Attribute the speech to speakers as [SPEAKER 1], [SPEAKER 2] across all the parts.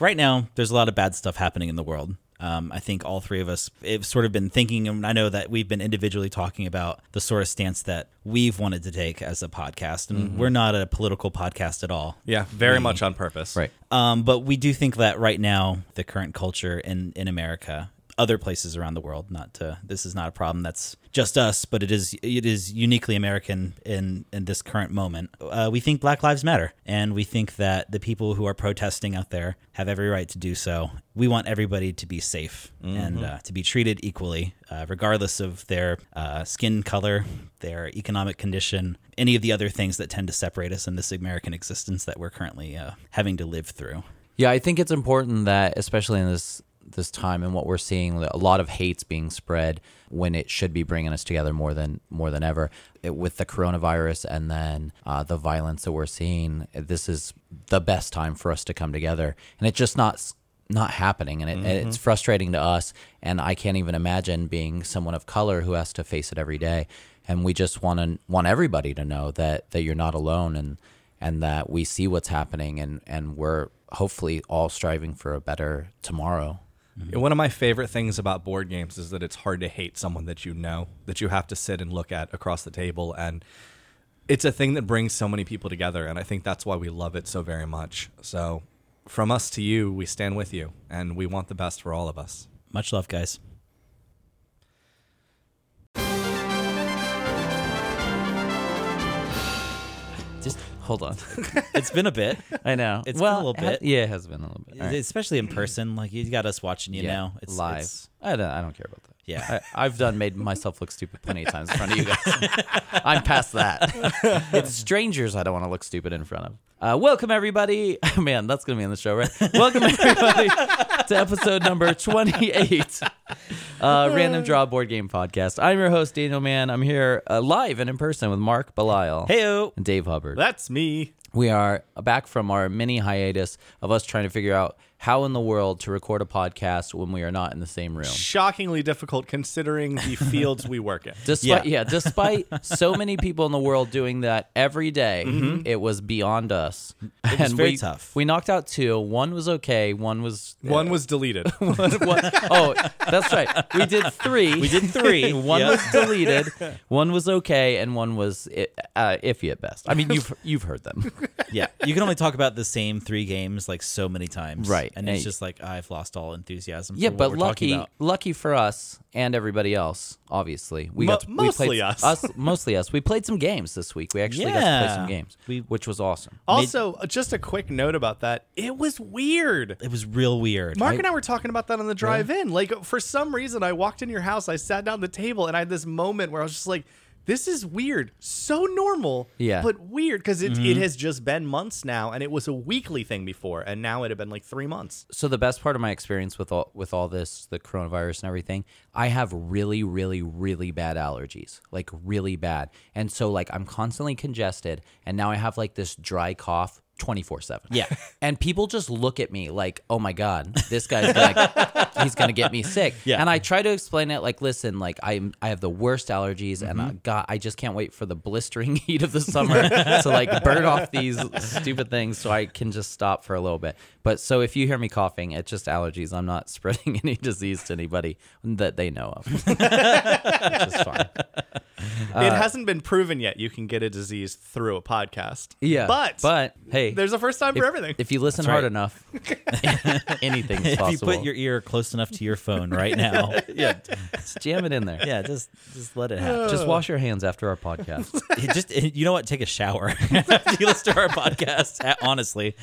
[SPEAKER 1] right now there's a lot of bad stuff happening in the world. Um, I think all three of us have sort of been thinking, and I know that we've been individually talking about the sort of stance that we've wanted to take as a podcast. And we're not a political podcast at all.
[SPEAKER 2] Yeah, very much on purpose.
[SPEAKER 3] Right.
[SPEAKER 1] Um, but we do think that right now, the current culture in, in America, other places around the world, not to, this is not a problem that's just us, but it is it is uniquely American in in this current moment. Uh, we think Black Lives Matter, and we think that the people who are protesting out there have every right to do so. We want everybody to be safe
[SPEAKER 3] Mm-hmm.
[SPEAKER 1] and uh, to be treated equally, uh, regardless of their uh, skin color, their economic condition, any of the other things that tend to separate us in this American existence that we're currently uh, having to live through.
[SPEAKER 3] Yeah, I think it's important that, especially in this this time and what we're seeing, that a lot of hate's being spread when it should be bringing us together more than more than ever. It- with the coronavirus and then uh, the violence that we're seeing, this is the best time for us to come together, and it's just not s- not happening, and it, and it's frustrating to us. And I can't even imagine being someone of color who has to face it every day. And we just want to want everybody to know that that you're not alone and and that we see what's happening and and we're hopefully all striving for a better tomorrow.
[SPEAKER 2] Mm-hmm. One of my favorite things about board games is that it's hard to hate someone that you know, that you have to sit and look at across the table. And it's a thing that brings so many people together. And I think that's why we love it so very much. So, from us to you, we stand with you and we want the best for all of us.
[SPEAKER 1] Much love, guys.
[SPEAKER 3] Just hold on.
[SPEAKER 1] It's been a bit.
[SPEAKER 3] I know.
[SPEAKER 1] It's been a little
[SPEAKER 3] it ha-
[SPEAKER 1] bit.
[SPEAKER 3] yeah, it has been a little bit. All right.
[SPEAKER 1] especially in person. Like you got us watching you
[SPEAKER 3] Yeah,
[SPEAKER 1] now. It's
[SPEAKER 3] live.
[SPEAKER 1] it's-
[SPEAKER 3] I don't. I don't care about that.
[SPEAKER 1] yeah.
[SPEAKER 3] I, I've done made myself look stupid plenty of times in front of you guys. I'm past that. It's strangers I don't want to look stupid in front of. Uh, welcome everybody. Man, that's gonna be in the show, right? Welcome everybody to episode number 28, uh, Random Draw Board Game Podcast. I'm your host Daniel Mann. I'm here uh, live and in person with Mark Belial
[SPEAKER 1] Heyo.
[SPEAKER 3] and Dave Hubbard.
[SPEAKER 2] That's me.
[SPEAKER 3] We are back from our mini hiatus of us trying to figure out how in the world to record a podcast when we are not in the same room.
[SPEAKER 2] Shockingly difficult considering the fields we work in.
[SPEAKER 3] Despite yeah. despite so many people in the world doing that every day, it was beyond us. It
[SPEAKER 1] Mm-hmm. was very
[SPEAKER 3] we,
[SPEAKER 1] tough.
[SPEAKER 3] We knocked out two. One was okay. One was
[SPEAKER 2] One was deleted.
[SPEAKER 3] one- oh, that's right. We did three.
[SPEAKER 1] We did three.
[SPEAKER 3] one
[SPEAKER 1] Yeah.
[SPEAKER 3] was deleted. One was okay, and one was uh, iffy at best. I mean, you've you've heard them.
[SPEAKER 1] yeah. You can only talk about the same three games like so many times.
[SPEAKER 3] Right.
[SPEAKER 1] And it's
[SPEAKER 3] And-
[SPEAKER 1] just like I've lost all enthusiasm.
[SPEAKER 3] Yeah,
[SPEAKER 1] for what
[SPEAKER 3] but
[SPEAKER 1] we're talking
[SPEAKER 3] lucky,
[SPEAKER 1] about.
[SPEAKER 3] lucky for us and everybody else, obviously, we
[SPEAKER 2] Mo-
[SPEAKER 3] got to- we
[SPEAKER 2] mostly
[SPEAKER 3] played,
[SPEAKER 2] us.
[SPEAKER 3] mostly us. We played some games this week. We actually got to play
[SPEAKER 1] Yeah.
[SPEAKER 3] some games,
[SPEAKER 1] We-
[SPEAKER 3] which was awesome.
[SPEAKER 2] Also, just a quick note about that. It was weird.
[SPEAKER 1] It was real weird.
[SPEAKER 2] Mark and I were talking about that on the drive in. Like, for some reason, I walked in your house, I sat down at the table, and I had this moment where I was just like, this is weird. So normal,
[SPEAKER 3] Yeah. Mm-hmm.
[SPEAKER 2] but weird because it, it has just been months now, and it was a weekly thing before, and now it had been like three months.
[SPEAKER 3] so the best part of my experience with all with all this, the coronavirus and everything, I have really, really, really bad allergies, like really bad, and so like I'm constantly congested, and now I have like this dry cough. 24 7.
[SPEAKER 1] Yeah.
[SPEAKER 3] And people just look at me like, oh my God, this guy's like, he's going to get me sick.
[SPEAKER 1] Yeah.
[SPEAKER 3] And I try to explain it like, listen, like I'm, I have the worst allergies and uh, God, I just can't wait for the blistering heat of the summer to like burn off these stupid things so I can just stop for a little bit. But so if you hear me coughing, it's just allergies. I'm not spreading any disease to anybody that they know of. Which is fine. Uh,
[SPEAKER 2] it hasn't been proven yet you can get a disease through a podcast.
[SPEAKER 3] Yeah.
[SPEAKER 2] But,
[SPEAKER 3] but hey,
[SPEAKER 2] there's a first time for
[SPEAKER 3] if-
[SPEAKER 2] everything.
[SPEAKER 3] If you listen
[SPEAKER 1] right.
[SPEAKER 3] hard enough, anything's
[SPEAKER 1] if you
[SPEAKER 3] possible.
[SPEAKER 1] put your ear close enough to your phone right now. yeah.
[SPEAKER 3] Just jam it in there.
[SPEAKER 1] Yeah, just just let it happen.
[SPEAKER 3] Just wash your hands after our podcast.
[SPEAKER 1] It just you know what? Take a shower. After you listen to our podcast. Ha- Honestly,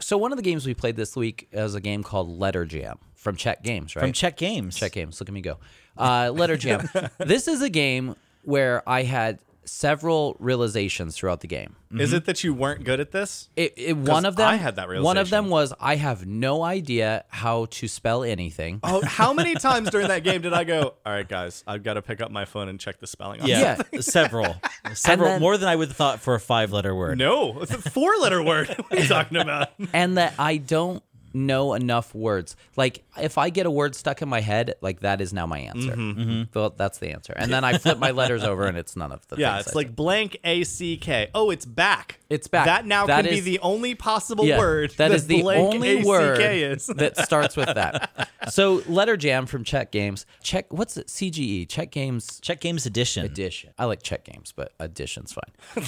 [SPEAKER 3] so one of the games we played this week is a game called Letter Jam from Czech Games, right?
[SPEAKER 1] from Check Games.
[SPEAKER 3] Check Games. Look at me go. Uh, Letter Jam. this is a game where I had several realizations throughout the game.
[SPEAKER 2] Is it that you weren't good at this?
[SPEAKER 3] It, it, one of them.
[SPEAKER 2] I had that
[SPEAKER 3] One of them
[SPEAKER 2] realization.
[SPEAKER 3] was I have no idea how to spell anything.
[SPEAKER 2] Oh, how many times during that game did I go, all right, guys, I've got to pick up my phone and check the spelling on
[SPEAKER 1] Yeah,
[SPEAKER 3] Yeah.
[SPEAKER 1] several, several
[SPEAKER 3] then-
[SPEAKER 1] more than I would have thought for a five-letter word.
[SPEAKER 2] No, it's a four letter word. What are you talking about?
[SPEAKER 3] and that I don't know enough words. Like if I get a word stuck in my head, like that is now my answer.
[SPEAKER 2] Mm-hmm.
[SPEAKER 3] Mm-hmm. Well, that's the answer. And then I flip my letters over, and it's none of the.
[SPEAKER 2] Yeah,
[SPEAKER 3] things
[SPEAKER 2] it's
[SPEAKER 3] I
[SPEAKER 2] like blank A C K. Oh, it's back.
[SPEAKER 3] It's back.
[SPEAKER 2] That now
[SPEAKER 3] That
[SPEAKER 2] can be
[SPEAKER 3] is-
[SPEAKER 2] the only possible
[SPEAKER 3] Yeah,
[SPEAKER 2] word.
[SPEAKER 3] that is the
[SPEAKER 2] blank
[SPEAKER 3] only
[SPEAKER 2] ACK
[SPEAKER 3] word
[SPEAKER 2] is.
[SPEAKER 3] that starts with that. So letter jam from Check Games. Check what's it? CGE Check Games
[SPEAKER 1] Check Games Edition.
[SPEAKER 3] Edition. I like Check Games, but Edition's fine.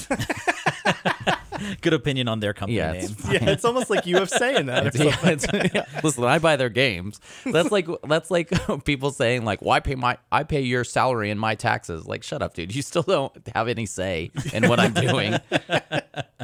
[SPEAKER 1] Good opinion on their company
[SPEAKER 3] Yeah,
[SPEAKER 1] name.
[SPEAKER 3] it's fine.
[SPEAKER 2] Yeah, it's almost like you of saying that. or something.
[SPEAKER 3] Yeah, it's- yeah. Listen, I buy their games. That's like that's like people saying like, "Why pay my I pay your salary and my taxes?" Like, shut up, dude. You still don't have any say in what I'm doing.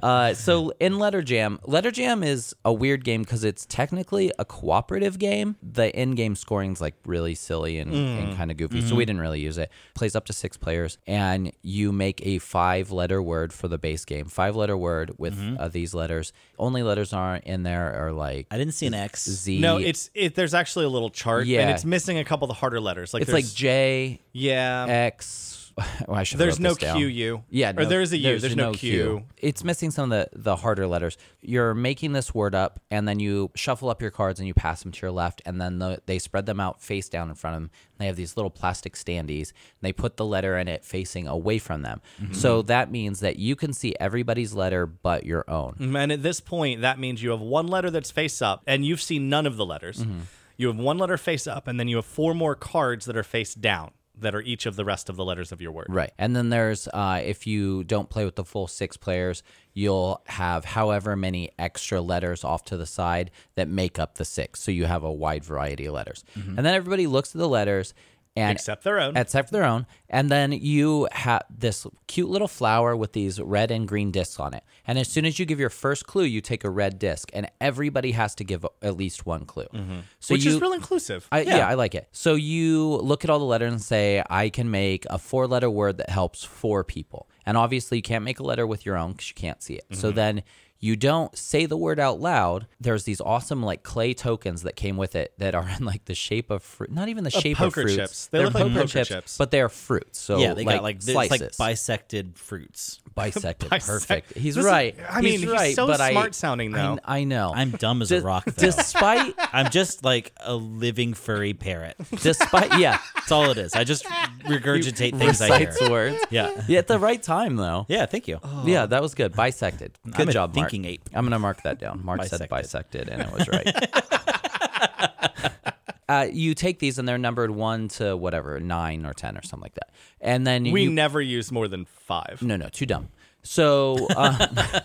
[SPEAKER 3] uh, so in Letter Jam, Letter Jam is a weird game because it's technically a cooperative game. The in-game scoring's like really silly and,
[SPEAKER 2] Mm.
[SPEAKER 3] and kind of goofy, so
[SPEAKER 2] Mm-hmm.
[SPEAKER 3] we didn't really use it. Plays up to six players, and you make a five-letter word for the base game. Five-letter word with
[SPEAKER 2] Mm-hmm.
[SPEAKER 3] uh, these letters. Only letters aren't in there are like
[SPEAKER 1] I didn't see an X.
[SPEAKER 3] Z.
[SPEAKER 2] No, it's it. There's actually a little chart, and
[SPEAKER 3] Yeah.
[SPEAKER 2] it's missing a couple of the harder letters. Like
[SPEAKER 3] it's
[SPEAKER 2] there's,
[SPEAKER 3] like J
[SPEAKER 2] yeah,
[SPEAKER 3] X. Well, I should.
[SPEAKER 2] there's no Q U.
[SPEAKER 3] Yeah,
[SPEAKER 2] or there's a U. There's, no, Q.
[SPEAKER 3] It's missing some of the the harder letters. You're making this word up, and then you shuffle up your cards and you pass them to your left, and then the, they spread them out face down in front of them. And they have these little plastic standees, and they put the letter in it facing away from them.
[SPEAKER 2] Mm-hmm.
[SPEAKER 3] So that means that you can see everybody's letter but your own.
[SPEAKER 2] Mm-hmm. And at this point, that means you have one letter that's face up, and you've seen none of the letters.
[SPEAKER 3] Mm-hmm.
[SPEAKER 2] You have one letter face up, and then you have four more cards that are face down that are each of the rest of the letters of your word.
[SPEAKER 3] Right. And then there's uh, if you don't play with the full six players, you'll have however many extra letters off to the side that make up the six. So you have a wide variety of letters.
[SPEAKER 2] Mm-hmm.
[SPEAKER 3] And then everybody looks at the letters and
[SPEAKER 2] Except their own.
[SPEAKER 3] except for their own. And then you have this cute little flower with these red and green discs on it. And as soon as you give your first clue, you take a red disc, and everybody has to give at least one clue. So
[SPEAKER 2] Mm-hmm. which
[SPEAKER 3] you,
[SPEAKER 2] is real inclusive.
[SPEAKER 3] I, yeah. I like it. So you look at all the letters and say, I can make a four letter word that helps four people. And obviously, you can't make a letter with your own because you can't see it. So then you don't say the word out loud. There's these awesome, like, clay tokens that came with it that are in, like, the shape of fruit. Not even the shape
[SPEAKER 2] poker
[SPEAKER 3] of fruits.
[SPEAKER 2] chips. They look like poker chips.
[SPEAKER 3] but they're fruits. So,
[SPEAKER 1] Yeah, they
[SPEAKER 3] like,
[SPEAKER 1] got like this,
[SPEAKER 3] slices.
[SPEAKER 1] like bisected fruits.
[SPEAKER 3] bisected.
[SPEAKER 2] Bisect-
[SPEAKER 3] Perfect. He's
[SPEAKER 2] This is-
[SPEAKER 3] right.
[SPEAKER 2] I mean, he's
[SPEAKER 3] right,
[SPEAKER 2] so
[SPEAKER 3] but I-
[SPEAKER 2] smart-sounding, though.
[SPEAKER 3] I, I know.
[SPEAKER 1] I'm dumb as a rock. Though.
[SPEAKER 3] Despite,
[SPEAKER 1] I'm just like a living furry parrot.
[SPEAKER 3] despite, yeah.
[SPEAKER 1] That's all it is. I just regurgitate things I hear.
[SPEAKER 3] Recites words.
[SPEAKER 1] Yeah.
[SPEAKER 3] Yeah, at the right time though.
[SPEAKER 1] Yeah, thank you.
[SPEAKER 3] Yeah, that was good. Bisected. Good
[SPEAKER 1] I'm a
[SPEAKER 3] job, Mark.
[SPEAKER 1] thinking ape.
[SPEAKER 3] I'm gonna mark that down. Mark said bisected, and it was right. uh, you take these, and they're numbered one to whatever, nine or ten or something like that, and then
[SPEAKER 2] we
[SPEAKER 3] you,
[SPEAKER 2] never use more than five.
[SPEAKER 3] no, no, too dumb. So, um,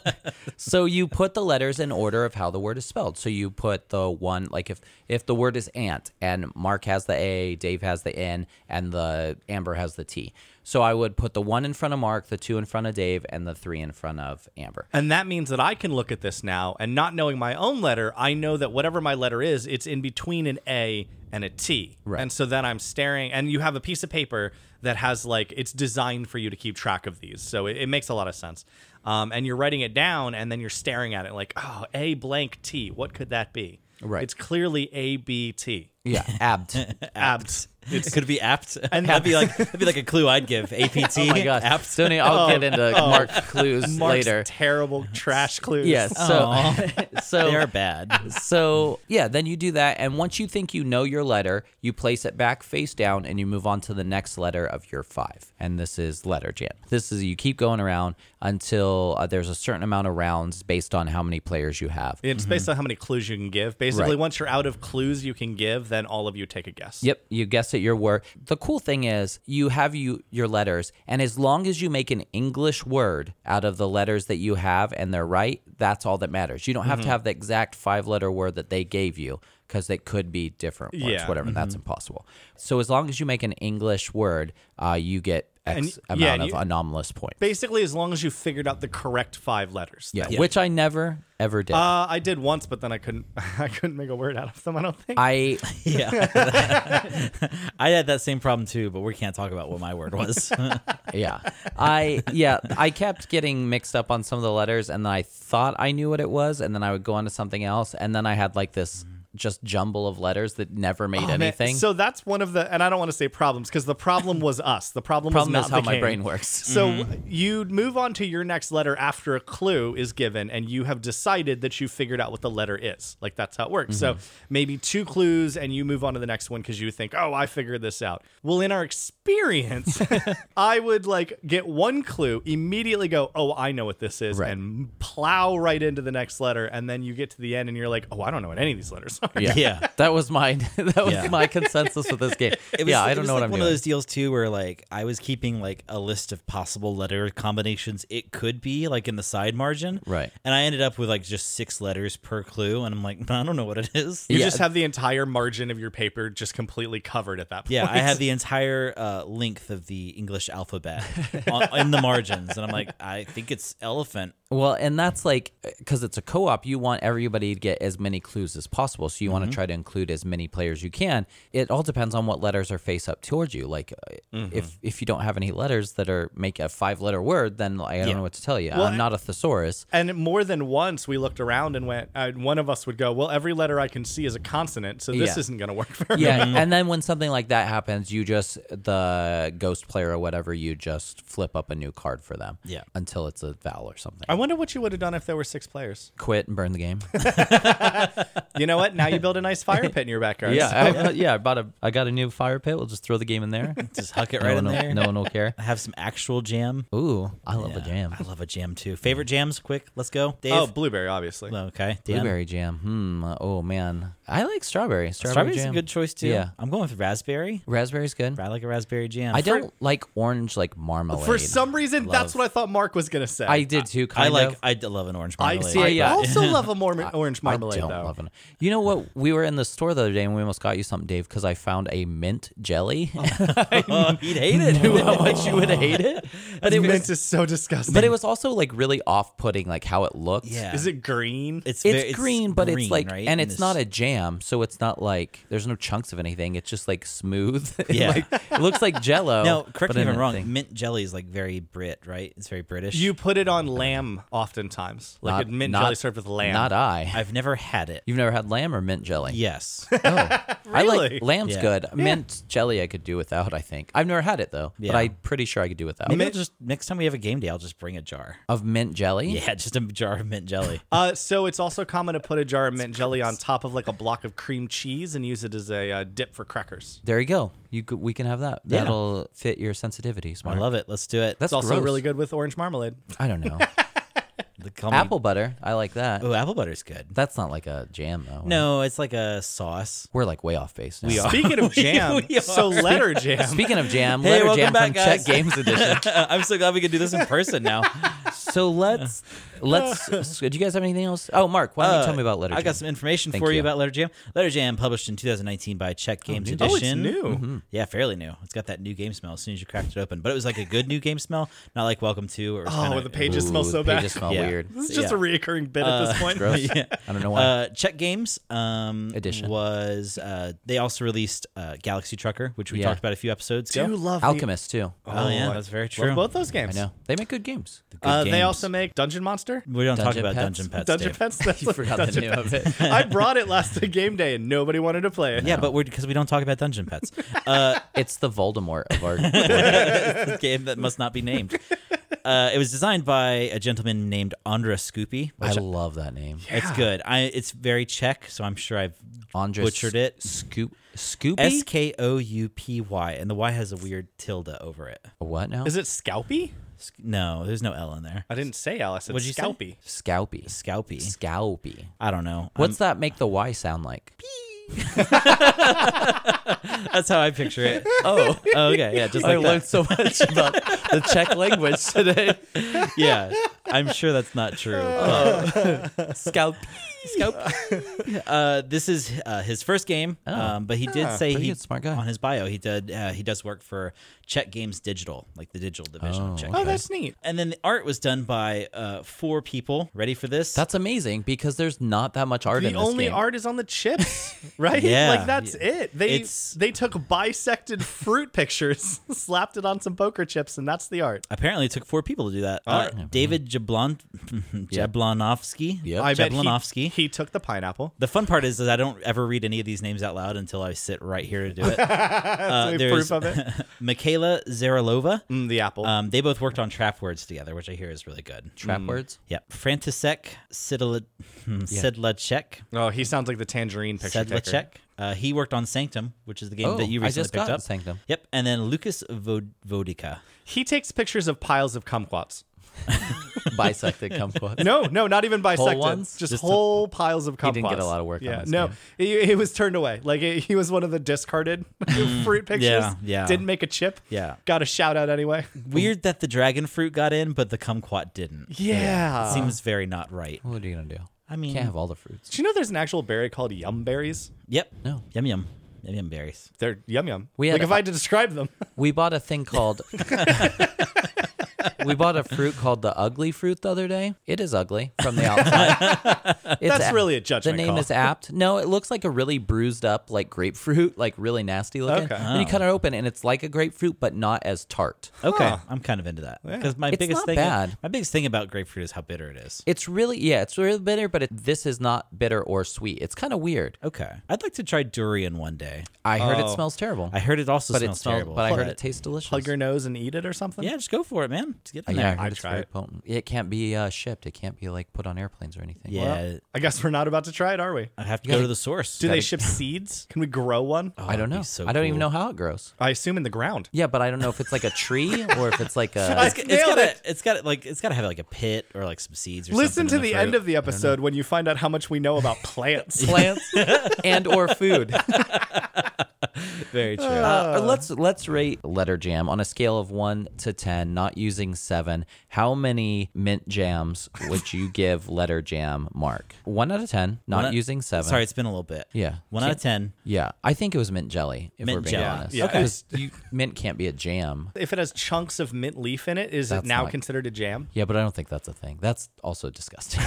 [SPEAKER 3] so you put the letters in order of how the word is spelled. So you put the one like if if the word is ant and Mark has the A, Dave has the N, and the Amber has the T. So I would put the one in front of Mark, the two in front of Dave, and the three in front of Amber.
[SPEAKER 2] And that means that I can look at this now and not knowing my own letter, I know that whatever my letter is, it's in between an A and a T.
[SPEAKER 3] Right.
[SPEAKER 2] And so then I'm staring, and you have a piece of paper that has like, it's designed for you to keep track of these. So it, it makes a lot of sense. Um, and you're writing it down, and then you're staring at it like, oh, A blank T. What could that be?
[SPEAKER 3] Right.
[SPEAKER 2] It's clearly A B T.
[SPEAKER 3] Yeah, Oh abt.
[SPEAKER 2] Apt.
[SPEAKER 1] It could be apt. And that'd be like that'd be like a clue I'd give. APT.
[SPEAKER 3] oh my gosh,
[SPEAKER 1] Apt.
[SPEAKER 3] Sony, I'll get into Mark clues
[SPEAKER 2] Mark's
[SPEAKER 3] later.
[SPEAKER 2] terrible trash clues.
[SPEAKER 3] Yes. Yeah, so, so
[SPEAKER 1] They are bad.
[SPEAKER 3] so yeah, then you do that, and once you think you know your letter, you place it back face down, and you move on to the next letter of your five. And this is letter jam. This is you keep going around until uh, there's a certain amount of rounds based on how many players you have.
[SPEAKER 2] It's based on how many clues you can give. Basically,
[SPEAKER 3] Mm-hmm. Right.
[SPEAKER 2] once you're out of clues you can give, then all of you take a guess.
[SPEAKER 3] Yep, you guess at your word. The cool thing is you have you your letters, and as long as you make an English word out of the letters that you have and they're right, that's all that matters. You don't have
[SPEAKER 2] Mm-hmm.
[SPEAKER 3] to have the exact five letter word that they gave you because it could be different words,
[SPEAKER 2] Yeah. Mm-hmm.
[SPEAKER 3] whatever. That's impossible. So as long as you make an English word, uh, you get X
[SPEAKER 2] And-
[SPEAKER 3] amount
[SPEAKER 2] yeah,
[SPEAKER 3] of
[SPEAKER 2] you-
[SPEAKER 3] anomalous points.
[SPEAKER 2] Basically, as long as you figured out the correct five letters.
[SPEAKER 3] Yeah, which I never ever did.
[SPEAKER 2] Uh, I did once, but then I couldn't. I couldn't make a word out of them. I don't think.
[SPEAKER 3] I
[SPEAKER 1] Yeah. I had that same problem too, but we can't talk about what my word was.
[SPEAKER 3] yeah i yeah i kept getting mixed up on some of the letters and then i thought i knew what it was and then i would go on to something else and then i had like this just jumble of letters that never made
[SPEAKER 2] Oh, man.
[SPEAKER 3] anything.
[SPEAKER 2] So that's one of the, and I don't want to say problems because the problem was us. The problem,
[SPEAKER 3] problem
[SPEAKER 2] was
[SPEAKER 3] is
[SPEAKER 2] not
[SPEAKER 3] how
[SPEAKER 2] the
[SPEAKER 3] my
[SPEAKER 2] game.
[SPEAKER 3] brain works.
[SPEAKER 2] So you move on to your next letter after a clue is given, and you have decided that you figured out what the letter is. Like that's how it works. So
[SPEAKER 3] Mm-hmm.
[SPEAKER 2] maybe two clues, and you move on to the next one because you think, "Oh, I figured this out." Well, in our experience, I would like get one clue, immediately go, "Oh, I know what this is,"
[SPEAKER 3] Right.
[SPEAKER 2] and plow right into the next letter, and then you get to the end, and you're like, "Oh, I don't know what any of these letters are."
[SPEAKER 3] Yeah.
[SPEAKER 1] Yeah.
[SPEAKER 3] That was my that was
[SPEAKER 1] Yeah.
[SPEAKER 3] my consensus with this game.
[SPEAKER 1] It was,
[SPEAKER 3] yeah, I
[SPEAKER 1] it
[SPEAKER 3] don't
[SPEAKER 1] was
[SPEAKER 3] know
[SPEAKER 1] like
[SPEAKER 3] what I'm
[SPEAKER 1] one
[SPEAKER 3] doing.
[SPEAKER 1] of those deals too, where like I was keeping like a list of possible letter combinations it could be, like in the side margin,
[SPEAKER 3] Right.
[SPEAKER 1] And I ended up with like just six letters per clue, and I'm like, I don't know what it is.
[SPEAKER 2] You
[SPEAKER 3] Yeah.
[SPEAKER 2] just have the entire margin of your paper just completely covered at that point.
[SPEAKER 1] Yeah, I had the entire uh, length of the English alphabet on, in the margins, and I'm like, I think it's elephant.
[SPEAKER 3] Well, and that's like because it's a co-op, you want everybody to get as many clues as possible. So you want
[SPEAKER 1] Mm-hmm.
[SPEAKER 3] to try to include as many players you can. It all depends on what letters are face up towards you. Like uh,
[SPEAKER 1] Mm-hmm.
[SPEAKER 3] if if you don't have any letters that are make a five-letter word, then I don't
[SPEAKER 1] Yeah.
[SPEAKER 3] know what to tell you.
[SPEAKER 2] Well,
[SPEAKER 3] I'm not a thesaurus.
[SPEAKER 2] And more than once, we looked around and went. Uh, one of us would go, "Well, every letter I can see is a consonant, so this
[SPEAKER 3] Yeah.
[SPEAKER 2] isn't going to work very
[SPEAKER 3] Yeah, and then when something like that happens, you just the ghost player or whatever, you just flip up a new card for them.
[SPEAKER 1] Yeah.
[SPEAKER 3] until it's a vowel or something.
[SPEAKER 2] I wonder what you would have done if there were six players.
[SPEAKER 3] Quit and burn the game.
[SPEAKER 2] You know what? Now you build a nice fire pit in your backyard.
[SPEAKER 3] yeah, I, I- yeah. I bought a. I got a new fire pit. We'll just throw the game in there.
[SPEAKER 1] Just huck it
[SPEAKER 3] No
[SPEAKER 1] right in
[SPEAKER 3] one will-
[SPEAKER 1] there.
[SPEAKER 3] No one will care.
[SPEAKER 1] Have some actual jam.
[SPEAKER 3] Ooh, I love a
[SPEAKER 1] Yeah,
[SPEAKER 3] jam.
[SPEAKER 1] I love a jam too. Favorite jams? Quick, let's go. Dave.
[SPEAKER 2] Oh, blueberry, obviously.
[SPEAKER 1] okay. Dan?
[SPEAKER 3] Blueberry jam. Hmm. uh, Oh man, I like strawberry. Strawberry
[SPEAKER 1] Strawberry's
[SPEAKER 3] jam.
[SPEAKER 1] a good choice too.
[SPEAKER 3] Yeah,
[SPEAKER 1] I'm going with raspberry.
[SPEAKER 3] raspberry's good.
[SPEAKER 1] I like a raspberry jam.
[SPEAKER 3] I don't like orange like marmalade.
[SPEAKER 2] For some reason, that's
[SPEAKER 3] Love.
[SPEAKER 2] what I thought Mark was going to say.
[SPEAKER 3] I did too. Kind
[SPEAKER 1] I like.
[SPEAKER 3] of.
[SPEAKER 1] I d- love an orange
[SPEAKER 2] I,
[SPEAKER 1] marmalade.
[SPEAKER 2] see, I
[SPEAKER 3] yeah.
[SPEAKER 2] also love a Mormon, orange marmalade.
[SPEAKER 3] I don't
[SPEAKER 2] though.
[SPEAKER 3] love it. You know what? We were in the store the other day and we almost got you something, Dave, because I found a mint jelly.
[SPEAKER 1] Oh, he'd hate it.
[SPEAKER 3] knew how much you would hate it, but it
[SPEAKER 2] Mint
[SPEAKER 3] was,
[SPEAKER 2] is so disgusting.
[SPEAKER 3] but it was also like really off-putting, like how it looked.
[SPEAKER 1] Yeah.
[SPEAKER 2] Is it green?
[SPEAKER 1] It's,
[SPEAKER 3] It's,
[SPEAKER 1] very-
[SPEAKER 3] green, but it's
[SPEAKER 1] green,
[SPEAKER 3] like,
[SPEAKER 1] right?
[SPEAKER 3] and it's not a jam, so it's not like there's no chunks of anything. It's just like smooth. It,
[SPEAKER 1] Yeah.
[SPEAKER 3] like, it looks like Jello.
[SPEAKER 1] No, correct
[SPEAKER 3] but
[SPEAKER 1] me
[SPEAKER 3] in
[SPEAKER 1] if I'm
[SPEAKER 3] a
[SPEAKER 1] wrong.
[SPEAKER 3] thing.
[SPEAKER 1] Mint jelly is like very Brit, right? It's very British.
[SPEAKER 2] you put it on lamb oftentimes, like
[SPEAKER 3] Not-
[SPEAKER 2] a mint
[SPEAKER 3] not-
[SPEAKER 2] jelly served with lamb.
[SPEAKER 3] Not I.
[SPEAKER 1] I've never had it.
[SPEAKER 3] You've never had lamb or mint jelly?
[SPEAKER 1] Yes.
[SPEAKER 3] I
[SPEAKER 2] Really?
[SPEAKER 3] like lamb's
[SPEAKER 1] Yeah.
[SPEAKER 3] good. Mint jelly I could do without. I think I've never had it though,
[SPEAKER 1] Yeah.
[SPEAKER 3] but I'm pretty sure I could do without.
[SPEAKER 1] Maybe I'll
[SPEAKER 2] Mint-
[SPEAKER 1] just next time we have a game day, I'll just bring a jar.
[SPEAKER 3] of mint jelly.
[SPEAKER 1] Yeah, just a jar of mint jelly.
[SPEAKER 2] Uh, so it's also common to put a jar of mint jelly on top of like a block of cream cheese and use it as a uh, dip for crackers.
[SPEAKER 3] There you go. You could, we can have that.
[SPEAKER 1] Yeah.
[SPEAKER 3] That'll fit your sensitivities.
[SPEAKER 1] I
[SPEAKER 3] Mark.
[SPEAKER 1] love it. Let's do it.
[SPEAKER 3] That's
[SPEAKER 2] It's also
[SPEAKER 3] gross.
[SPEAKER 2] really good with orange marmalade.
[SPEAKER 3] I don't know.
[SPEAKER 1] The- call me-
[SPEAKER 3] Apple butter. I like that.
[SPEAKER 1] Oh, apple butter's good.
[SPEAKER 3] That's not like a jam though.
[SPEAKER 1] No, it's like a sauce.
[SPEAKER 3] we're like way off base. Now.
[SPEAKER 2] Speaking of jam,
[SPEAKER 1] we are.
[SPEAKER 2] so letter jam.
[SPEAKER 3] Speaking of jam,
[SPEAKER 1] Hey,
[SPEAKER 3] letter
[SPEAKER 1] welcome
[SPEAKER 3] jam
[SPEAKER 1] back,
[SPEAKER 3] from
[SPEAKER 1] guys.
[SPEAKER 3] Czech Games Edition.
[SPEAKER 1] I'm so glad we could do this in person now.
[SPEAKER 3] So let's let's. s- Do you guys have anything else? Oh, Mark, why don't you
[SPEAKER 1] Uh,
[SPEAKER 3] tell me about letter?
[SPEAKER 1] I
[SPEAKER 3] jam?
[SPEAKER 1] got some information
[SPEAKER 3] Thank
[SPEAKER 1] for you.
[SPEAKER 3] you.
[SPEAKER 1] about Letter Jam. Letter Jam, published in 2019 by Czech Games
[SPEAKER 3] new. Mm-hmm.
[SPEAKER 1] Edition.
[SPEAKER 2] oh, it's new.
[SPEAKER 1] Yeah, fairly new. It's got that new game smell as soon as you cracked it open. But it was like a good new game smell, not like Welcome to or
[SPEAKER 2] Oh,
[SPEAKER 1] kinda-
[SPEAKER 2] the pages
[SPEAKER 3] Ooh,
[SPEAKER 2] smell so
[SPEAKER 3] the
[SPEAKER 2] bad.
[SPEAKER 3] Pages smell
[SPEAKER 1] Yeah.
[SPEAKER 3] weird.
[SPEAKER 2] This is just
[SPEAKER 1] Yeah.
[SPEAKER 2] a reoccurring bit at this point.
[SPEAKER 3] Gross.
[SPEAKER 1] Yeah.
[SPEAKER 3] I don't know why.
[SPEAKER 1] Uh, Czech Games um,
[SPEAKER 3] Edition.
[SPEAKER 1] was uh, they also released uh, Galaxy Trucker, which we
[SPEAKER 3] Yeah.
[SPEAKER 1] talked about a few episodes
[SPEAKER 2] Do
[SPEAKER 1] ago.
[SPEAKER 2] you love the-
[SPEAKER 3] Alchemist too.
[SPEAKER 1] Oh, yeah,
[SPEAKER 2] I
[SPEAKER 1] that's very
[SPEAKER 2] love
[SPEAKER 1] true.
[SPEAKER 2] both those
[SPEAKER 3] I
[SPEAKER 2] games.
[SPEAKER 3] know they make good games. The good
[SPEAKER 2] Uh,
[SPEAKER 3] games.
[SPEAKER 2] They also make Dungeon Monster.
[SPEAKER 1] we don't talk
[SPEAKER 3] Dungeon
[SPEAKER 1] about
[SPEAKER 3] Pets.
[SPEAKER 1] Dungeon Pets.
[SPEAKER 2] Dungeon
[SPEAKER 1] Dave.
[SPEAKER 2] Pets. That's
[SPEAKER 3] you forgot the name of it.
[SPEAKER 2] I brought it last game day and nobody wanted to play it.
[SPEAKER 1] Yeah, but we're because we don't talk about Dungeon Pets. Uh,
[SPEAKER 3] It's the Voldemort of our.
[SPEAKER 1] a game that must not be named. Uh, it was designed by a gentleman named Andra Scoopy.
[SPEAKER 3] I
[SPEAKER 1] Which
[SPEAKER 3] love that name.
[SPEAKER 1] It's good. I it's very Czech, so I'm sure I've
[SPEAKER 3] Andres
[SPEAKER 1] butchered it.
[SPEAKER 3] Scoop Scoopy.
[SPEAKER 1] S K O U P Y, and the Y has a weird tilde over it.
[SPEAKER 3] what now?
[SPEAKER 2] Is it Scalpy?
[SPEAKER 1] Sc- No, there's no L in there.
[SPEAKER 2] I didn't say Al. I said
[SPEAKER 1] What'd you say?
[SPEAKER 2] Scalpy.
[SPEAKER 3] Scalpy.
[SPEAKER 1] Scalpy.
[SPEAKER 3] Scalpy.
[SPEAKER 1] I don't know.
[SPEAKER 3] What's that make the Y sound like?
[SPEAKER 1] I'm- that's how I picture it. oh, okay, yeah, just like that.
[SPEAKER 3] so much about the Czech language today.
[SPEAKER 1] Yeah, I'm sure that's not true.
[SPEAKER 3] Oh, Scalpy.
[SPEAKER 1] Uh, this is uh, his first game, um, but he did say
[SPEAKER 3] Oh. pretty
[SPEAKER 1] he
[SPEAKER 3] good, smart guy.
[SPEAKER 1] on his bio. He did uh, he does work for Czech Games Digital, like the digital division
[SPEAKER 3] Oh,
[SPEAKER 1] of Czech.
[SPEAKER 2] Oh,
[SPEAKER 1] Games.
[SPEAKER 2] that's neat.
[SPEAKER 1] And then the art was done by uh, four people. Ready for this?
[SPEAKER 3] That's amazing because there's not that much art
[SPEAKER 2] the
[SPEAKER 3] in this
[SPEAKER 2] only
[SPEAKER 3] game.
[SPEAKER 2] art is on the chips, right?
[SPEAKER 1] Yeah.
[SPEAKER 2] like that's it. They
[SPEAKER 1] It's-
[SPEAKER 2] they took bisected fruit pictures, slapped it on some poker chips, and that's the art.
[SPEAKER 1] Apparently, it took four people to do that. Uh, David Jablon
[SPEAKER 3] Oh, Yeah.
[SPEAKER 1] Jablonovsky.
[SPEAKER 3] Yep.
[SPEAKER 2] I bet he,
[SPEAKER 1] Jablonovsky.
[SPEAKER 2] he took the pineapple.
[SPEAKER 1] the fun part is, is I don't ever read any of these names out loud until I sit right here to do it.
[SPEAKER 2] That's
[SPEAKER 1] uh,
[SPEAKER 2] the
[SPEAKER 1] there's
[SPEAKER 2] proof of it.
[SPEAKER 1] Michaela Zaralova.
[SPEAKER 2] Mm, the apple.
[SPEAKER 3] Uh,
[SPEAKER 1] Um, they both worked on Trap Words together, which I hear is really good.
[SPEAKER 3] Trap words.
[SPEAKER 1] Yeah. Frantisek Sidla- Sidlacek.
[SPEAKER 2] oh, he sounds like the tangerine picture taker.
[SPEAKER 1] Sedlacek. Uh, he worked on Sanctum, which is the game
[SPEAKER 3] Oh,
[SPEAKER 1] that you
[SPEAKER 3] I
[SPEAKER 1] recently
[SPEAKER 3] just
[SPEAKER 1] picked
[SPEAKER 3] got
[SPEAKER 1] up.
[SPEAKER 3] Sanctum.
[SPEAKER 1] Yep. And then Lucas Vod- Vodica.
[SPEAKER 2] He takes pictures of piles of kumquats.
[SPEAKER 3] Bisected kumquats.
[SPEAKER 2] No, no, not even bisected.
[SPEAKER 3] ones?
[SPEAKER 2] Just,
[SPEAKER 3] Just
[SPEAKER 2] whole piles of kumquats.
[SPEAKER 3] He didn't get a lot of work on
[SPEAKER 2] Yeah,
[SPEAKER 3] this
[SPEAKER 2] no,
[SPEAKER 3] game.
[SPEAKER 2] he, he was turned away. Like he he was one of the discarded
[SPEAKER 3] Mm,
[SPEAKER 2] fruit pictures.
[SPEAKER 1] Yeah, yeah.
[SPEAKER 2] Didn't make a chip.
[SPEAKER 1] Yeah.
[SPEAKER 2] Got a shout out anyway.
[SPEAKER 1] Weird that the dragon fruit got in, but the kumquat didn't.
[SPEAKER 2] Yeah.
[SPEAKER 1] It seems very not right.
[SPEAKER 3] What are you gonna do?
[SPEAKER 1] I mean,
[SPEAKER 3] Can't have all the fruits.
[SPEAKER 2] Do you know there's an actual berry called yum berries?
[SPEAKER 1] yep.
[SPEAKER 3] No.
[SPEAKER 1] Yum yum. Yum yum berries.
[SPEAKER 2] They're yum yum.
[SPEAKER 3] We had
[SPEAKER 2] like
[SPEAKER 3] a-
[SPEAKER 2] if I had to describe them.
[SPEAKER 3] We bought a thing called. we bought a fruit called the ugly fruit the other day. It is ugly from the outside. It's
[SPEAKER 2] That's
[SPEAKER 3] a-
[SPEAKER 2] really a
[SPEAKER 3] The
[SPEAKER 2] judgment
[SPEAKER 3] name
[SPEAKER 2] call.
[SPEAKER 3] is apt. No, it looks like a really bruised up, like grapefruit, like really nasty looking.
[SPEAKER 2] Okay.
[SPEAKER 3] Then you cut it open, and it's like a grapefruit, but not as tart.
[SPEAKER 1] Okay, I'm kind of into that because my
[SPEAKER 3] It's
[SPEAKER 1] biggest
[SPEAKER 3] not
[SPEAKER 1] thing,
[SPEAKER 3] bad.
[SPEAKER 1] my biggest thing about grapefruit is how bitter it is.
[SPEAKER 3] It's really, yeah, it's really bitter, but it, this is not bitter or sweet. It's kind of weird.
[SPEAKER 1] Okay, I'd like to try durian one day.
[SPEAKER 3] I heard it
[SPEAKER 2] Oh.
[SPEAKER 3] smells terrible,
[SPEAKER 1] I heard it also
[SPEAKER 3] but it
[SPEAKER 1] smells
[SPEAKER 3] smells,
[SPEAKER 1] terrible,
[SPEAKER 3] but I heard it tastes delicious.
[SPEAKER 2] Plug your nose and eat it or something.
[SPEAKER 1] yeah, just go for it, man. Just get in
[SPEAKER 3] Oh, yeah, I
[SPEAKER 1] there.
[SPEAKER 3] heard
[SPEAKER 2] I'd
[SPEAKER 3] it's
[SPEAKER 2] try
[SPEAKER 3] very
[SPEAKER 2] it.
[SPEAKER 3] potent. It can't be uh, shipped. It can't be like put on airplanes or anything.
[SPEAKER 1] Yeah, Uh,
[SPEAKER 2] Well, I guess we're not about to try it, are we?
[SPEAKER 1] I have to
[SPEAKER 3] You
[SPEAKER 1] go
[SPEAKER 3] gotta-
[SPEAKER 1] to the source.
[SPEAKER 2] Do they
[SPEAKER 3] Gotta- Oh.
[SPEAKER 2] ship seeds? Can we grow one?
[SPEAKER 1] Oh,
[SPEAKER 3] I don't
[SPEAKER 1] that'd be
[SPEAKER 3] know.
[SPEAKER 1] so
[SPEAKER 3] I don't even
[SPEAKER 1] cool.
[SPEAKER 3] know how it grows.
[SPEAKER 2] I assume in the ground.
[SPEAKER 3] Yeah, but I don't know if it's like a tree or if it's like a.
[SPEAKER 1] it's, it's
[SPEAKER 2] Nailed
[SPEAKER 1] gotta,
[SPEAKER 2] it.
[SPEAKER 1] it. has gotta like it's gotta have like a pit or like some seeds. or
[SPEAKER 2] Listen to
[SPEAKER 1] something in
[SPEAKER 2] the end
[SPEAKER 1] fruit.
[SPEAKER 2] of the episode when you find out how much we know about plants.
[SPEAKER 3] plants and or food.
[SPEAKER 1] very true.
[SPEAKER 3] Uh, let's let's rate letter jam on a scale of 1 to 10, not using 7. How many mint jams would you give letter jam mark? 1 out of 10, not
[SPEAKER 1] out-
[SPEAKER 3] using 7.
[SPEAKER 1] Sorry, it's been a little bit.
[SPEAKER 3] Yeah.
[SPEAKER 1] one out of ten.
[SPEAKER 3] Yeah, I think it was mint jelly if
[SPEAKER 1] Mint
[SPEAKER 3] we're being
[SPEAKER 1] jelly.
[SPEAKER 3] honest.
[SPEAKER 1] Yeah.
[SPEAKER 2] Okay.
[SPEAKER 3] 'Cause you- mint can't be a jam.
[SPEAKER 2] if it has chunks of mint leaf in it, is
[SPEAKER 3] That's
[SPEAKER 2] it now
[SPEAKER 3] not-
[SPEAKER 2] considered a jam?
[SPEAKER 3] Yeah, but I don't think that's a thing. That's also disgusting.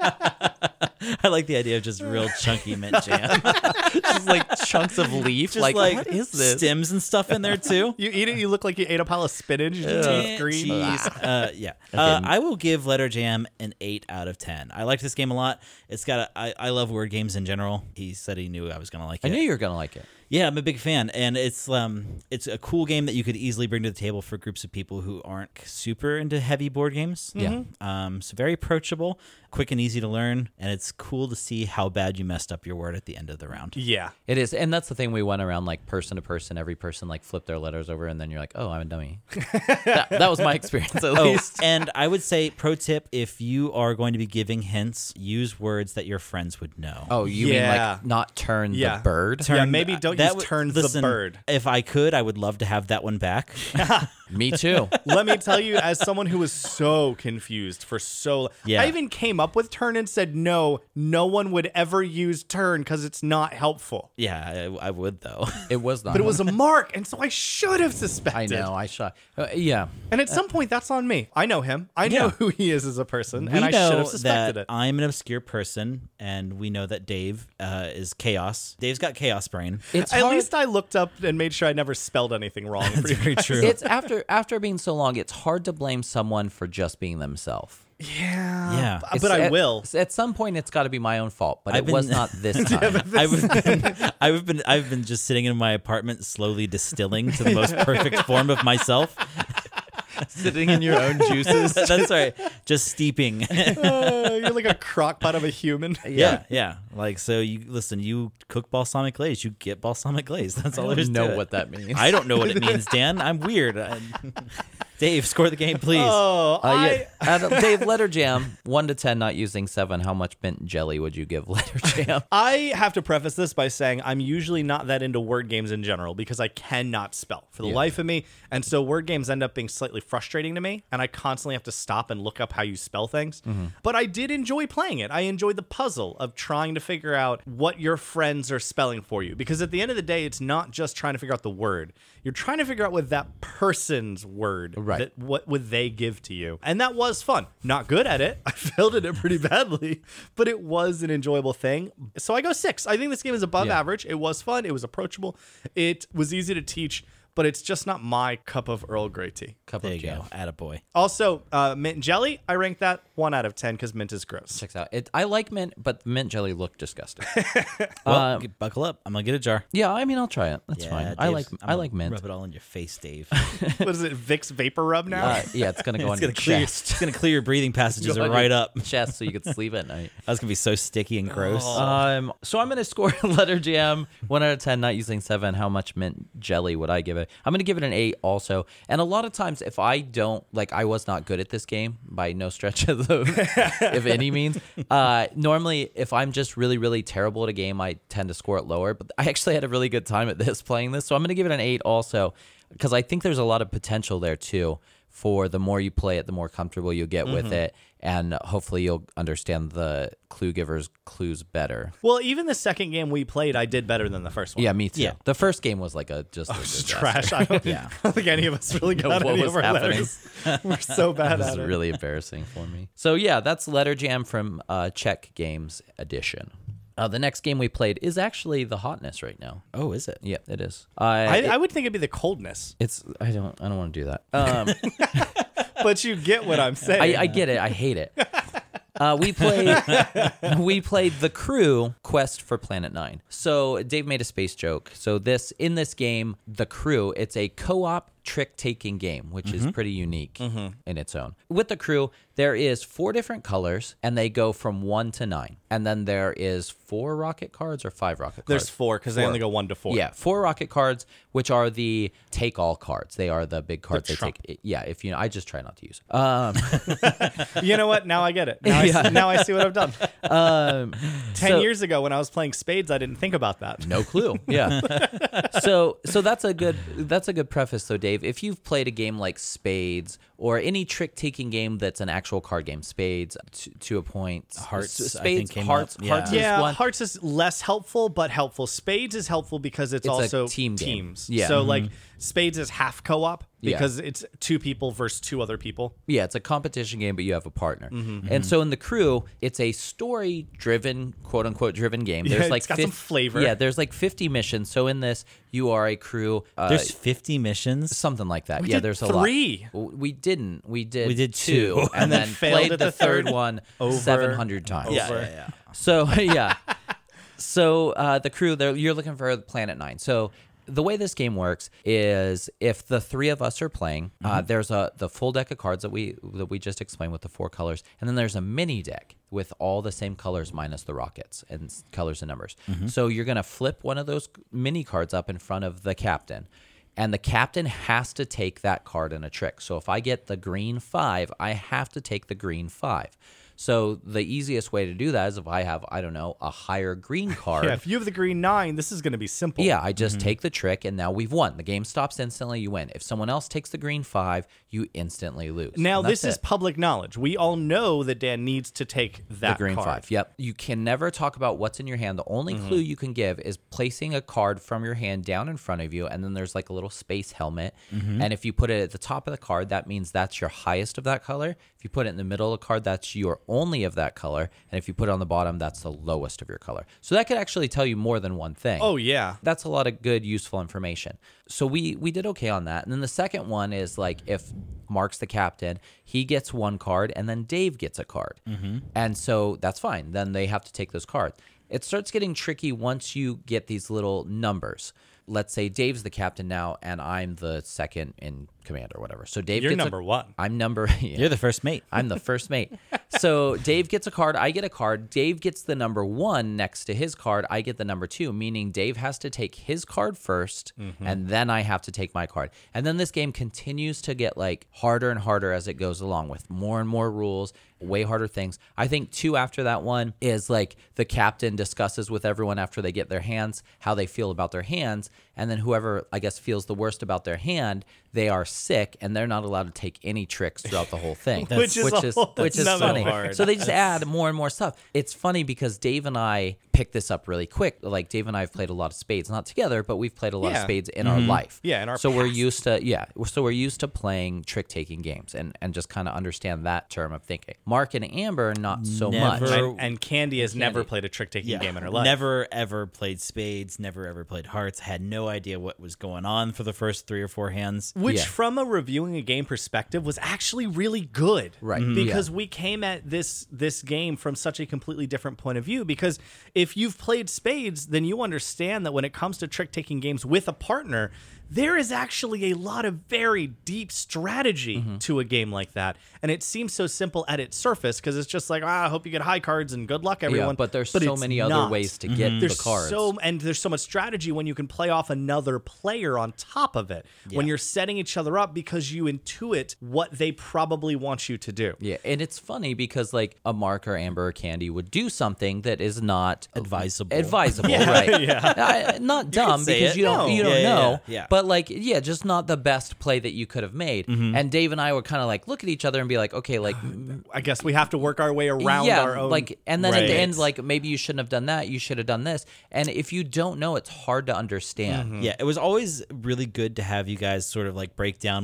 [SPEAKER 1] I like the idea of just real chunky mint jam.
[SPEAKER 3] just like chunks of leaf.
[SPEAKER 1] just
[SPEAKER 3] like,
[SPEAKER 1] like,
[SPEAKER 3] what is this?
[SPEAKER 1] Stems and stuff in there too.
[SPEAKER 2] You eat it, you look like you ate a pile of spinach. Your teeth green.
[SPEAKER 1] Uh, Jeez. Uh, yeah. Uh, I will give Letter Jam an 8 out of 10. I like this game a lot. It's got a, I, I love word games in general. He said he knew I was going to like
[SPEAKER 3] I
[SPEAKER 1] it.
[SPEAKER 3] knew you were going to like it.
[SPEAKER 1] Yeah, I'm a big fan, and it's um, it's a cool game that you could easily bring to the table for groups of people who aren't super into heavy board games.
[SPEAKER 3] Yeah.
[SPEAKER 2] Mm-hmm.
[SPEAKER 1] um, so very approachable, quick and easy to learn, and it's cool to see how bad you messed up your word at the end of the round.
[SPEAKER 2] Yeah.
[SPEAKER 3] It is, and that's the thing. We went around like person to person. Every person like flipped their letters over, and then you're like, "Oh, I'm a dummy." that, that was my experience, at
[SPEAKER 1] Oh,
[SPEAKER 3] least.
[SPEAKER 1] and I would say, pro tip: if you are going to be giving hints, use words that your friends would know.
[SPEAKER 3] Oh, you mean
[SPEAKER 2] Yeah.
[SPEAKER 3] like not turn
[SPEAKER 2] Yeah.
[SPEAKER 3] the bird?
[SPEAKER 2] Turn- Yeah, maybe don't use turns the bird.
[SPEAKER 1] If I could, I would love to have that one back.
[SPEAKER 3] Me too.
[SPEAKER 2] Let me tell you, as someone who was so confused for so long,
[SPEAKER 1] Yeah.
[SPEAKER 2] I even came up with turn and said, no, no one would ever use turn because it's not helpful.
[SPEAKER 1] yeah, I, I would though.
[SPEAKER 3] It was not.
[SPEAKER 2] But it was a mark, and so I should have suspected.
[SPEAKER 3] I know. I shot. Uh, yeah.
[SPEAKER 2] And at some point, that's on me. I know him. I know
[SPEAKER 1] Yeah.
[SPEAKER 2] who he is as a person,
[SPEAKER 1] we
[SPEAKER 2] and I
[SPEAKER 1] know
[SPEAKER 2] should have suspected
[SPEAKER 1] that
[SPEAKER 2] it.
[SPEAKER 1] I'm an obscure person, and we know that Dave uh, is chaos. Dave's got chaos brain.
[SPEAKER 3] It's
[SPEAKER 2] At
[SPEAKER 3] hard-
[SPEAKER 2] least I looked up and made sure I never spelled anything wrong. for you guys.
[SPEAKER 1] true.
[SPEAKER 3] it's after after being so long. It's hard to blame someone for just being themselves.
[SPEAKER 1] yeah.
[SPEAKER 2] Uh, but I
[SPEAKER 3] at,
[SPEAKER 2] will.
[SPEAKER 3] At some point, it's got to be my own fault. But
[SPEAKER 1] I've
[SPEAKER 3] it was
[SPEAKER 1] been-
[SPEAKER 3] not this time.
[SPEAKER 1] I've been, I've been, I've been just sitting in my apartment, slowly distilling to the most perfect form of myself.
[SPEAKER 3] Sitting in your own juices.
[SPEAKER 1] That's right, just steeping. yeah,
[SPEAKER 2] Uh, you're like a crockpot of a human.
[SPEAKER 1] yeah, Like so, you listen. You cook balsamic glaze. You get balsamic glaze. That's all
[SPEAKER 3] I
[SPEAKER 1] there is
[SPEAKER 3] don't
[SPEAKER 1] to
[SPEAKER 3] know
[SPEAKER 1] it.
[SPEAKER 3] what that means.
[SPEAKER 1] I don't know what it means, Dan. I'm weird. I- Dave, score the game, please.
[SPEAKER 2] Oh,
[SPEAKER 3] Uh,
[SPEAKER 2] I,
[SPEAKER 3] yeah. Out of- Dave, letter jam, one to ten, not using seven. How much mint jelly would you give letter jam?
[SPEAKER 2] I have to preface this by saying I'm usually not that into word games in general because I cannot spell for the life of me. And so word games end up being slightly frustrating to me. And I constantly have to stop and look up how you spell things. But I did enjoy playing it. I enjoyed the puzzle of trying to figure out what your friends are spelling for you. Because at the end of the day, it's not just trying to figure out the word, you're trying to figure out what that person's word,
[SPEAKER 3] Right.
[SPEAKER 2] that- what would they give to you? And that was fun. Not good at it. I failed at it pretty badly, but it was an enjoyable thing. So I go six. I think this game is above
[SPEAKER 3] Yeah.
[SPEAKER 2] average. It was fun. It was approachable. It was easy to teach. but it's just not my cup of Earl Grey tea.
[SPEAKER 3] Cup
[SPEAKER 1] There
[SPEAKER 3] of
[SPEAKER 1] you
[SPEAKER 3] jam.
[SPEAKER 1] go. Attaboy.
[SPEAKER 2] Also, uh, mint and jelly, I rank that one out of 10 because mint is gross.
[SPEAKER 3] Checks out. It, I like mint, but the mint jelly looked disgusting. Uh,
[SPEAKER 1] Well, g- buckle up. I'm gonna get a jar.
[SPEAKER 3] yeah, I mean, I'll try it. That's fine. I
[SPEAKER 1] Dave's-
[SPEAKER 3] like
[SPEAKER 1] I'm
[SPEAKER 3] i
[SPEAKER 1] gonna
[SPEAKER 3] like mint.
[SPEAKER 1] Rub it all in your face, Dave.
[SPEAKER 2] what is it, Vicks Vapor Rub now?
[SPEAKER 3] Uh, yeah, it's gonna go on
[SPEAKER 1] it's gonna
[SPEAKER 3] your
[SPEAKER 1] clear.
[SPEAKER 3] chest.
[SPEAKER 1] It's gonna clear your breathing passages
[SPEAKER 3] Go on
[SPEAKER 1] right
[SPEAKER 3] your
[SPEAKER 1] up.
[SPEAKER 3] chest, so you could sleep at night.
[SPEAKER 1] That's gonna be so sticky and gross.
[SPEAKER 3] Um, so I'm gonna score letter jam one out of ten, not using seven. How much mint jelly would I give it? I'm gonna give it an eight also. And a lot of times, if I don't like, I was not good at this game by no stretch of the, if any means. Uh, normally, if I'm just really, really terrible at a game, I tend to score it lower. But I actually had a really good time at this playing this, so I'm gonna give it an eight also because I think there's a lot of potential there too for the more you play it, the more comfortable you'll get with it, and hopefully you'll understand the clue giver's clues better.
[SPEAKER 2] Well, even the second game we played, I did better than the first one.
[SPEAKER 3] Yeah, Oh, me too.
[SPEAKER 1] Yeah.
[SPEAKER 3] The first game was like a just, a
[SPEAKER 2] It's
[SPEAKER 3] disaster.
[SPEAKER 2] trash. I don't,
[SPEAKER 1] Yeah.
[SPEAKER 2] I don't think any of us really got
[SPEAKER 3] what
[SPEAKER 2] any
[SPEAKER 3] was
[SPEAKER 2] of our
[SPEAKER 3] happening.
[SPEAKER 2] letters. We're so bad
[SPEAKER 3] This is
[SPEAKER 2] at it.
[SPEAKER 3] really embarrassing for me. So yeah, that's Letter Jam from uh, Czech Games Edition. Uh, the next game we played is actually the hotness right now.
[SPEAKER 1] oh, is it?
[SPEAKER 3] Yeah, it is. Uh,
[SPEAKER 2] I,
[SPEAKER 3] it-
[SPEAKER 2] I would think it'd be the coldness,
[SPEAKER 3] it's I don't I don't want to do that. Um,
[SPEAKER 2] but you get what I'm saying.
[SPEAKER 3] I, I get it. I hate it. Uh, we played we played the crew quest for planet nine so dave made a space joke so this in this game the crew it's a co-op trick taking game which
[SPEAKER 2] Mm-hmm.
[SPEAKER 3] is pretty unique in its own with the crew there is four different colors and they go from one to nine and then there is four rocket cards or five rocket cards
[SPEAKER 2] There's four because they only go one to four.
[SPEAKER 3] yeah, four rocket cards, which are the take all cards. They are the big cards. they
[SPEAKER 2] trump.
[SPEAKER 3] take. Yeah, if you know, I just try not to use. Um,
[SPEAKER 2] You know what? Now I get it. Now, I, see, now I see what I've done. Ten
[SPEAKER 3] Um, so-
[SPEAKER 2] years ago, when I was playing spades, I didn't think about that.
[SPEAKER 3] No clue. Yeah. so so that's a good that's a good preface though, Dave. If you've played a game like Spades or any trick taking game that's an actual card game, Spades to, to a point.
[SPEAKER 1] Hearts,
[SPEAKER 3] S-
[SPEAKER 1] I
[SPEAKER 3] Spades,
[SPEAKER 1] think, came
[SPEAKER 3] Hearts,
[SPEAKER 1] up. Yeah.
[SPEAKER 3] Hearts is
[SPEAKER 2] Yeah,
[SPEAKER 3] one.
[SPEAKER 2] hearts is less helpful, but helpful. Spades is helpful because it's,
[SPEAKER 3] It's a
[SPEAKER 2] also
[SPEAKER 3] team game.
[SPEAKER 2] teams.
[SPEAKER 3] Yeah. Mm-hmm.
[SPEAKER 2] So like spades is half co-op
[SPEAKER 3] Yeah.
[SPEAKER 2] because it's two people versus two other people.
[SPEAKER 3] Yeah, it's a competition game, but you have a partner. And so in the crew, it's a story driven, quote unquote driven game. There's
[SPEAKER 2] it's
[SPEAKER 3] like
[SPEAKER 2] got some flavor.
[SPEAKER 3] Yeah, there's like 50 missions. So in this, you are a crew. Uh,
[SPEAKER 1] There's 50 missions.
[SPEAKER 3] something like that. yeah,
[SPEAKER 2] did
[SPEAKER 3] there's a
[SPEAKER 2] three.
[SPEAKER 3] lot. We didn't. We did.
[SPEAKER 1] We did two.
[SPEAKER 3] and,
[SPEAKER 2] And
[SPEAKER 3] then,
[SPEAKER 2] then failed
[SPEAKER 3] played
[SPEAKER 2] at
[SPEAKER 3] the
[SPEAKER 2] the
[SPEAKER 3] third
[SPEAKER 2] third
[SPEAKER 3] one
[SPEAKER 2] over,
[SPEAKER 3] seven hundred times.
[SPEAKER 2] Yeah,
[SPEAKER 1] Yeah,
[SPEAKER 2] over.
[SPEAKER 1] yeah, yeah.
[SPEAKER 3] So yeah. so uh, the crew, they're- you're looking for Planet Nine. So the way this game works is if the three of us are playing, uh, there's a the full deck of cards that we that we just explained with the four colors, and then there's a mini deck with all the same colors minus the rockets and s- colors and numbers. So you're gonna flip one of those mini cards up in front of the captain. And the captain has to take that card in a trick. So if I get the green five, I have to take the green five. So the easiest way to do that is if I have, I don't know, a higher green card.
[SPEAKER 2] Yeah, Mm-hmm. if you have the green nine, this is going to be simple.
[SPEAKER 3] Yeah, I just take the trick and now we've won. The game stops instantly, you win. If someone else takes the green five, you instantly lose.
[SPEAKER 2] Now
[SPEAKER 3] And that's
[SPEAKER 2] this is
[SPEAKER 3] it.
[SPEAKER 2] public knowledge. We all know that Dan needs to take
[SPEAKER 3] the
[SPEAKER 2] that
[SPEAKER 3] green
[SPEAKER 2] card. Mm-hmm.
[SPEAKER 3] five. Yep. You can never talk about what's in your hand. The only clue you can give is placing a card from your hand down in front of you, and then there's like a little space helmet.
[SPEAKER 2] Mm-hmm.
[SPEAKER 3] And if you put it at the top of the card, that means that's your highest of that color. If you put it in the middle of the card, that's your only of that color. And if you put it on the bottom, that's the lowest of your color. So that could actually tell you more than one thing.
[SPEAKER 2] Oh yeah.
[SPEAKER 3] That's a lot of good, useful information. So we we did okay on that. And then the second one is like if Mark's the captain, he gets one card, and then Dave gets a card,
[SPEAKER 2] Mm-hmm.
[SPEAKER 3] and so that's fine. Then they have to take those cards. It starts getting tricky once you get these little numbers. Let's say Dave's the captain now, and I'm the second in command or whatever. So Dave,
[SPEAKER 2] You're
[SPEAKER 3] gets a-
[SPEAKER 2] number one.
[SPEAKER 3] I'm number. yeah.
[SPEAKER 1] You're the first mate.
[SPEAKER 3] I'm the first mate. So Dave gets a card, I get a card. Dave gets the number one next to his card, I get the number two, meaning Dave has to take his card 1st and then I have to take my card. And then this game continues to get like harder and harder as it goes along with more and more rules, way harder things. I think two after that one is like the captain discusses with everyone after they get their hands how they feel about their hands. And then whoever, I guess, feels the worst about their hand, they are sick and they're not allowed to take any tricks throughout the whole thing,
[SPEAKER 2] Which is
[SPEAKER 3] which
[SPEAKER 2] a
[SPEAKER 3] is,
[SPEAKER 2] whole-
[SPEAKER 3] which is
[SPEAKER 2] that's
[SPEAKER 3] funny.
[SPEAKER 2] so hard.
[SPEAKER 3] So they just add more and more stuff. It's funny because Dave and I picked this up really quick. Like Dave and I have played a lot of spades, not together, but we've played a lot of
[SPEAKER 2] Yeah. Mm-hmm.
[SPEAKER 3] spades in our life.
[SPEAKER 2] Yeah, in our
[SPEAKER 3] so we're used to yeah, so we're used to playing trick taking games and and just kind of understand that term of thinking. Mark and Amber not so
[SPEAKER 1] Never
[SPEAKER 3] much.
[SPEAKER 2] and, and Candy has never played a trick taking game in her life.
[SPEAKER 1] Never ever played spades, never ever played hearts, had no idea what was going on for the first three or four hands.
[SPEAKER 2] Which,
[SPEAKER 3] Yeah.
[SPEAKER 2] from a reviewing a game perspective, was actually really good,
[SPEAKER 3] Right, Mhm.
[SPEAKER 2] Because we came at this this game from such a completely different point of view. Because if you've played Spades, then you understand that when it comes to trick taking games with a partner, there is actually a lot of very deep strategy to a game like that, and it seems so simple at its surface because it's just like, ah, I hope you get high cards and good luck, everyone.
[SPEAKER 3] Yeah, but there's so
[SPEAKER 2] it's
[SPEAKER 3] many
[SPEAKER 2] not. Mm-hmm.
[SPEAKER 3] other ways to get
[SPEAKER 2] There's
[SPEAKER 3] Mm-hmm. the cards.
[SPEAKER 2] so and there's so much strategy when you can play off another player on top of it when you're setting each other up because you intuit what they probably want you to do.
[SPEAKER 3] Yeah, and it's funny because like a Mark or Amber or Candy would do something that is not
[SPEAKER 1] Oh, Advisable.
[SPEAKER 3] Advisable, right? I- not dumb
[SPEAKER 1] say
[SPEAKER 3] because
[SPEAKER 1] it.
[SPEAKER 3] you don't
[SPEAKER 1] No.
[SPEAKER 3] you don't
[SPEAKER 1] Yeah, yeah,
[SPEAKER 3] know.
[SPEAKER 1] yeah, yeah.
[SPEAKER 3] But like, yeah, just not the best play that you could have made.
[SPEAKER 1] Mm-hmm.
[SPEAKER 3] And Dave and I would kind of like look at each other and be like, okay, like
[SPEAKER 2] I guess we have to work our way around
[SPEAKER 3] yeah,
[SPEAKER 2] our own.
[SPEAKER 3] like, and then at the
[SPEAKER 2] Right.
[SPEAKER 3] end, like maybe you shouldn't have done that. You should have done this. And if you don't know, it's hard to understand.
[SPEAKER 1] Yeah, it was always really good to have you guys sort of like break down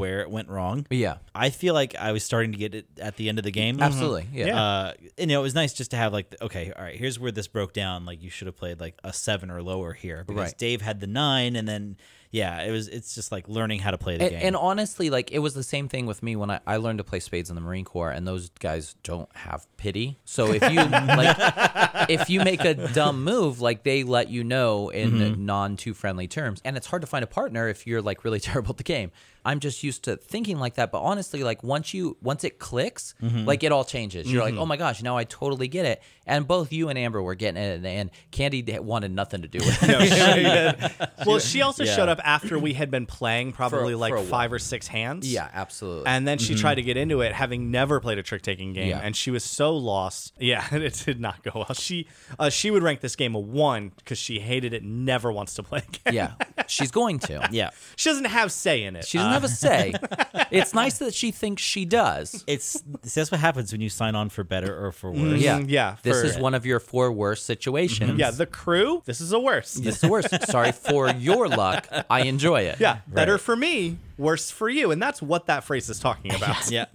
[SPEAKER 1] where it went wrong.
[SPEAKER 3] Yeah,
[SPEAKER 1] I feel like I was starting to get it at the end of the game.
[SPEAKER 3] absolutely. Yeah.
[SPEAKER 1] Uh, you know, it was nice just to have like, the- okay, all right, here's where this broke down. Like, you should have played like a seven or lower here because
[SPEAKER 3] Right.
[SPEAKER 1] Dave had the nine, and then yeah, it was. It's just like learning how to play the
[SPEAKER 3] And,
[SPEAKER 1] game.
[SPEAKER 3] and honestly, like it was the same thing with me when I, I learned to play spades in the Marine Corps, and those guys don't have pity. So if you like, if you make a dumb move, like they let you know in non too friendly terms, and it's hard to find a partner if you're like really terrible at the game. I'm just used to thinking like that, but honestly, like once you once it clicks, like it all changes. You're like, oh my gosh, now I totally get it. And both you and Amber were getting it, and, and Candy d- wanted nothing to do with it.
[SPEAKER 2] No, she did. Well, she also
[SPEAKER 1] Yeah.
[SPEAKER 2] showed up after we had been playing probably
[SPEAKER 3] for
[SPEAKER 2] like
[SPEAKER 3] a while.
[SPEAKER 2] five or six hands.
[SPEAKER 3] yeah, absolutely. Mm-hmm.
[SPEAKER 2] And then she tried to get into it, having never played a trick taking game,
[SPEAKER 3] Yeah.
[SPEAKER 2] and she was so lost. Yeah, it did not go well. She uh, she would rank this game a one because she hated it. Never wants to play again.
[SPEAKER 3] yeah, she's going to.
[SPEAKER 1] yeah,
[SPEAKER 2] She doesn't have say in it. Uh,
[SPEAKER 3] She doesn't have a say. it's nice that she thinks she does.
[SPEAKER 1] it's see, that's what happens when you sign on for better or for worse.
[SPEAKER 3] Yeah.
[SPEAKER 2] Mm, yeah,
[SPEAKER 3] This
[SPEAKER 2] for- Mm-hmm.
[SPEAKER 3] is one of your four worst situations.
[SPEAKER 2] yeah, the crew. This is the worst.
[SPEAKER 3] This is the worst. Sorry for your luck. I enjoy it.
[SPEAKER 2] Yeah, better for me, worse for you, and that's what that phrase is talking about.
[SPEAKER 1] Yeah,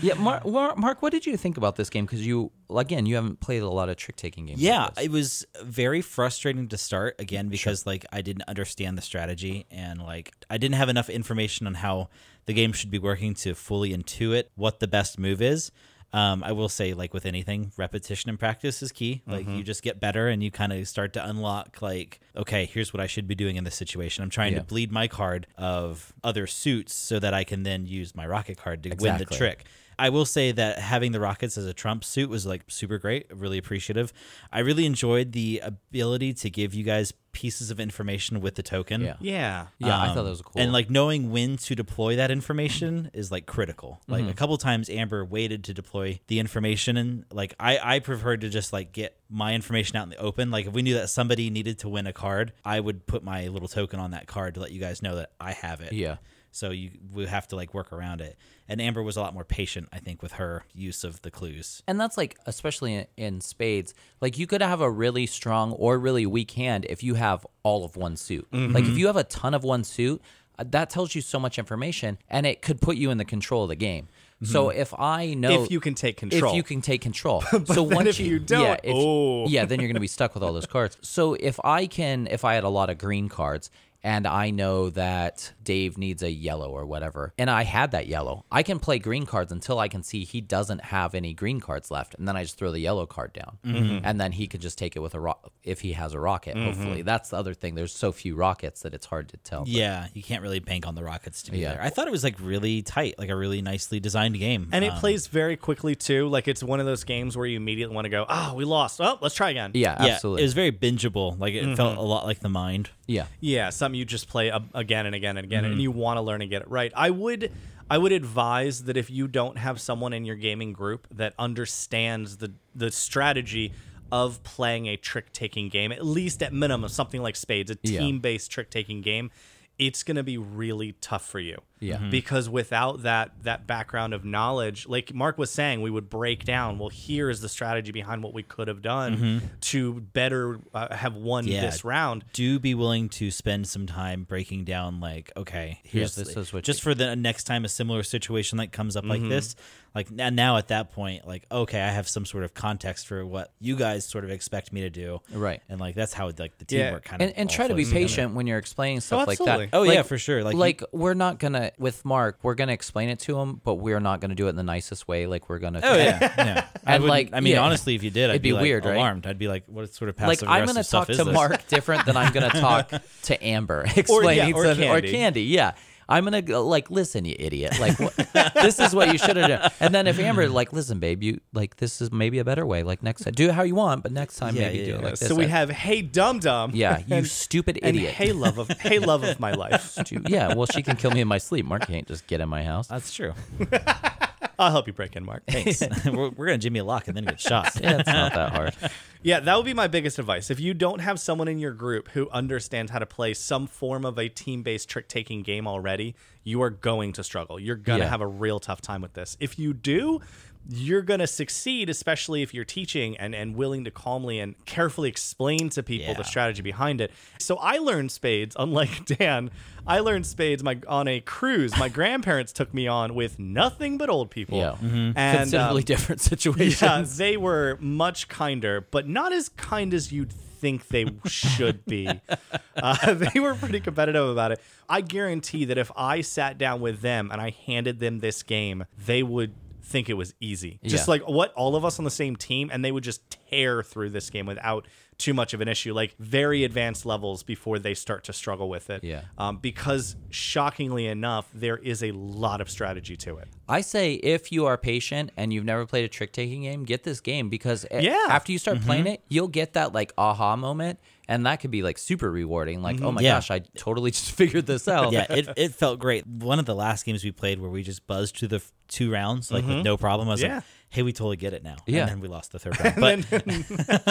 [SPEAKER 3] Yeah. Mark, Mark what did you think about this game? Because you, again, you haven't played a lot of trick taking games. like
[SPEAKER 1] yeah.
[SPEAKER 3] this.
[SPEAKER 1] It was very frustrating to start again because like I didn't understand the strategy and like I didn't have enough information on how the game should be working to fully intuit what the best move is. Um, I will say, like with anything, repetition and practice is key. Like
[SPEAKER 3] Mm-hmm.
[SPEAKER 1] you just get better and you kind of start to unlock, like, okay, here's what I should be doing in this situation. I'm trying
[SPEAKER 3] Yeah.
[SPEAKER 1] to bleed my card of other suits so that I can then use my rocket card to win the
[SPEAKER 3] Exactly.
[SPEAKER 1] trick. I will say that having the Rockets as a Trump suit was like super great, really appreciative. I really enjoyed the ability to give you guys pieces of information with the token.
[SPEAKER 3] Yeah.
[SPEAKER 2] Yeah.
[SPEAKER 3] Yeah. I
[SPEAKER 1] Um,
[SPEAKER 3] thought that was cool.
[SPEAKER 1] And like knowing when to deploy that information is like critical. Like
[SPEAKER 3] Mm-hmm.
[SPEAKER 1] a couple times Amber waited to deploy the information and like I I preferred to just like get my information out in the open. Like if we knew that somebody needed to win a card, I would put my little token on that card to let you guys know that I have it.
[SPEAKER 3] Yeah.
[SPEAKER 1] So you we have to like work around it. And Amber was a lot more patient, I think, with her use of the clues.
[SPEAKER 3] And that's like, especially in, in spades, like you could have a really strong or really weak hand if you have all of one suit. Like
[SPEAKER 2] Mm-hmm.
[SPEAKER 3] if you have a ton of one suit, uh, that tells you so much information and it could put you in the control of the game. So if I know
[SPEAKER 2] Mm-hmm. If you can take control.
[SPEAKER 3] if you can take control. so once
[SPEAKER 2] if you don't,
[SPEAKER 3] yeah, if-
[SPEAKER 2] oh.
[SPEAKER 3] yeah, then you're going to be stuck with all those cards. So if I can, if I had a lot of green cards and I know that Dave needs a yellow or whatever, and I had that yellow, I can play green cards until I can see he doesn't have any green cards left, and then I just throw the yellow card down,
[SPEAKER 2] Mm-hmm.
[SPEAKER 3] and then he can just take it with a rock if he has a rocket. Hopefully, that's the other thing. There's so few rockets that it's hard to tell.
[SPEAKER 1] Yeah, you can't really bank on the Rockets to be
[SPEAKER 3] Yeah.
[SPEAKER 1] there. I thought it was like really tight, like a really nicely designed game.
[SPEAKER 2] and it
[SPEAKER 1] Um,
[SPEAKER 2] plays very quickly too. Like it's one of those games where you immediately want to go, "Oh, we lost. Oh, let's try again."
[SPEAKER 3] Yeah,
[SPEAKER 1] yeah,
[SPEAKER 3] absolutely. Mm-hmm.
[SPEAKER 1] it was very bingeable. Like it felt a lot like the mind.
[SPEAKER 3] yeah.
[SPEAKER 2] Yeah, something you just play a- again and again and again,
[SPEAKER 3] Mm-hmm.
[SPEAKER 2] and you want to learn and get it right. I would, I would advise that if you don't have someone in your gaming group that understands the the strategy of playing a trick taking game, at least at minimum something like spades, a
[SPEAKER 3] Yeah.
[SPEAKER 2] team based trick taking game. it's going to be really tough for you.
[SPEAKER 3] Yeah. Mhm.
[SPEAKER 2] Because without that that background of knowledge, like Mark was saying, we would break down. Well, here is the strategy behind what we could have done
[SPEAKER 3] Mm-hmm.
[SPEAKER 2] to better uh, have won
[SPEAKER 1] Yeah.
[SPEAKER 2] this round.
[SPEAKER 1] do be willing to spend some time breaking down like okay here's
[SPEAKER 3] this
[SPEAKER 1] the-
[SPEAKER 3] is what Mm-hmm.
[SPEAKER 1] just for the next time a similar situation like comes up like this like n- now at that point like okay i have some sort of context for what you guys sort of expect me to do
[SPEAKER 3] Right.
[SPEAKER 1] and like that's how like the
[SPEAKER 2] Yeah.
[SPEAKER 1] teamwork kind of
[SPEAKER 3] and, and
[SPEAKER 1] all
[SPEAKER 3] try to be
[SPEAKER 1] flows together.
[SPEAKER 3] patient when you're explaining stuff like that.
[SPEAKER 2] absolutely.
[SPEAKER 1] Oh, yeah,
[SPEAKER 3] Like-
[SPEAKER 1] for sure. Like,
[SPEAKER 3] Like,
[SPEAKER 1] you-
[SPEAKER 3] we're not gonna with Mark, we're gonna explain it to him, but we're not gonna do it in the nicest way. Like we're gonna.
[SPEAKER 1] oh yeah, yeah. I
[SPEAKER 3] And,
[SPEAKER 1] would like
[SPEAKER 3] like,
[SPEAKER 1] i mean
[SPEAKER 3] yeah.
[SPEAKER 1] honestly if you did i'd
[SPEAKER 3] It'd
[SPEAKER 1] be,
[SPEAKER 3] be
[SPEAKER 1] like,
[SPEAKER 3] weird, right?
[SPEAKER 1] alarmed i'd be like what sort of
[SPEAKER 3] Like
[SPEAKER 1] passive
[SPEAKER 3] I'm
[SPEAKER 1] aggressive
[SPEAKER 3] gonna
[SPEAKER 1] stuff
[SPEAKER 3] talk
[SPEAKER 1] is
[SPEAKER 3] to
[SPEAKER 1] this?
[SPEAKER 3] Mark different than I'm gonna talk to Amber, explaining
[SPEAKER 2] or
[SPEAKER 3] to or
[SPEAKER 2] Candy.
[SPEAKER 3] Candy. Yeah, I'm gonna go, like listen, you idiot. Like what, this is what you should have done. And then if Amber like listen, babe, you like this is maybe a better way. Like next time, do it how you want, but next time
[SPEAKER 1] Yeah,
[SPEAKER 3] maybe
[SPEAKER 1] yeah,
[SPEAKER 3] do it
[SPEAKER 1] yeah.
[SPEAKER 3] like this.
[SPEAKER 2] so we
[SPEAKER 3] I-
[SPEAKER 2] have hey dum dum.
[SPEAKER 3] yeah, you
[SPEAKER 2] and,
[SPEAKER 3] stupid
[SPEAKER 2] and
[SPEAKER 3] idiot.
[SPEAKER 2] hey love of hey love of my life.
[SPEAKER 3] Do- yeah, well, she can kill me in my sleep. Mark can't just get in my house.
[SPEAKER 1] that's true
[SPEAKER 2] I'll help you break in, Mark.
[SPEAKER 1] thanks we're, we're gonna jimmy lock and then get shot
[SPEAKER 3] Yeah, it's not that hard.
[SPEAKER 2] Yeah, that would be my biggest advice. If you don't have someone in your group who understands how to play some form of a team based trick taking game already, you are going to struggle. You're going to
[SPEAKER 3] Yeah.
[SPEAKER 2] have a real tough time with this. If you do, you're going to succeed, especially if you're teaching and, and willing to calmly and carefully explain to people the
[SPEAKER 1] Yeah.
[SPEAKER 2] strategy behind it. So I learned spades, unlike Dan. I learned spades my, on a cruise. My grandparents took me on with nothing but old people.
[SPEAKER 3] Yeah.
[SPEAKER 2] And,
[SPEAKER 3] Considerably
[SPEAKER 2] um,
[SPEAKER 3] different situation.
[SPEAKER 2] yeah, they were much kinder, but not as kind as you'd think they should be. Uh, they were pretty competitive about it. I guarantee that if I sat down with them and I handed them this game, they would think it was easy. Just
[SPEAKER 3] Yeah.
[SPEAKER 2] like what all of us on the same team, and they would just tear through this game without too much of an issue, like very advanced levels before they start to struggle with it.
[SPEAKER 3] Yeah.
[SPEAKER 2] Um, because shockingly enough, there is a lot of strategy to it.
[SPEAKER 3] I say if you are patient and you've never played a trick taking game, get this game because a-
[SPEAKER 2] Yeah. Mm-hmm.
[SPEAKER 3] after you start playing it, you'll get that like aha moment. And that could be like super rewarding. Like,
[SPEAKER 2] Mm-hmm.
[SPEAKER 3] oh my
[SPEAKER 1] Yeah.
[SPEAKER 3] gosh, I totally just figured this out.
[SPEAKER 1] yeah, it, it felt great. One of the last games we played where we just buzzed to the f- two rounds like with no problem. I was
[SPEAKER 2] Mm-hmm. Yeah.
[SPEAKER 1] like, "Hey, we totally get it now."
[SPEAKER 3] Yeah.
[SPEAKER 1] and then we lost the third round. But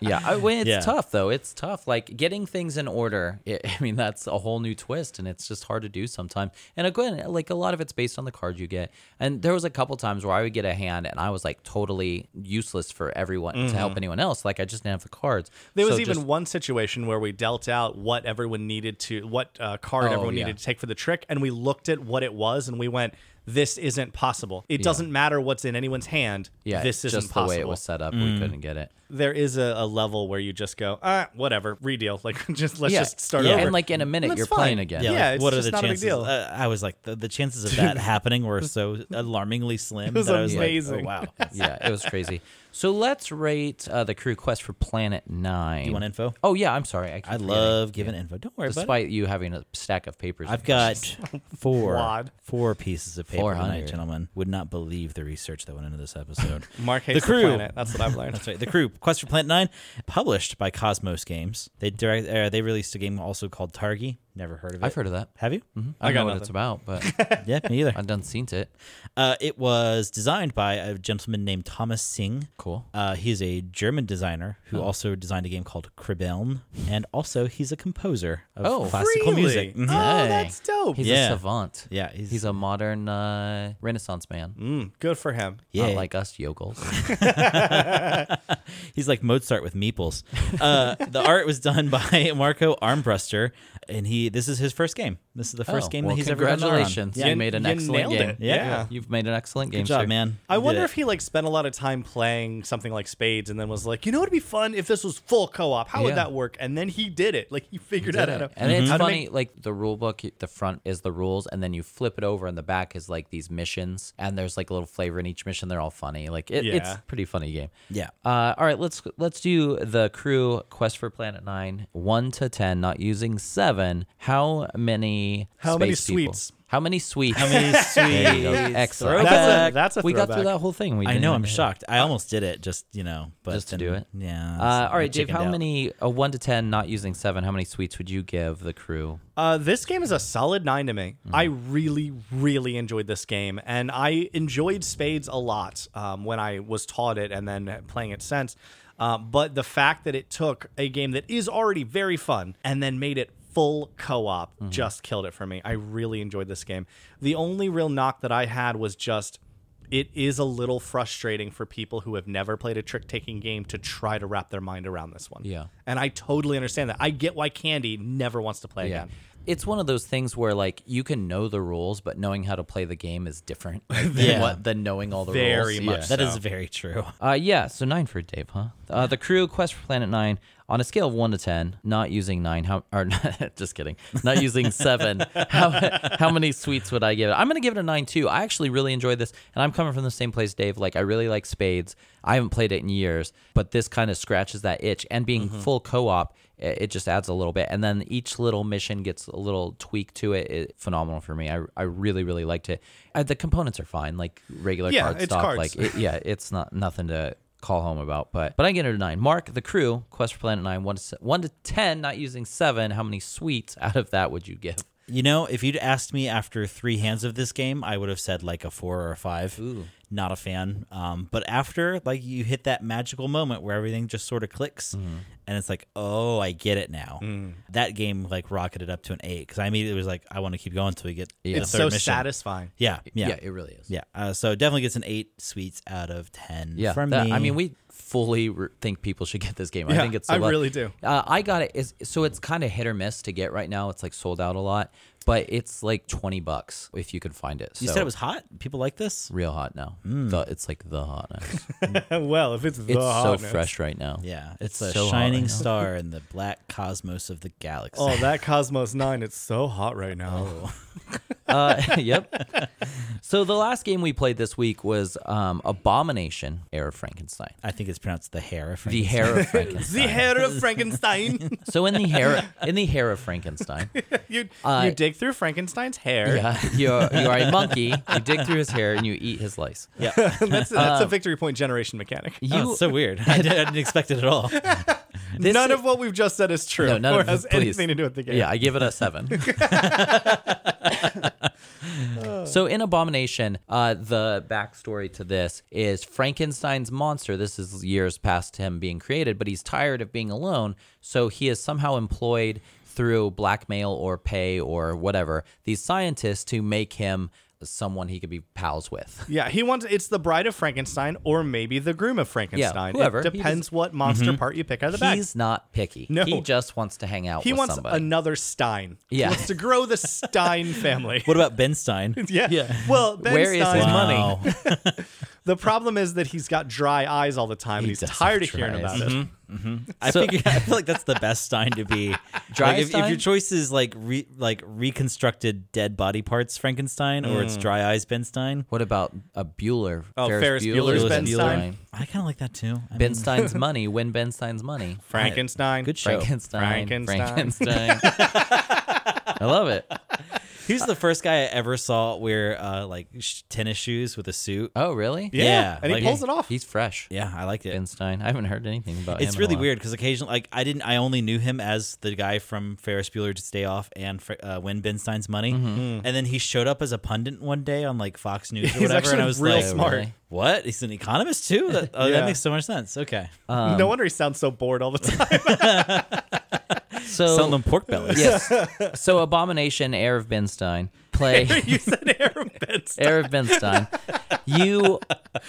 [SPEAKER 3] yeah. I, when it's
[SPEAKER 1] Yeah.
[SPEAKER 3] tough though, it's tough. Like getting things in order. It, I mean, that's a whole new twist, and it's just hard to do sometimes. And again, like a lot of it's based on the card you get. And there was a couple times where I would get a hand, and I was like totally useless for everyone to help anyone else. Like I just didn't have the cards.
[SPEAKER 2] Mm-hmm. There was
[SPEAKER 3] So
[SPEAKER 2] even
[SPEAKER 3] just-
[SPEAKER 2] one situation where we dealt out what everyone needed to, what uh, card
[SPEAKER 3] Oh,
[SPEAKER 2] everyone
[SPEAKER 3] yeah.
[SPEAKER 2] needed to take for the trick, and we looked at what it was, and we went, "This isn't possible. It doesn't matter what's in anyone's hand.
[SPEAKER 3] yeah,
[SPEAKER 2] this Mm.
[SPEAKER 3] just
[SPEAKER 2] isn't
[SPEAKER 3] the
[SPEAKER 2] possible."
[SPEAKER 3] way it was set up. We couldn't get it.
[SPEAKER 2] There is a, a level where you just go, "Ah, whatever, redeal. Like, just let's just start
[SPEAKER 3] yeah.
[SPEAKER 2] over."
[SPEAKER 3] And like in a minute,
[SPEAKER 2] That's
[SPEAKER 3] you're
[SPEAKER 2] fine.
[SPEAKER 3] playing again.
[SPEAKER 1] yeah,
[SPEAKER 2] Yeah,
[SPEAKER 1] like,
[SPEAKER 2] it's
[SPEAKER 1] what are
[SPEAKER 2] just
[SPEAKER 1] the
[SPEAKER 2] not a big
[SPEAKER 1] chances?
[SPEAKER 2] deal.
[SPEAKER 1] Uh, I was like, the, the chances of that happening were so alarmingly slim.
[SPEAKER 2] was
[SPEAKER 1] that I was
[SPEAKER 2] amazing.
[SPEAKER 1] Like, oh, wow.
[SPEAKER 3] yeah, it was crazy. So let's rate uh, the crew quest for Planet Nine. Do
[SPEAKER 1] you want info?
[SPEAKER 3] Oh yeah, I'm sorry. I, keep
[SPEAKER 1] I
[SPEAKER 3] forgetting.
[SPEAKER 1] love giving info. Don't worry about it.
[SPEAKER 3] Despite you having a stack of papers, in
[SPEAKER 1] I've
[SPEAKER 3] front of
[SPEAKER 1] got four
[SPEAKER 2] Wad.
[SPEAKER 1] four pieces of paper tonight,
[SPEAKER 3] 400.
[SPEAKER 1] gentlemen. Would not believe the research that went into this episode.
[SPEAKER 2] Mark hates the,
[SPEAKER 1] crew.
[SPEAKER 2] planet. That's what I've learned.
[SPEAKER 1] That's right. The Crew, Quest for Planet Nine, published by Cosmos Games. They direct. Uh, they released a game also called Targi. Never heard of it.
[SPEAKER 3] I've heard Mm-hmm. of that.
[SPEAKER 1] Have you?
[SPEAKER 3] you. I,
[SPEAKER 2] I
[SPEAKER 3] don't know
[SPEAKER 2] got
[SPEAKER 3] what it's about, but
[SPEAKER 1] Yeah, me either.
[SPEAKER 3] I've done seen it.
[SPEAKER 1] Uh, it was designed by a gentleman named Thomas Singh.
[SPEAKER 3] Cool. Oh.
[SPEAKER 1] Uh, he's a German designer who also designed a game called Kribeln, and also he's a composer of
[SPEAKER 3] Oh,
[SPEAKER 1] classical
[SPEAKER 2] really?
[SPEAKER 1] music. Mhm.
[SPEAKER 2] Oh,
[SPEAKER 3] Dang.
[SPEAKER 2] that's dope.
[SPEAKER 3] He's
[SPEAKER 1] Yeah.
[SPEAKER 3] a savant.
[SPEAKER 1] Yeah, he's,
[SPEAKER 3] He's a modern uh, Renaissance man,
[SPEAKER 2] Mm, good for him.
[SPEAKER 1] yeah,
[SPEAKER 3] not like us yokels.
[SPEAKER 1] he's like Mozart with meeples. Uh, the art was done by Marco Armbruster, and he this is his first game. This is the first
[SPEAKER 3] Oh,
[SPEAKER 1] game
[SPEAKER 3] well,
[SPEAKER 1] that he's ever done. art on.
[SPEAKER 3] congratulations.
[SPEAKER 1] Yeah,
[SPEAKER 3] You made an
[SPEAKER 2] you
[SPEAKER 3] excellent
[SPEAKER 2] nailed
[SPEAKER 3] game.
[SPEAKER 2] it.
[SPEAKER 1] Yeah.
[SPEAKER 2] Yeah.
[SPEAKER 3] You've made an excellent game.
[SPEAKER 1] good job,
[SPEAKER 3] sir.
[SPEAKER 1] man.
[SPEAKER 2] I
[SPEAKER 1] You did
[SPEAKER 2] wonder
[SPEAKER 1] it.
[SPEAKER 2] if he like spent a lot of time playing something like spades and then was like, you know, it'd be fun if this was full co-op. How
[SPEAKER 3] Yeah.
[SPEAKER 2] would that work? And then he did it. Like he figured out how to.
[SPEAKER 3] And it's
[SPEAKER 1] Mm-hmm.
[SPEAKER 2] how to
[SPEAKER 3] funny,
[SPEAKER 2] make-
[SPEAKER 3] like the rule book, the front is the rules, and then you flip it over, and the back is like these missions, and there's like a little flavor in each mission. They're all funny. Like it, it's
[SPEAKER 2] Yeah.
[SPEAKER 3] a pretty funny game.
[SPEAKER 1] Yeah.
[SPEAKER 3] Uh, all right, let's let's do the crew quest for Planet Nine, one to ten, not using seven. How many?
[SPEAKER 2] How many
[SPEAKER 3] space people-
[SPEAKER 2] sweets?
[SPEAKER 3] How many sweets?
[SPEAKER 1] How many
[SPEAKER 3] There you go.
[SPEAKER 1] sweets?
[SPEAKER 3] Excellent.
[SPEAKER 2] That's a- that's a
[SPEAKER 3] we got through
[SPEAKER 2] throwback.
[SPEAKER 3] that whole thing. We
[SPEAKER 1] I
[SPEAKER 3] didn't
[SPEAKER 1] know.
[SPEAKER 3] even
[SPEAKER 1] I'm
[SPEAKER 3] hit it.
[SPEAKER 1] shocked. I almost did it. Just you know, but
[SPEAKER 3] Uh, Just to
[SPEAKER 1] then-
[SPEAKER 3] do it?
[SPEAKER 1] Yeah.
[SPEAKER 3] Uh,
[SPEAKER 1] I
[SPEAKER 3] all right, Dave.
[SPEAKER 1] chickened
[SPEAKER 3] How
[SPEAKER 1] out.
[SPEAKER 3] many? A one to ten, not using seven. How many sweets would you give the crew?
[SPEAKER 2] Uh, this game is a solid nine to me.
[SPEAKER 3] Mm-hmm.
[SPEAKER 2] I really, really enjoyed this game, and I enjoyed spades a lot um, when I was taught it and then playing it since. Uh, but the fact that it took a game that is already very fun and then made it full co-op
[SPEAKER 3] Mm-hmm.
[SPEAKER 2] just killed it for me. I really enjoyed this game. The only real knock that I had was just it is a little frustrating for people who have never played a trick-taking game to try to wrap their mind around this one.
[SPEAKER 3] Yeah.
[SPEAKER 2] And I totally understand that. I get why Candy never wants to play
[SPEAKER 3] Yeah.
[SPEAKER 2] again.
[SPEAKER 3] It's one of those things where like you can know the rules, but knowing how to play the game is different than
[SPEAKER 1] Yeah.
[SPEAKER 3] what than knowing all the rules.
[SPEAKER 2] Very
[SPEAKER 3] Yeah.
[SPEAKER 2] much
[SPEAKER 1] That is
[SPEAKER 2] so.
[SPEAKER 1] very true.
[SPEAKER 3] Uh, yeah, so nine for Dave, huh? Uh, the crew quest for Planet Nine on a scale of one to ten, not using nine. How? Or just kidding, not using seven. How? How many sweets would I give it? I'm gonna give it a nine too. I actually really enjoyed this, and I'm coming from the same place, Dave. Like I really like Spades. I haven't played it in years, but this kind of scratches that itch. And being
[SPEAKER 2] Mm-hmm.
[SPEAKER 3] full co-op, i- it, just adds a little bit. And then each little mission gets a little tweak to it. it phenomenal for me. I, I really really liked it. Uh, the components are fine, like regular
[SPEAKER 2] Yeah,
[SPEAKER 3] card
[SPEAKER 2] it's
[SPEAKER 3] stock,
[SPEAKER 2] cards.
[SPEAKER 3] like it, yeah, it's not nothing to call home about, but but I get it a nine. Mark, the crew, Quest for Planet Nine, one to se- one to ten, not using seven. How many sweets out of that would you give?
[SPEAKER 1] You know, if you'd asked me after three hands of this game, I would have said like a four or a five.
[SPEAKER 3] Ooh.
[SPEAKER 1] Not a fan. Um, but after, like, you hit that magical moment where everything just sort of clicks
[SPEAKER 3] Mm-hmm.
[SPEAKER 1] and it's like, oh, I get it now.
[SPEAKER 2] Mm.
[SPEAKER 1] That game, like, rocketed up to an eight because I immediately was like, I want to keep going until we get
[SPEAKER 3] Yeah.
[SPEAKER 1] the
[SPEAKER 2] It's
[SPEAKER 1] third
[SPEAKER 2] so
[SPEAKER 1] mission.
[SPEAKER 2] satisfying.
[SPEAKER 1] Yeah. Yeah. Yeah.
[SPEAKER 3] it really is.
[SPEAKER 1] Uh, so it definitely gets an eight sweets out of 10
[SPEAKER 3] Yeah,
[SPEAKER 1] from
[SPEAKER 3] that-
[SPEAKER 1] me.
[SPEAKER 3] I mean, we fully re- think people should get this game. I
[SPEAKER 2] Yeah,
[SPEAKER 3] think it's. So
[SPEAKER 2] I
[SPEAKER 3] well-
[SPEAKER 2] really do.
[SPEAKER 3] Uh, I got it. It's, so it's kind of hit or miss to get right now. It's like sold out a lot, but it's like twenty bucks if you could find it.
[SPEAKER 1] You
[SPEAKER 3] So
[SPEAKER 1] said it was hot? People like this?
[SPEAKER 3] real hot now. The, it's like the hotness. It's
[SPEAKER 2] well, if it's Hmm. the
[SPEAKER 3] so
[SPEAKER 2] hotness.
[SPEAKER 3] fresh right now.
[SPEAKER 1] Yeah. It's
[SPEAKER 3] so
[SPEAKER 1] a
[SPEAKER 3] hot right
[SPEAKER 1] shining
[SPEAKER 3] now.
[SPEAKER 1] star in the black cosmos of the galaxy.
[SPEAKER 2] Oh, that Cosmos 9, it's so hot right now.
[SPEAKER 3] Oh. Uh, yep. So the last game we played this week was um, Abomination: Heir of Frankenstein.
[SPEAKER 1] I think it's pronounced the hair. if I
[SPEAKER 3] The
[SPEAKER 1] can
[SPEAKER 3] hair of Frankenstein.
[SPEAKER 2] The hair of Frankenstein.
[SPEAKER 3] So in the hair, in the hair of Frankenstein,
[SPEAKER 2] you
[SPEAKER 3] Uh,
[SPEAKER 2] you dig through Frankenstein's hair.
[SPEAKER 3] yeah, you are, you are a monkey. You dig through his hair and you eat his lice.
[SPEAKER 1] Yeah.
[SPEAKER 2] that's
[SPEAKER 3] Um,
[SPEAKER 2] that's a victory point generation mechanic.
[SPEAKER 3] You
[SPEAKER 1] Oh, it's so weird. I, did, I didn't expect it at all.
[SPEAKER 3] this
[SPEAKER 2] none
[SPEAKER 3] is-
[SPEAKER 2] of what we've just said is true
[SPEAKER 3] no, none
[SPEAKER 2] or
[SPEAKER 3] of
[SPEAKER 2] has
[SPEAKER 3] please.
[SPEAKER 2] anything to do with the game.
[SPEAKER 3] Yeah, I give it a seven.
[SPEAKER 2] Oh.
[SPEAKER 3] so in Abomination, uh, the backstory to this is Frankenstein's monster. This is years past him being created, but he's tired of being alone, so he is somehow employed through blackmail or pay or whatever these scientists to make him someone he could be pals with.
[SPEAKER 2] Yeah, he wants it's the bride of Frankenstein or maybe the groom of Frankenstein.
[SPEAKER 3] whoever. He Mm-hmm.
[SPEAKER 2] It depends what monster part you pick out of the bag.
[SPEAKER 3] He's not picky.
[SPEAKER 2] No.
[SPEAKER 3] He just wants to hang out
[SPEAKER 2] He
[SPEAKER 3] with
[SPEAKER 2] wants
[SPEAKER 3] somebody.
[SPEAKER 2] another Stein.
[SPEAKER 3] Yeah.
[SPEAKER 2] He wants to grow the Stein family.
[SPEAKER 1] What about Ben Stein?
[SPEAKER 2] yeah.
[SPEAKER 3] Yeah.
[SPEAKER 2] Well, Ben
[SPEAKER 3] Where is
[SPEAKER 2] Stein,
[SPEAKER 3] his money?
[SPEAKER 1] Wow.
[SPEAKER 2] The problem is that he's got dry eyes all the time
[SPEAKER 3] He
[SPEAKER 2] and he's
[SPEAKER 3] does have
[SPEAKER 2] tired of
[SPEAKER 3] dry
[SPEAKER 2] hearing
[SPEAKER 3] eyes.
[SPEAKER 2] about it.
[SPEAKER 1] I, figure, I feel like that's the best Stein to be.
[SPEAKER 3] Dry
[SPEAKER 1] like if, if
[SPEAKER 3] Stein?
[SPEAKER 1] your choice is like re, like reconstructed dead body parts Frankenstein or
[SPEAKER 3] Hmm.
[SPEAKER 1] it's dry eyes Ben Stein,
[SPEAKER 3] what about a Bueller?
[SPEAKER 2] Oh, Ferris Bueller's
[SPEAKER 1] Ben
[SPEAKER 2] Stein.
[SPEAKER 1] I kind of like that too. I
[SPEAKER 3] Ben
[SPEAKER 1] mean,
[SPEAKER 3] Stein's money, win Ben Stein's money.
[SPEAKER 2] Frankenstein.
[SPEAKER 1] good show.
[SPEAKER 3] Frankenstein.
[SPEAKER 2] Frankenstein.
[SPEAKER 3] Frankenstein. I love it.
[SPEAKER 1] He's the first guy I ever saw wear uh, like sh- tennis shoes with a suit.
[SPEAKER 3] Oh, really?
[SPEAKER 2] Yeah.
[SPEAKER 1] Yeah,
[SPEAKER 2] and
[SPEAKER 1] like-
[SPEAKER 2] he pulls it off.
[SPEAKER 3] He's fresh.
[SPEAKER 1] Yeah, I liked it.
[SPEAKER 3] Ben Stein. I haven't heard anything about him.
[SPEAKER 1] It's
[SPEAKER 3] in a
[SPEAKER 1] really
[SPEAKER 3] while.
[SPEAKER 1] weird because occasionally, like, I didn't, I only knew him as the guy from Ferris Bueller's Day Off and Fr- uh, Win Ben Stein's Money,
[SPEAKER 3] Mm-hmm.
[SPEAKER 1] and then he showed up as a pundit one day on like Fox News or
[SPEAKER 2] Hmm. He's
[SPEAKER 1] whatever, and
[SPEAKER 2] actually
[SPEAKER 1] I was
[SPEAKER 2] real
[SPEAKER 1] like,
[SPEAKER 2] smart.
[SPEAKER 3] really?
[SPEAKER 1] "What? He's an economist too? That, oh,
[SPEAKER 2] Yeah.
[SPEAKER 1] that makes so much sense." Okay,
[SPEAKER 3] Um,
[SPEAKER 2] no wonder he sounds so bored all the time.
[SPEAKER 3] So,
[SPEAKER 1] selling them pork bellies.
[SPEAKER 3] yes. So, Abomination, Heir of Ben Stein, play
[SPEAKER 2] you said Aaron Benson.
[SPEAKER 3] Heir of Ben Stein. You,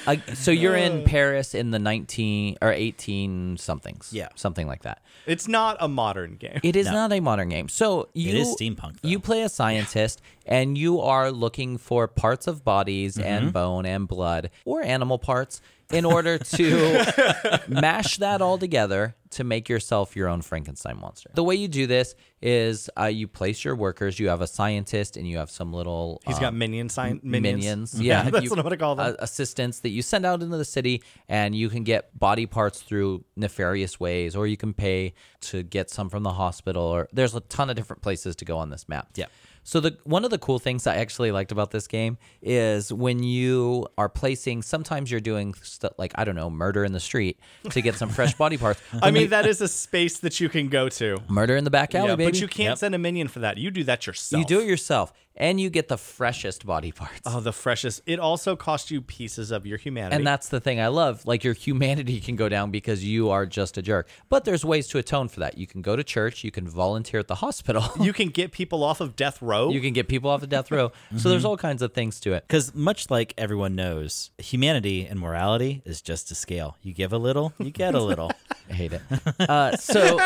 [SPEAKER 3] uh, so you're in Paris in the 19 or 18 somethings.
[SPEAKER 1] Yeah.
[SPEAKER 3] Something like that.
[SPEAKER 2] It's not a modern game.
[SPEAKER 3] It is not a modern game. So you
[SPEAKER 1] is steampunk, though.
[SPEAKER 3] You play a scientist and you are looking for parts of bodies
[SPEAKER 1] Mm-hmm.
[SPEAKER 3] and bone and blood or animal parts in order to mash that all together to make yourself your own Frankenstein monster. The way you do this is uh, you place your workers. You have a scientist and you have some little
[SPEAKER 2] He's
[SPEAKER 3] um,
[SPEAKER 2] got minion sign minions.
[SPEAKER 3] minions. Yeah,
[SPEAKER 2] that's what I would call them.
[SPEAKER 3] uh, assistants that you send out into the city, and you can get body parts through nefarious ways, or you can pay to get some from the hospital. Or there's a ton of different places to go on this map.
[SPEAKER 1] Yeah.
[SPEAKER 3] So the one of the cool things I actually liked about this game is when you are placing. Sometimes you're doing stuff like I don't know, murder in the street to get some fresh body parts.
[SPEAKER 2] I mean, that is a space that you can go to.
[SPEAKER 3] murder in the back alley,
[SPEAKER 2] Yeah,
[SPEAKER 3] baby.
[SPEAKER 2] but you can't
[SPEAKER 1] Yep.
[SPEAKER 2] send a minion for that. You do that yourself.
[SPEAKER 3] You do it yourself. and you get the freshest body parts.
[SPEAKER 2] Oh, the freshest. It also costs you pieces of your humanity.
[SPEAKER 3] And that's the thing I love. Like your humanity can go down because you are just a jerk. But there's ways to atone for that. You can go to church, you can volunteer at the hospital.
[SPEAKER 2] you can get people off of death row.
[SPEAKER 3] You can get people off of death row. So there's all kinds of things to it.
[SPEAKER 1] Because much like everyone knows, humanity and morality is just a scale. You give a little, you get a little.
[SPEAKER 3] I hate it. Uh, so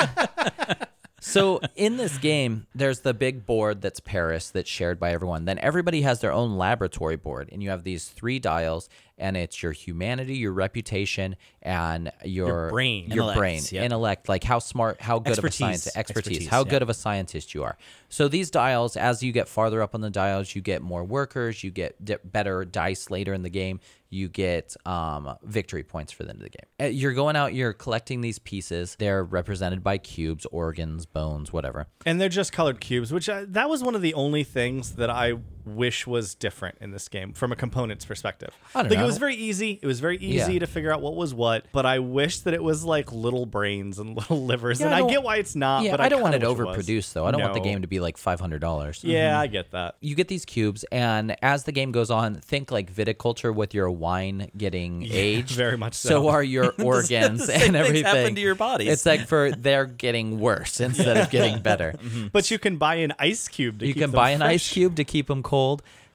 [SPEAKER 3] So in this game, there's the big board that's Paris that's shared by everyone. Then everybody has their own laboratory board, and you have these three dials, and it's your humanity, your reputation, and your,
[SPEAKER 2] brain.
[SPEAKER 3] your
[SPEAKER 1] Intellects,
[SPEAKER 3] brain,
[SPEAKER 1] yep.
[SPEAKER 3] intellect, like how smart, how good of a
[SPEAKER 1] Expertise.
[SPEAKER 3] scientist, expertise,
[SPEAKER 1] Expertise,
[SPEAKER 3] how
[SPEAKER 1] yeah.
[SPEAKER 3] good of a scientist you are. So these dials, as you get farther up on the dials, you get more workers, you get di- better dice later in the game, you get um, victory points for the end of the game. Uh, You're going out, you're collecting these pieces. They're represented by cubes, organs, bones, whatever.
[SPEAKER 2] and they're just colored cubes, which I, that was one of the only things that I wish was different in this game from a components perspective.
[SPEAKER 3] I don't
[SPEAKER 2] like
[SPEAKER 3] know.
[SPEAKER 2] it was very easy. It was very easy
[SPEAKER 3] Yeah.
[SPEAKER 2] to figure out what was what, but I wish that it was like little brains and little livers.
[SPEAKER 3] Yeah,
[SPEAKER 2] and
[SPEAKER 3] I
[SPEAKER 2] I,
[SPEAKER 3] don't-
[SPEAKER 2] get why it's not.
[SPEAKER 3] yeah,
[SPEAKER 2] Uh, but
[SPEAKER 3] I, don't want it
[SPEAKER 2] kinda wish was.
[SPEAKER 3] overproduced though. I don't want the
[SPEAKER 2] No.
[SPEAKER 3] game to be like five hundred dollars. Mm-hmm.
[SPEAKER 2] Yeah, I get that.
[SPEAKER 3] You get these cubes, and as the game goes on, think like viticulture with your wine getting aged.
[SPEAKER 2] very much
[SPEAKER 3] So
[SPEAKER 2] so.
[SPEAKER 3] are your organs and
[SPEAKER 1] things
[SPEAKER 3] everything.
[SPEAKER 1] happen to your bodies.
[SPEAKER 3] It's like for they're getting worse instead of getting better.
[SPEAKER 2] But you can buy an ice cube. Mm-hmm. To
[SPEAKER 3] You
[SPEAKER 2] keep
[SPEAKER 3] can
[SPEAKER 2] them
[SPEAKER 3] buy an ice
[SPEAKER 2] fresh.
[SPEAKER 3] cube to keep them cold.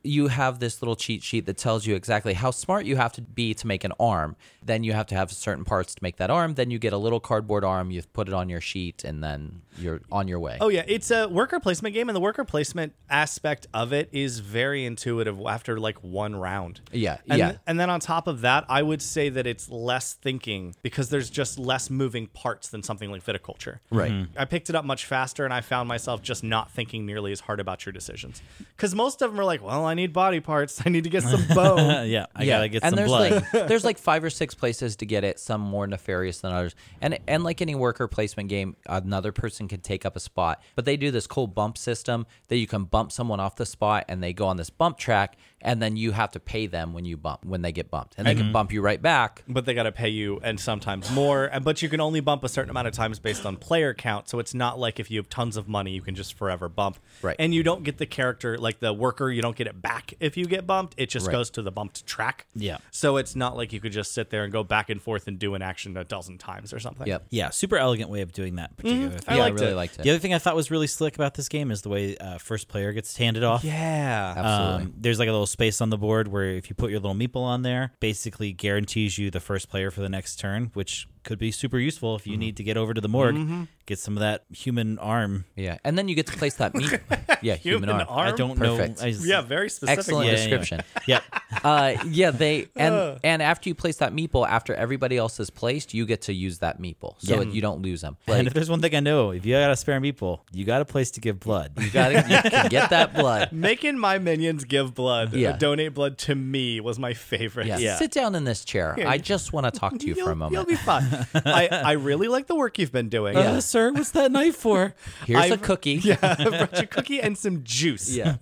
[SPEAKER 3] You have this little cheat sheet that tells you exactly how smart you have to be to make an arm. Then you have to have certain parts to make that arm. Then you get a little cardboard arm. You put it on your sheet, and then you're on your way.
[SPEAKER 2] Oh yeah, it's a worker placement game, and the worker placement aspect of it is very intuitive after like one round.
[SPEAKER 3] Yeah,
[SPEAKER 2] and
[SPEAKER 3] yeah.
[SPEAKER 2] and then on top of that, I would say that it's less thinking because there's just less moving parts than something like viticulture. Mm-hmm.
[SPEAKER 3] Right.
[SPEAKER 2] I picked it up much faster, and I found myself just not thinking nearly as hard about your decisions because most of them are like, "Well, I need body parts. I need to get some
[SPEAKER 1] Uh,
[SPEAKER 2] bone."
[SPEAKER 1] yeah, I gotta get
[SPEAKER 3] and
[SPEAKER 1] some
[SPEAKER 3] there's
[SPEAKER 1] blood.
[SPEAKER 3] Like, there's like five or six places to get it, some more nefarious than others. And and like any worker placement game, another person can take up a spot. But they do this cool bump system that you can bump someone off the spot and they go on this bump track and then you have to pay them when you bump when they get bumped. And they
[SPEAKER 1] Mm-hmm.
[SPEAKER 3] can bump you right back.
[SPEAKER 2] But they got to pay you, and sometimes more. And but you can only bump a certain amount of times based on player count. So it's not like if you have tons of money, you can just forever bump.
[SPEAKER 3] Right.
[SPEAKER 2] And you don't get the character like the worker. You don't get it back if you get bumped. It just
[SPEAKER 3] Right.
[SPEAKER 2] goes to the bumped track.
[SPEAKER 1] Yeah.
[SPEAKER 2] So it's not like you could just sit there and go back and forth and do an action a dozen times or something.
[SPEAKER 3] Yep.
[SPEAKER 1] yeah, super elegant way of doing
[SPEAKER 2] Mm-hmm.
[SPEAKER 1] that particular thing.
[SPEAKER 2] I
[SPEAKER 3] yeah,
[SPEAKER 2] liked
[SPEAKER 3] I really
[SPEAKER 2] it.
[SPEAKER 3] liked it.
[SPEAKER 1] The other thing I thought was really slick about this game is the way uh, first player gets handed off.
[SPEAKER 2] Yeah. Uh,
[SPEAKER 3] Absolutely.
[SPEAKER 1] Um, there's like a little space on the board where if you put your little meeple on there, basically guarantees you the first player for the next turn, which could be super useful
[SPEAKER 2] Mm-hmm.
[SPEAKER 1] if you need to get over to the morgue, get some of that human arm.
[SPEAKER 3] yeah. And then you get to place that meat. Yeah, human,
[SPEAKER 2] Human
[SPEAKER 3] arm.
[SPEAKER 2] arm.
[SPEAKER 1] I don't
[SPEAKER 3] Perfect.
[SPEAKER 1] know. I just-
[SPEAKER 2] yeah. Very specific.
[SPEAKER 3] Excellent
[SPEAKER 1] Yeah, anyway.
[SPEAKER 3] description.
[SPEAKER 1] Yep.
[SPEAKER 3] uh, yeah, they and and after you place that meeple, after everybody else is placed, you get to use that meeple, so
[SPEAKER 1] Yeah.
[SPEAKER 3] it- you don't lose them.
[SPEAKER 1] and if there's one thing I know, if you got a spare meeple, you got a place to give blood.
[SPEAKER 3] You got You can get that blood.
[SPEAKER 2] Making my minions give blood,
[SPEAKER 3] Yeah.
[SPEAKER 2] uh, donate blood to me was my favorite.
[SPEAKER 3] Yeah.
[SPEAKER 1] Yeah.
[SPEAKER 3] Sit down in this chair. I just want to talk to you for a
[SPEAKER 2] You'll
[SPEAKER 3] moment.
[SPEAKER 2] be fine. I, I really like the work you've been doing.
[SPEAKER 1] Uh, sir, what's that knife for?
[SPEAKER 3] Here's a
[SPEAKER 2] I've-
[SPEAKER 3] cookie.
[SPEAKER 2] Yeah, I brought you a cookie and some juice.
[SPEAKER 3] Yeah.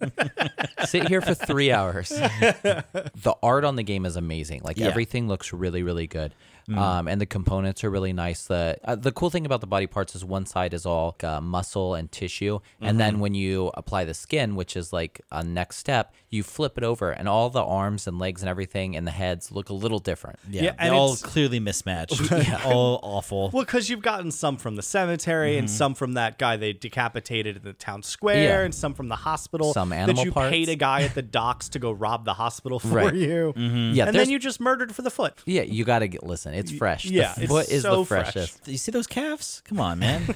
[SPEAKER 3] Sit here for three hours. the art on the game is amazing. Like everything looks really, really good.
[SPEAKER 2] Mm.
[SPEAKER 3] Um, and the components are really nice. The uh, the cool thing about the body parts is one side is all uh, muscle and tissue, and
[SPEAKER 2] Mm-hmm.
[SPEAKER 3] then when you apply the skin, which is like a next step, you flip it over, and all the arms and legs and everything and the heads look a little different.
[SPEAKER 1] Yeah,
[SPEAKER 2] Yeah,
[SPEAKER 1] they
[SPEAKER 2] and
[SPEAKER 1] all
[SPEAKER 2] it's-
[SPEAKER 1] clearly mismatched. All awful.
[SPEAKER 2] Well, because you've gotten some from the cemetery and some from that guy they decapitated in the town square
[SPEAKER 3] Mm-hmm. Yeah.
[SPEAKER 2] and some from the hospital.
[SPEAKER 3] Some animal
[SPEAKER 2] That you
[SPEAKER 3] parts.
[SPEAKER 2] paid a guy at the docks to go rob the hospital for
[SPEAKER 3] Right. Mm-hmm.
[SPEAKER 2] you.
[SPEAKER 3] Yeah,
[SPEAKER 2] And
[SPEAKER 3] there's-
[SPEAKER 2] then you just murdered for the foot.
[SPEAKER 3] Yeah, you gotta get, listen. It's fresh.
[SPEAKER 2] yeah,
[SPEAKER 3] the
[SPEAKER 2] it's
[SPEAKER 3] foot is the
[SPEAKER 2] so fresh.
[SPEAKER 3] freshest.
[SPEAKER 1] You see those calves? Come on, man.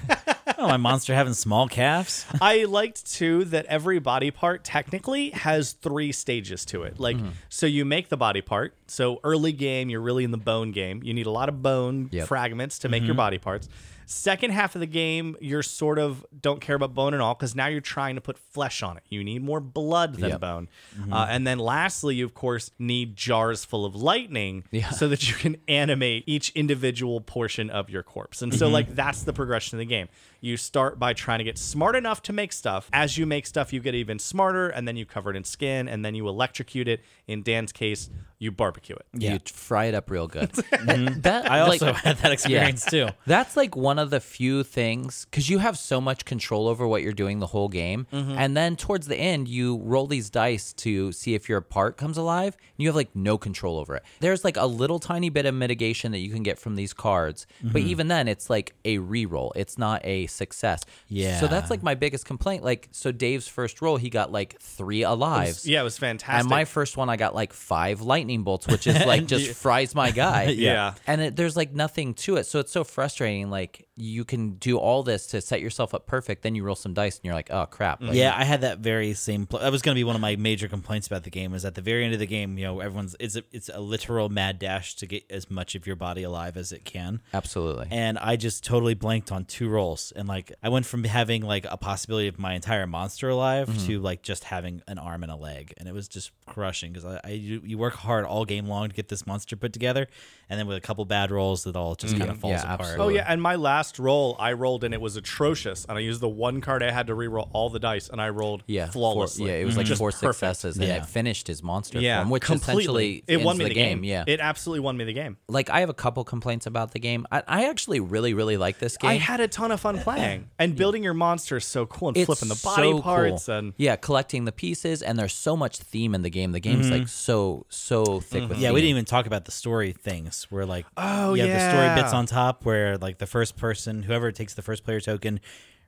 [SPEAKER 1] oh, my monster having small calves.
[SPEAKER 2] I liked too that every body part technically has three stages to it.
[SPEAKER 3] Mm-hmm.
[SPEAKER 2] Like, so you make the body part. So early game, you're really in the bone game. You need a lot of bone
[SPEAKER 3] Yep.
[SPEAKER 2] fragments to
[SPEAKER 3] Mm-hmm.
[SPEAKER 2] make your body parts. Second half of the game, you're sort of don't care about bone at all because now you're trying to put flesh on it. You need more blood than
[SPEAKER 3] Yep. Mm-hmm.
[SPEAKER 2] bone. Uh, and then lastly, you of course need jars full of lightning so that you can animate each individual portion of your corpse. And so,
[SPEAKER 3] Mm-hmm.
[SPEAKER 2] like, that's the progression of the game. You start by trying to get smart enough to make stuff. As you make stuff, you get even smarter, and then you cover it in skin, and then you electrocute it. In Dan's case, you barbecue it.
[SPEAKER 1] Yeah.
[SPEAKER 3] You fry it up real good. that
[SPEAKER 2] Mm-hmm.
[SPEAKER 1] I
[SPEAKER 3] like-
[SPEAKER 1] also had that experience too.
[SPEAKER 3] That's like one of of the few things because you have so much control over what you're doing the whole game,
[SPEAKER 2] Mm-hmm.
[SPEAKER 3] and then towards the end you roll these dice to see if your part comes alive, and you have like no control over it. There's like a little tiny bit of mitigation that you can get from these cards,
[SPEAKER 1] Mm-hmm.
[SPEAKER 3] but even then it's like a re-roll. It's not a success. So
[SPEAKER 1] Yeah.
[SPEAKER 3] that's like my biggest complaint. Like so, Dave's first roll he got like three alives.
[SPEAKER 2] Yeah, it was fantastic.
[SPEAKER 3] And my first one, I got like five lightning bolts, which is like just fries my guy.
[SPEAKER 2] Yeah.
[SPEAKER 3] And it, there's like nothing to it. So it's so frustrating. Like you can do all this to set yourself up perfect. Then you roll some dice and you're like, oh crap. Like,
[SPEAKER 1] Yeah, I had that very same. Pl- that was going to be one of my major complaints about the game. Is at the very end of the game, you know, everyone's it's a, it's a literal mad dash to get as much of your body alive as it can.
[SPEAKER 3] Absolutely.
[SPEAKER 1] And I just totally blanked on two rolls, and like I went from having like a possibility of my entire monster alive
[SPEAKER 3] Mm-hmm.
[SPEAKER 1] to like just having an arm and a leg, and it was just crushing because I, I you, you work hard all game long to get this monster put together, and then with a couple bad rolls, it all just kind of falls
[SPEAKER 3] Mm-hmm. Yeah,
[SPEAKER 1] apart.
[SPEAKER 3] absolutely.
[SPEAKER 2] Oh yeah, and my last roll I rolled and it was atrocious, and I used the one card I had to re-roll all the dice, and I rolled
[SPEAKER 3] yeah, four-
[SPEAKER 2] flawlessly. Mm-hmm.
[SPEAKER 3] yeah, it was like
[SPEAKER 2] Just
[SPEAKER 3] four
[SPEAKER 2] perfect.
[SPEAKER 3] successes, and
[SPEAKER 1] Yeah.
[SPEAKER 3] it finished his monster
[SPEAKER 2] Yeah,
[SPEAKER 3] form, which
[SPEAKER 2] completely.
[SPEAKER 3] essentially
[SPEAKER 2] It won
[SPEAKER 3] ends
[SPEAKER 2] me
[SPEAKER 3] the, game. Yeah,
[SPEAKER 2] It absolutely won me the game.
[SPEAKER 3] like I have a couple complaints about the game. I, I actually really, really like this game.
[SPEAKER 2] I had a ton of fun playing, and building your monster is so cool, and
[SPEAKER 3] It's
[SPEAKER 2] flipping the body
[SPEAKER 3] so
[SPEAKER 2] parts,
[SPEAKER 3] cool.
[SPEAKER 2] and
[SPEAKER 3] yeah, collecting the pieces, and there's so much theme in the game. The game's
[SPEAKER 2] Mm-hmm.
[SPEAKER 3] like so so thick with
[SPEAKER 1] Yeah, we
[SPEAKER 3] theme.
[SPEAKER 1] didn't even talk about the story things. Where like,
[SPEAKER 2] Oh,
[SPEAKER 1] you have the
[SPEAKER 2] yeah.
[SPEAKER 1] story bits on top, where like the first person, whoever takes the first player token,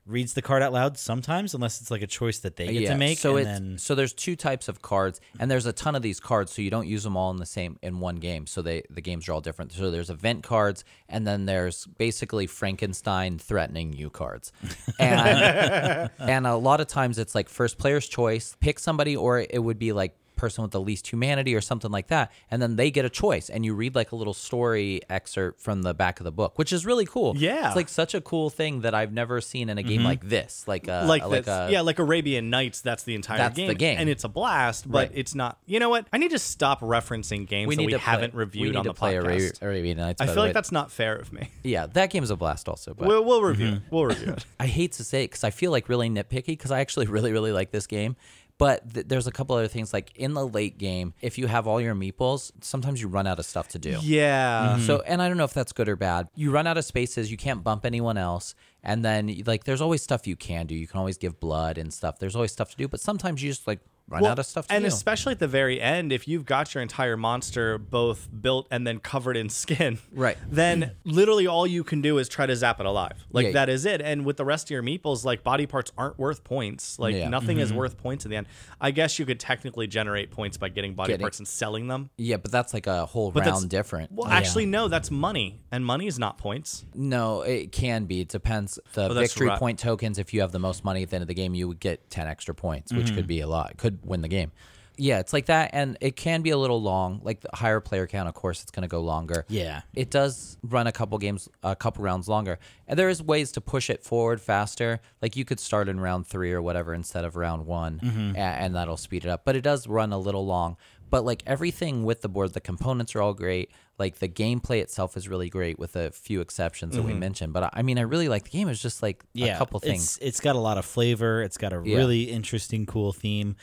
[SPEAKER 1] reads the card out loud. Sometimes, unless it's like a choice that they get to make.
[SPEAKER 3] So
[SPEAKER 1] and
[SPEAKER 3] it's-
[SPEAKER 1] then,
[SPEAKER 3] so there's two types of cards, and there's a ton of these cards, so you don't use them all in the same in one game. So they the games are all different. So there's event cards, and then there's basically Frankenstein threatening you cards, and and a lot of times it's like first player's choice, pick somebody, or it would be like person with the least humanity or something like that and then they get a choice and you read like a little story excerpt from the back of the book which is really cool
[SPEAKER 2] Yeah.
[SPEAKER 3] it's like such a cool thing that i've never seen in a
[SPEAKER 1] Mm-hmm.
[SPEAKER 3] game like this like a
[SPEAKER 2] like,
[SPEAKER 3] Uh, like
[SPEAKER 2] that's-
[SPEAKER 3] a
[SPEAKER 2] yeah, like Arabian Nights. That's the entire
[SPEAKER 3] That's
[SPEAKER 2] game.
[SPEAKER 3] the game.
[SPEAKER 2] and it's a blast, but
[SPEAKER 3] Right.
[SPEAKER 2] it's not. You know what? I need to stop referencing games that we
[SPEAKER 3] play-
[SPEAKER 2] haven't reviewed
[SPEAKER 3] we need
[SPEAKER 2] on
[SPEAKER 3] to
[SPEAKER 2] the
[SPEAKER 3] play Ara-
[SPEAKER 2] podcast.
[SPEAKER 3] Arabian Nights.
[SPEAKER 2] I
[SPEAKER 3] by the
[SPEAKER 2] feel
[SPEAKER 3] way.
[SPEAKER 2] like that's not fair of me.
[SPEAKER 3] yeah. That game is a blast, also. But
[SPEAKER 2] We'll, we'll review.
[SPEAKER 3] Mm-hmm.
[SPEAKER 2] it. We'll review it.
[SPEAKER 3] I hate to say it because I feel like really nitpicky because I actually really really like this game. But th- there's a couple other things like in the late game, if you have all your meeples, sometimes you run out of stuff to do.
[SPEAKER 2] Yeah.
[SPEAKER 3] So, and I don't know if that's good or bad. You run out of spaces, you can't bump anyone else. And then, like, there's always stuff you can do. You can always give blood and stuff. There's always stuff to do, but sometimes you just, like, run
[SPEAKER 2] Well,
[SPEAKER 3] out of stuff to
[SPEAKER 2] and
[SPEAKER 3] do.
[SPEAKER 2] especially at the very end, if you've got your entire monster both built and then covered in skin,
[SPEAKER 3] Right.
[SPEAKER 2] Then literally all you can do is try to zap it alive. Like
[SPEAKER 3] Yeah.
[SPEAKER 2] that is it. And with the rest of your meeples, like body parts aren't worth points. Like
[SPEAKER 3] Yeah.
[SPEAKER 2] nothing is worth points in the end. I guess you could technically generate points by getting body
[SPEAKER 3] Getting-
[SPEAKER 2] parts and selling them.
[SPEAKER 3] yeah, but that's like a whole
[SPEAKER 2] that's-
[SPEAKER 3] round different.
[SPEAKER 2] Well,
[SPEAKER 3] Yeah.
[SPEAKER 2] actually, no. That's money, and money is not points.
[SPEAKER 3] No, it can be. It depends. The
[SPEAKER 2] that's
[SPEAKER 3] victory
[SPEAKER 2] right.
[SPEAKER 3] point tokens, if you have the most money at the end of the game, you would get 10 extra points, which could be a lot. It could win the game. Yeah, it's like that. And it can be a little long. Like the higher player count, of course, it's going to go longer.
[SPEAKER 1] Yeah.
[SPEAKER 3] It does run a couple games, a couple rounds longer. And there is ways to push it forward faster. Like you could start in round three or whatever instead of round one,
[SPEAKER 1] Mm-hmm.
[SPEAKER 3] a- and that'll speed it up. But it does run a little long. But like everything with the board, the components are all great. Like the gameplay itself is really great, with a few exceptions that we mentioned. But I- I mean, I really like the game. It's just like
[SPEAKER 1] Mm-hmm. yeah,
[SPEAKER 3] a couple
[SPEAKER 1] it's-
[SPEAKER 3] things.
[SPEAKER 1] it's got a lot of flavor. It's got a
[SPEAKER 3] Yeah.
[SPEAKER 1] really interesting, cool theme.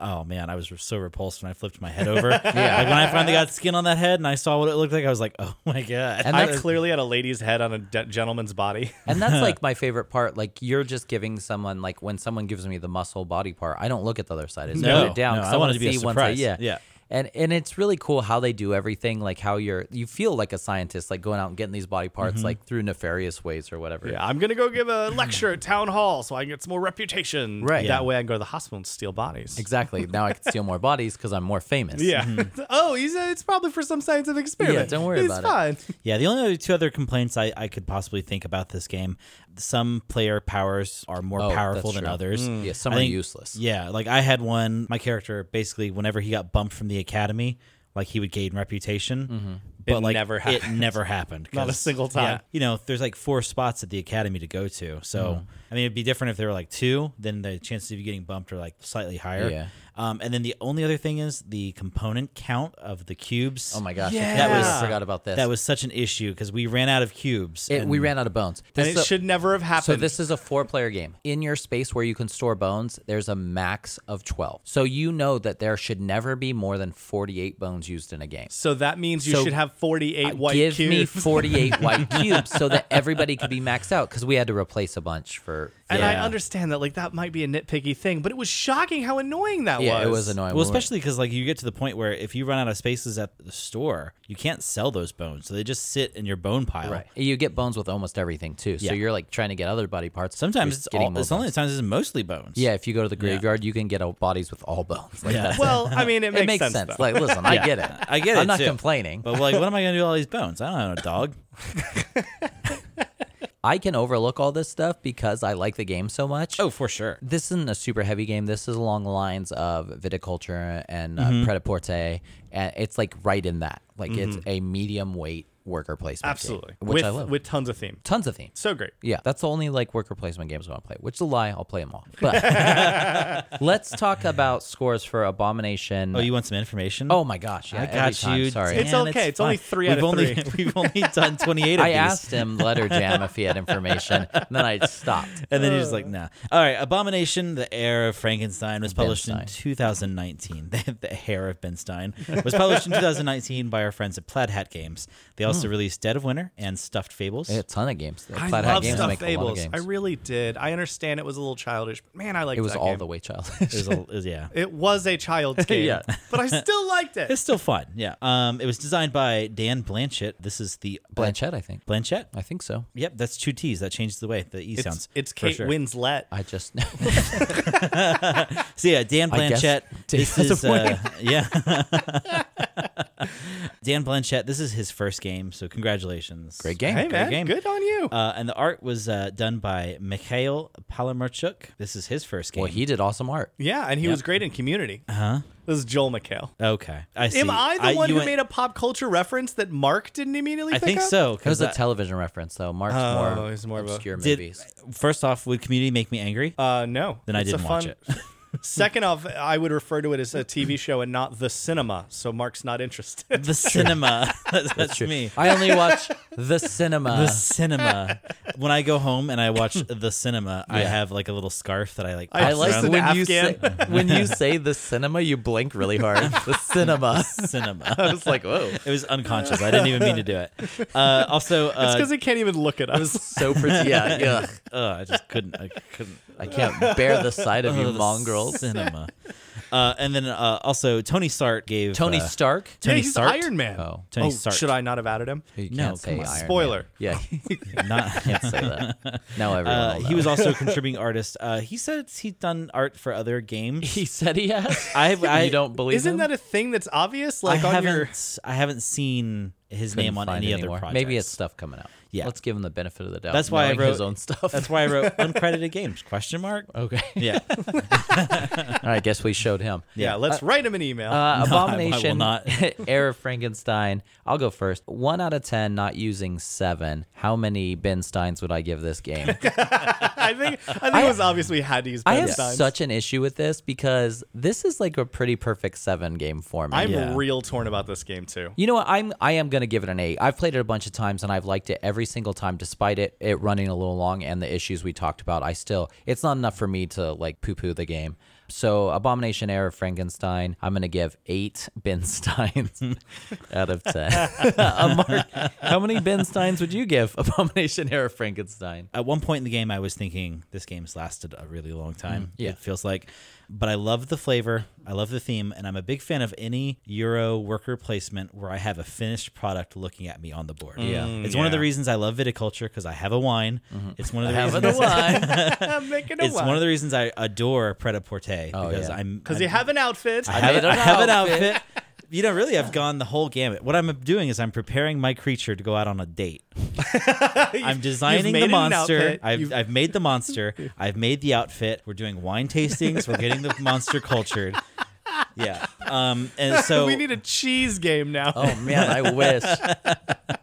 [SPEAKER 1] Oh man, I was so repulsed when I flipped my head over. yeah, like, when I finally got skin on that head and I saw what it looked like, I was like, oh my god.
[SPEAKER 3] And
[SPEAKER 2] I
[SPEAKER 3] that's-
[SPEAKER 2] clearly had a lady's head on a de- gentleman's body.
[SPEAKER 3] And that's like my favorite part. Like you're just giving someone like when someone gives me the muscle body part, I don't look at the other side. I just
[SPEAKER 1] No,
[SPEAKER 3] put it down.
[SPEAKER 1] no,
[SPEAKER 3] 'cause
[SPEAKER 1] I want
[SPEAKER 3] wanna
[SPEAKER 1] it to be a
[SPEAKER 3] see once I-
[SPEAKER 1] surprise.
[SPEAKER 3] yeah,
[SPEAKER 1] Yeah.
[SPEAKER 3] And and it's really cool how they do everything. Like how you're you feel like a scientist, like going out and getting these body parts
[SPEAKER 1] Mm-hmm.
[SPEAKER 3] like through nefarious ways or whatever.
[SPEAKER 2] Yeah, I'm gonna go give a lecture at town hall so I can get some more reputation.
[SPEAKER 3] Right.
[SPEAKER 2] That way I can go to the hospital and steal bodies.
[SPEAKER 3] Exactly. Now I can steal more bodies because I'm more famous.
[SPEAKER 2] Yeah. oh, he's uh, it's probably for some scientific experiment.
[SPEAKER 3] don't worry
[SPEAKER 2] He's
[SPEAKER 3] about it.
[SPEAKER 2] fine.
[SPEAKER 1] Yeah, the only other two other complaints I, I could possibly think about this game, some player powers are more
[SPEAKER 3] Oh, that's
[SPEAKER 1] powerful than
[SPEAKER 3] true.
[SPEAKER 1] others.
[SPEAKER 3] Yeah, some
[SPEAKER 1] I
[SPEAKER 3] are
[SPEAKER 1] think-
[SPEAKER 3] useless.
[SPEAKER 1] Yeah, like I had one. My character basically, whenever he got bumped from the academy, like he would gain reputation,
[SPEAKER 3] Mm-hmm.
[SPEAKER 1] but
[SPEAKER 2] It
[SPEAKER 1] like
[SPEAKER 2] never
[SPEAKER 1] it
[SPEAKER 2] happened.
[SPEAKER 1] never happened.
[SPEAKER 2] Not a
[SPEAKER 1] 'cause,
[SPEAKER 2] single
[SPEAKER 1] yeah,
[SPEAKER 2] time.
[SPEAKER 1] you know, there's like four spots at the academy to go
[SPEAKER 3] Mm-hmm.
[SPEAKER 1] to, so I mean, it'd be different if there were like two. Then the chances of you getting bumped are like slightly higher.
[SPEAKER 3] Yeah.
[SPEAKER 1] Um, and then the only other thing is the component count of the cubes.
[SPEAKER 3] Oh my gosh,
[SPEAKER 2] Yeah.
[SPEAKER 3] that was
[SPEAKER 2] Yeah.
[SPEAKER 3] I forgot about this.
[SPEAKER 1] That was such an issue because we ran out of cubes.
[SPEAKER 3] it,
[SPEAKER 1] and-
[SPEAKER 3] we ran out of bones.
[SPEAKER 2] and
[SPEAKER 3] This
[SPEAKER 2] it
[SPEAKER 3] is a-
[SPEAKER 2] should never have happened.
[SPEAKER 3] So this is a four-player game. In your space where you can store bones, there's a max of 12. So you know that there should never be more than 48 bones used in a game.
[SPEAKER 2] So that means you
[SPEAKER 3] So-
[SPEAKER 2] should have 48 white
[SPEAKER 3] Give
[SPEAKER 2] cubes.
[SPEAKER 3] me 48 white cubes so that everybody could be maxed out cuz we had to replace a bunch for
[SPEAKER 2] and I
[SPEAKER 1] Yeah.
[SPEAKER 2] understand that like that might be a nitpicky thing, but it was shocking how annoying that
[SPEAKER 3] Yeah,
[SPEAKER 2] was.
[SPEAKER 3] it was annoying.
[SPEAKER 1] Well,
[SPEAKER 3] We were-
[SPEAKER 1] especially because like you get to the point where if you run out of spaces at the store, you can't sell those bones, so they just sit in your bone pile.
[SPEAKER 3] Right. You get bones with almost everything too. So
[SPEAKER 1] Yeah.
[SPEAKER 3] you're like trying to get other body parts.
[SPEAKER 1] Sometimes
[SPEAKER 3] You're
[SPEAKER 1] it's
[SPEAKER 3] getting
[SPEAKER 1] all.
[SPEAKER 3] more
[SPEAKER 1] It's only
[SPEAKER 3] bones.
[SPEAKER 1] times it's mostly bones.
[SPEAKER 3] Yeah, if you go to the graveyard, you can get all bodies with all bones. Like
[SPEAKER 1] Yeah.
[SPEAKER 3] that's-
[SPEAKER 2] Well, I mean, it makes,
[SPEAKER 3] it makes sense.
[SPEAKER 2] though.
[SPEAKER 3] Like listen, I get it.
[SPEAKER 1] I get it.
[SPEAKER 3] I'm not
[SPEAKER 1] too.
[SPEAKER 3] complaining.
[SPEAKER 1] But like, what am I going to do with all these bones? I don't own a dog.
[SPEAKER 3] I can overlook all this stuff because I like the game so much.
[SPEAKER 1] Oh, for sure.
[SPEAKER 3] This isn't a super heavy game. This is along the lines of viticulture and uh,
[SPEAKER 1] Mm-hmm.
[SPEAKER 3] Pret-a-Porter, and it's like right in that. Like it's a medium weight worker placement, game,
[SPEAKER 2] Absolutely.
[SPEAKER 3] which
[SPEAKER 2] with,
[SPEAKER 3] I love.
[SPEAKER 2] with tons of theme.
[SPEAKER 3] Tons of themes.
[SPEAKER 2] So great.
[SPEAKER 3] Yeah, that's the only like worker placement games I want to play. Which is a lie. I'll play them all. But let's talk about scores for Abomination.
[SPEAKER 1] Oh, you want some information?
[SPEAKER 3] Oh my gosh! Yeah,
[SPEAKER 1] I
[SPEAKER 3] every
[SPEAKER 1] got
[SPEAKER 3] time,
[SPEAKER 1] you.
[SPEAKER 3] Sorry,
[SPEAKER 2] It's
[SPEAKER 1] Dan,
[SPEAKER 2] okay. It's only
[SPEAKER 1] fine.
[SPEAKER 2] three
[SPEAKER 1] we've
[SPEAKER 2] out of
[SPEAKER 1] only,
[SPEAKER 2] three.
[SPEAKER 1] We've only done 28 of
[SPEAKER 3] I
[SPEAKER 1] these.
[SPEAKER 3] asked him letter jam if he had information, and then I stopped.
[SPEAKER 1] And then you're just like, nah. All right, Abomination, The Heir of Frankenstein was published in
[SPEAKER 3] Stein.
[SPEAKER 1] 2019. The, the Heir of Ben Stein was published in 2019 by our friends at Plaid Hat Games. They
[SPEAKER 3] Hmm.
[SPEAKER 1] also released Dead of Winter and Stuffed Fables.
[SPEAKER 3] A ton of games.
[SPEAKER 2] I
[SPEAKER 3] Plaid Hat
[SPEAKER 2] love
[SPEAKER 3] games
[SPEAKER 2] stuff
[SPEAKER 3] make a lot of
[SPEAKER 2] fables.
[SPEAKER 3] games.
[SPEAKER 2] I really did. I understand it was a little childish, but man, I liked
[SPEAKER 3] it was
[SPEAKER 2] that
[SPEAKER 3] all
[SPEAKER 2] game.
[SPEAKER 3] the way childish.
[SPEAKER 1] There's a- is- yeah.
[SPEAKER 2] It was a child's game,
[SPEAKER 3] Yeah.
[SPEAKER 2] but I still liked it.
[SPEAKER 1] It's still fun. Yeah. Um, it was designed by Dan Blanchett. This is the
[SPEAKER 3] Blanchett, I think.
[SPEAKER 1] Blanchett?
[SPEAKER 3] I think so.
[SPEAKER 1] Yep, that's two T's. That changes the way the E
[SPEAKER 2] It's,
[SPEAKER 1] sounds.
[SPEAKER 2] it's
[SPEAKER 1] for
[SPEAKER 2] Kate
[SPEAKER 1] sure.
[SPEAKER 2] Winslet.
[SPEAKER 3] I just
[SPEAKER 1] So yeah, Dan
[SPEAKER 3] I guess
[SPEAKER 1] Blanchett.
[SPEAKER 3] Dan
[SPEAKER 1] This
[SPEAKER 3] has a
[SPEAKER 1] is uh, yeah. Dan Blanchett. This is his first game, so congratulations.
[SPEAKER 3] great game.
[SPEAKER 2] Hey man,
[SPEAKER 1] game.
[SPEAKER 2] good on you.
[SPEAKER 1] Uh, and the art was uh, done by Mikhail Palamerchuk. This is his first game.
[SPEAKER 3] Well, he did awesome art.
[SPEAKER 2] yeah, and he was great in Community. Uh huh. This is Joel McHale.
[SPEAKER 1] okay. I Uh-huh. see.
[SPEAKER 2] Am I the one
[SPEAKER 1] you
[SPEAKER 2] who
[SPEAKER 1] went-
[SPEAKER 2] made a pop culture reference that Mark didn't immediately?
[SPEAKER 1] I
[SPEAKER 2] pick
[SPEAKER 1] think
[SPEAKER 2] up?
[SPEAKER 1] so.
[SPEAKER 3] It was
[SPEAKER 1] Because
[SPEAKER 3] a television reference, though. Mark's
[SPEAKER 2] Oh,
[SPEAKER 3] more,
[SPEAKER 2] it's more of a-
[SPEAKER 3] obscure
[SPEAKER 1] did,
[SPEAKER 3] movies.
[SPEAKER 1] first off, would Community make me angry?
[SPEAKER 2] Uh, no.
[SPEAKER 1] then I
[SPEAKER 2] It's a
[SPEAKER 1] didn't watch
[SPEAKER 2] fun-
[SPEAKER 1] it.
[SPEAKER 2] Second off, I would refer to it as a TV show and not the cinema, so Mark's not interested.
[SPEAKER 1] The cinema. that's me.
[SPEAKER 3] I uh, only watch the cinema.
[SPEAKER 1] the cinema. When I go home and I watch the cinema, I
[SPEAKER 3] Yeah.
[SPEAKER 1] have like a little scarf that I like.
[SPEAKER 2] I
[SPEAKER 3] I
[SPEAKER 1] pass
[SPEAKER 3] like
[SPEAKER 1] around.
[SPEAKER 2] the
[SPEAKER 3] when you, say,
[SPEAKER 2] Afghan.
[SPEAKER 3] when you say the cinema, you blink really hard. The cinema. I
[SPEAKER 1] cinema.
[SPEAKER 3] was like, whoa.
[SPEAKER 1] It was unconscious. I didn't even mean to do it. Uh, also,
[SPEAKER 2] It's
[SPEAKER 1] uh,
[SPEAKER 2] because he can't even look at us.
[SPEAKER 3] So pretty. Yeah, yeah.
[SPEAKER 1] ugh, I just couldn't. I couldn't.
[SPEAKER 3] I can't bear the sight of you
[SPEAKER 2] Oh,
[SPEAKER 1] Ugh, Oh, the
[SPEAKER 3] mongrels.
[SPEAKER 1] Cinema. Uh, and then uh, also Tony Stark gave
[SPEAKER 3] Tony
[SPEAKER 1] uh,
[SPEAKER 3] Stark.
[SPEAKER 1] Tony
[SPEAKER 2] yeah, he's
[SPEAKER 1] Stark?
[SPEAKER 2] Iron Man.
[SPEAKER 3] Oh.
[SPEAKER 1] Tony
[SPEAKER 2] Oh,
[SPEAKER 1] Stark.
[SPEAKER 2] should I not have added him?
[SPEAKER 3] You
[SPEAKER 1] No,
[SPEAKER 3] can't say
[SPEAKER 1] come on.
[SPEAKER 3] Iron Man.
[SPEAKER 2] Spoiler.
[SPEAKER 3] Yeah, you
[SPEAKER 1] not.
[SPEAKER 3] can't say that. Now everyone.
[SPEAKER 1] Uh,
[SPEAKER 3] will
[SPEAKER 1] he
[SPEAKER 3] know.
[SPEAKER 1] was also a contributing artist. Uh, he said he'd done art for other games.
[SPEAKER 3] He said he had.
[SPEAKER 1] I, I
[SPEAKER 3] you don't believe
[SPEAKER 2] Isn't
[SPEAKER 3] him?
[SPEAKER 2] that a thing that's obvious? Like
[SPEAKER 1] I
[SPEAKER 2] on
[SPEAKER 1] haven't.
[SPEAKER 2] your
[SPEAKER 1] I haven't seen his
[SPEAKER 3] Couldn't
[SPEAKER 1] name on
[SPEAKER 3] find
[SPEAKER 1] any
[SPEAKER 3] anymore.
[SPEAKER 1] other project.
[SPEAKER 3] Maybe it's stuff coming out.
[SPEAKER 1] Yeah.
[SPEAKER 3] let's give him the benefit of the doubt.
[SPEAKER 1] That's why I
[SPEAKER 3] knowing
[SPEAKER 1] wrote-
[SPEAKER 3] his own stuff.
[SPEAKER 1] That's why I wrote uncredited games? Question mark.
[SPEAKER 3] okay.
[SPEAKER 1] Yeah.
[SPEAKER 3] All right, I guess we showed him.
[SPEAKER 2] yeah. Let's write him an email.
[SPEAKER 3] Uh,
[SPEAKER 1] No, I- I will
[SPEAKER 3] Abomination,
[SPEAKER 1] not.
[SPEAKER 3] Heir of Frankenstein. I'll go first. One out of ten, not using seven. How many Ben Steins would I give this game?
[SPEAKER 2] I think I think it was obvious we had to use
[SPEAKER 3] I
[SPEAKER 2] Ben
[SPEAKER 3] have
[SPEAKER 2] Steins.
[SPEAKER 3] such an issue with this because this is like a pretty perfect seven game for me.
[SPEAKER 2] I'm
[SPEAKER 1] Yeah.
[SPEAKER 2] real torn about this game too.
[SPEAKER 3] You know what? I'm I am gonna give it an eight. I've played it a bunch of times and I've liked it every single time, despite it it running a little long and the issues we talked about. I still it's not enough for me to like poo poo the game. So Abomination Era of Frankenstein, I'm gonna give eight Ben Steins out of ten. Uh, Mark, how many Ben Steins would you give Abomination Era of Frankenstein?
[SPEAKER 1] at one point in the game i was thinking this game's lasted a really long time
[SPEAKER 3] Mm, yeah.
[SPEAKER 1] it feels like but i love the flavor i love the theme and i'm a big fan of any euro worker placement where i have a finished product looking at me on the board yeah it's one of the
[SPEAKER 2] yeah.
[SPEAKER 1] reasons i love viticulture because i have a wine it's one of the
[SPEAKER 3] Mm-hmm. Have
[SPEAKER 1] reasons
[SPEAKER 3] it a line.
[SPEAKER 2] I'm making a
[SPEAKER 1] it's one of the reasons i adore pret-a-porter because
[SPEAKER 3] Oh, yeah.
[SPEAKER 1] i'm
[SPEAKER 2] because
[SPEAKER 1] I'm-
[SPEAKER 2] you have an outfit.
[SPEAKER 1] I have,
[SPEAKER 3] made
[SPEAKER 1] I
[SPEAKER 3] an
[SPEAKER 1] have an
[SPEAKER 3] outfit.
[SPEAKER 1] outfit. You know, really, I've gone the whole gamut. What I'm doing is I'm preparing my creature to go out on a date. I'm designing
[SPEAKER 2] made
[SPEAKER 1] the
[SPEAKER 2] an
[SPEAKER 1] monster.
[SPEAKER 2] outfit.
[SPEAKER 1] I've,
[SPEAKER 2] You've-
[SPEAKER 1] I've made the monster. I've made the outfit. We're doing wine tastings. We're getting the monster cultured. yeah. Um, and so
[SPEAKER 2] we need a cheese game now.
[SPEAKER 3] Oh man, I wish.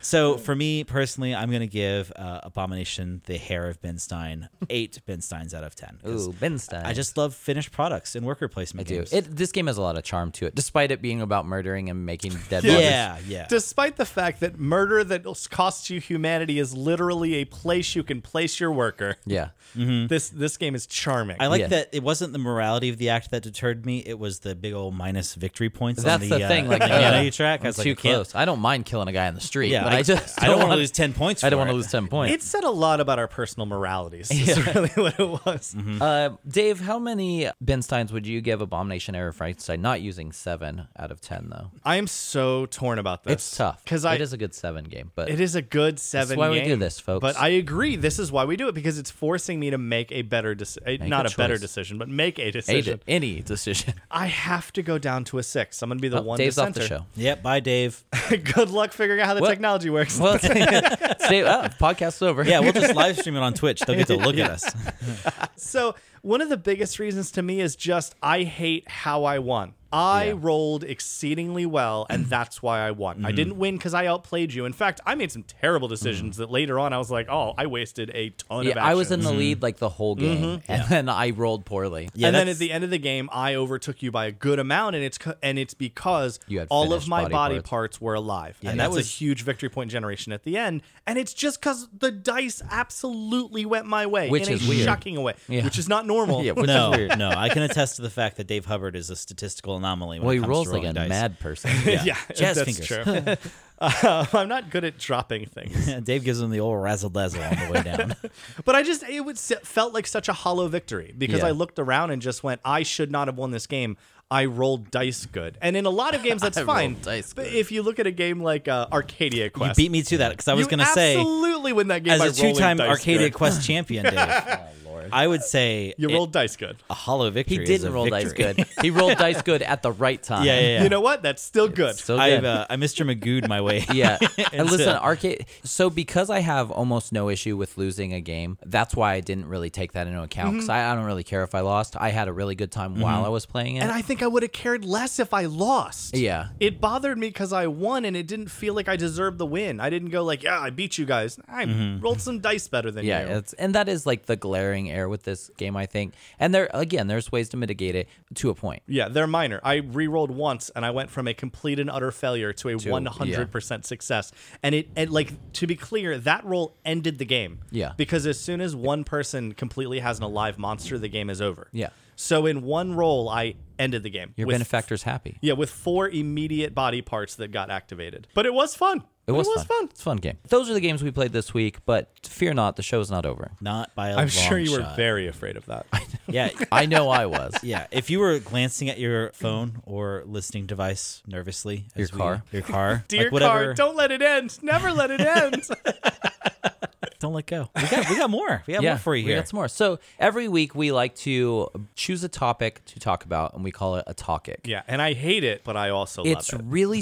[SPEAKER 1] So for me personally, I'm gonna give uh, Abomination the hair of Ben Stein eight Ben Steins out of ten. 'cause
[SPEAKER 3] Ooh, Ben Stein.
[SPEAKER 1] I just love finished products and worker placement.
[SPEAKER 3] do.
[SPEAKER 1] games.
[SPEAKER 3] It, this game has a lot of charm to it, despite it being about murdering and making dead bodies.
[SPEAKER 1] yeah, yeah.
[SPEAKER 2] Despite the fact that murder that costs you humanity is literally a place you can place your worker,
[SPEAKER 3] Yeah. Hmm.
[SPEAKER 2] this this game is charming.
[SPEAKER 1] I like
[SPEAKER 3] Yeah.
[SPEAKER 1] that it wasn't the morality of the act that deterred me. It was the big old minus victory points.
[SPEAKER 3] That's
[SPEAKER 1] on
[SPEAKER 3] the,
[SPEAKER 1] the, uh,
[SPEAKER 3] thing. Like,
[SPEAKER 1] on the
[SPEAKER 3] uh,
[SPEAKER 1] humanity track.
[SPEAKER 3] I'm
[SPEAKER 1] I was like,
[SPEAKER 3] too
[SPEAKER 1] I can't-
[SPEAKER 3] close. I don't mind killing a guy in the street.
[SPEAKER 1] Yeah,
[SPEAKER 3] but I, just
[SPEAKER 1] I don't want to
[SPEAKER 3] wanna-
[SPEAKER 1] lose ten points.
[SPEAKER 3] I don't
[SPEAKER 1] want
[SPEAKER 3] to lose ten points.
[SPEAKER 2] it said a lot about our personal moralities. Is really what it was.
[SPEAKER 3] Uh, Dave, how many Ben Steins would you give Abomination Era Frankenstein? Not using seven out of ten though.
[SPEAKER 2] I am so torn about this.
[SPEAKER 3] It's tough
[SPEAKER 2] because I
[SPEAKER 3] it is a good seven game, but
[SPEAKER 2] It is a good seven.
[SPEAKER 3] why we
[SPEAKER 2] game,
[SPEAKER 3] do this, folks.
[SPEAKER 2] But I agree. This is why we do it because it's forcing me to make a better decision. Not
[SPEAKER 3] a
[SPEAKER 2] a, better
[SPEAKER 3] choice.
[SPEAKER 2] decision, but make a
[SPEAKER 3] Eight-
[SPEAKER 2] decision.
[SPEAKER 3] any decision.
[SPEAKER 2] I have to go down to a six. I'm going to be the
[SPEAKER 3] Oh,
[SPEAKER 2] one.
[SPEAKER 3] Dave's
[SPEAKER 2] to
[SPEAKER 3] off the
[SPEAKER 2] center.
[SPEAKER 3] show.
[SPEAKER 1] Yep. Bye, Dave.
[SPEAKER 2] Good luck figuring out how the
[SPEAKER 3] Well-
[SPEAKER 2] technology works.
[SPEAKER 3] Well, it's- it's Dave, oh, podcast's over.
[SPEAKER 1] Yeah, we'll just live stream it on Twitch. They'll get to look at us.
[SPEAKER 2] So one of the biggest reasons to me is just I hate how I won. I
[SPEAKER 3] Yeah.
[SPEAKER 2] rolled exceedingly well, and that's why I won.
[SPEAKER 3] Mm-hmm.
[SPEAKER 2] I didn't win because I outplayed you. In fact, I made some terrible decisions that later on I was like, oh, I wasted a ton of.
[SPEAKER 3] Mm. yeah,
[SPEAKER 2] Action.
[SPEAKER 3] I was in the lead like the whole game, and then I rolled poorly.
[SPEAKER 1] Mm-hmm. Yeah,
[SPEAKER 2] and then
[SPEAKER 1] that's-
[SPEAKER 2] at the end of the game, I overtook you by a good amount, and it's co- and it's because
[SPEAKER 3] You had
[SPEAKER 2] all of
[SPEAKER 3] finished
[SPEAKER 2] my
[SPEAKER 3] body
[SPEAKER 2] body,
[SPEAKER 3] parts.
[SPEAKER 2] parts. were alive, and
[SPEAKER 1] that
[SPEAKER 2] that's
[SPEAKER 1] was-
[SPEAKER 2] a huge victory point generation at the end. And it's just because the dice absolutely went my way,
[SPEAKER 3] Which
[SPEAKER 2] in
[SPEAKER 3] is
[SPEAKER 2] a
[SPEAKER 3] weird.
[SPEAKER 2] shocking way,
[SPEAKER 3] Yeah.
[SPEAKER 2] which is not normal.
[SPEAKER 3] Yeah, which
[SPEAKER 1] No,
[SPEAKER 3] is weird.
[SPEAKER 1] no, I can attest to the fact that Dave Hubbard is a statistical anomaly. When
[SPEAKER 3] Well,
[SPEAKER 1] it
[SPEAKER 3] he
[SPEAKER 1] comes
[SPEAKER 3] rolls
[SPEAKER 1] to
[SPEAKER 3] like
[SPEAKER 1] rolling
[SPEAKER 3] a
[SPEAKER 1] dice.
[SPEAKER 3] mad person.
[SPEAKER 2] yeah,
[SPEAKER 1] Jazz
[SPEAKER 2] that's
[SPEAKER 1] fingers.
[SPEAKER 2] true. Uh, I'm not good at dropping things,
[SPEAKER 1] Dave gives him the old razzle dazzle on the way down.
[SPEAKER 2] but I just it would s- felt like such a hollow victory because
[SPEAKER 3] Yeah.
[SPEAKER 2] I looked around and just went, I should not have won this game. I rolled dice good, and in a lot of games that's
[SPEAKER 3] I rolled
[SPEAKER 2] fine.
[SPEAKER 3] dice
[SPEAKER 2] but
[SPEAKER 3] good.
[SPEAKER 2] if you look at a game like uh, Arcadia
[SPEAKER 1] you
[SPEAKER 2] Quest,
[SPEAKER 1] beat me to that because I was
[SPEAKER 2] You
[SPEAKER 1] going to say,
[SPEAKER 2] absolutely win that game
[SPEAKER 1] as
[SPEAKER 2] by
[SPEAKER 1] a
[SPEAKER 2] rolling
[SPEAKER 1] two-time
[SPEAKER 2] dice
[SPEAKER 1] Arcadia
[SPEAKER 2] good.
[SPEAKER 1] Quest champion, Dave,
[SPEAKER 3] Oh,
[SPEAKER 1] I would say
[SPEAKER 2] You
[SPEAKER 1] it-
[SPEAKER 2] rolled dice good.
[SPEAKER 1] a hollow victory.
[SPEAKER 3] He
[SPEAKER 1] is
[SPEAKER 3] didn't
[SPEAKER 1] a
[SPEAKER 3] roll dice
[SPEAKER 1] victory.
[SPEAKER 3] good. He rolled dice good at the right time.
[SPEAKER 1] Yeah, yeah, yeah.
[SPEAKER 2] You know what? That's still good.
[SPEAKER 3] So
[SPEAKER 1] I
[SPEAKER 3] good.
[SPEAKER 1] uh, I Mr. Magooed my way.
[SPEAKER 3] yeah. And
[SPEAKER 1] Into-
[SPEAKER 3] listen, arcade. So because I have almost no issue with losing a game, that's why I didn't really take that into account. Because I, I don't really care if I lost. I had a really good time while I was playing it.
[SPEAKER 2] and I think I would have cared less if I lost.
[SPEAKER 3] Yeah.
[SPEAKER 2] It bothered me because I won and it didn't feel like I deserved the win. I didn't go like, yeah, I beat you guys. I
[SPEAKER 1] Mm-hmm.
[SPEAKER 2] rolled some dice better than
[SPEAKER 3] yeah,
[SPEAKER 2] you.
[SPEAKER 3] it's and that is like the glaring error with this game, I think. And there again, there's ways to mitigate it to a point.
[SPEAKER 2] yeah, they're minor. I re-rolled once and I went from a complete and utter failure to a
[SPEAKER 3] yeah.
[SPEAKER 2] 100% success. And it and like to be clear, that roll ended the game.
[SPEAKER 3] Yeah.
[SPEAKER 2] Because as soon as one person completely has an alive monster, the game is over.
[SPEAKER 3] Yeah.
[SPEAKER 2] So in one roll, I ended the game.
[SPEAKER 3] Your
[SPEAKER 2] with
[SPEAKER 3] benefactor's happy.
[SPEAKER 2] Yeah, with four immediate body parts that got activated. But it was fun.
[SPEAKER 3] It was, fun. It's a fun game. Those are the games we played this week, but fear not, the show's not over.
[SPEAKER 1] Not by a
[SPEAKER 2] I'm
[SPEAKER 1] long
[SPEAKER 2] sure you were
[SPEAKER 1] shot.
[SPEAKER 2] very afraid of that.
[SPEAKER 1] Yeah,
[SPEAKER 3] I know I was.
[SPEAKER 1] yeah. If you were glancing at your phone or listening device nervously, as
[SPEAKER 3] Your
[SPEAKER 1] we-
[SPEAKER 3] car.
[SPEAKER 1] your car,
[SPEAKER 2] Dear
[SPEAKER 1] like whatever,
[SPEAKER 2] car, don't let it end. Never let it end.
[SPEAKER 1] don't let go. We got we got more. We got more for you
[SPEAKER 3] we
[SPEAKER 1] here.
[SPEAKER 3] got some more. So every week we like to choose a topic to talk about, and we call it a topic.
[SPEAKER 2] yeah, and I hate it, but I also
[SPEAKER 3] it's
[SPEAKER 2] love it.
[SPEAKER 3] really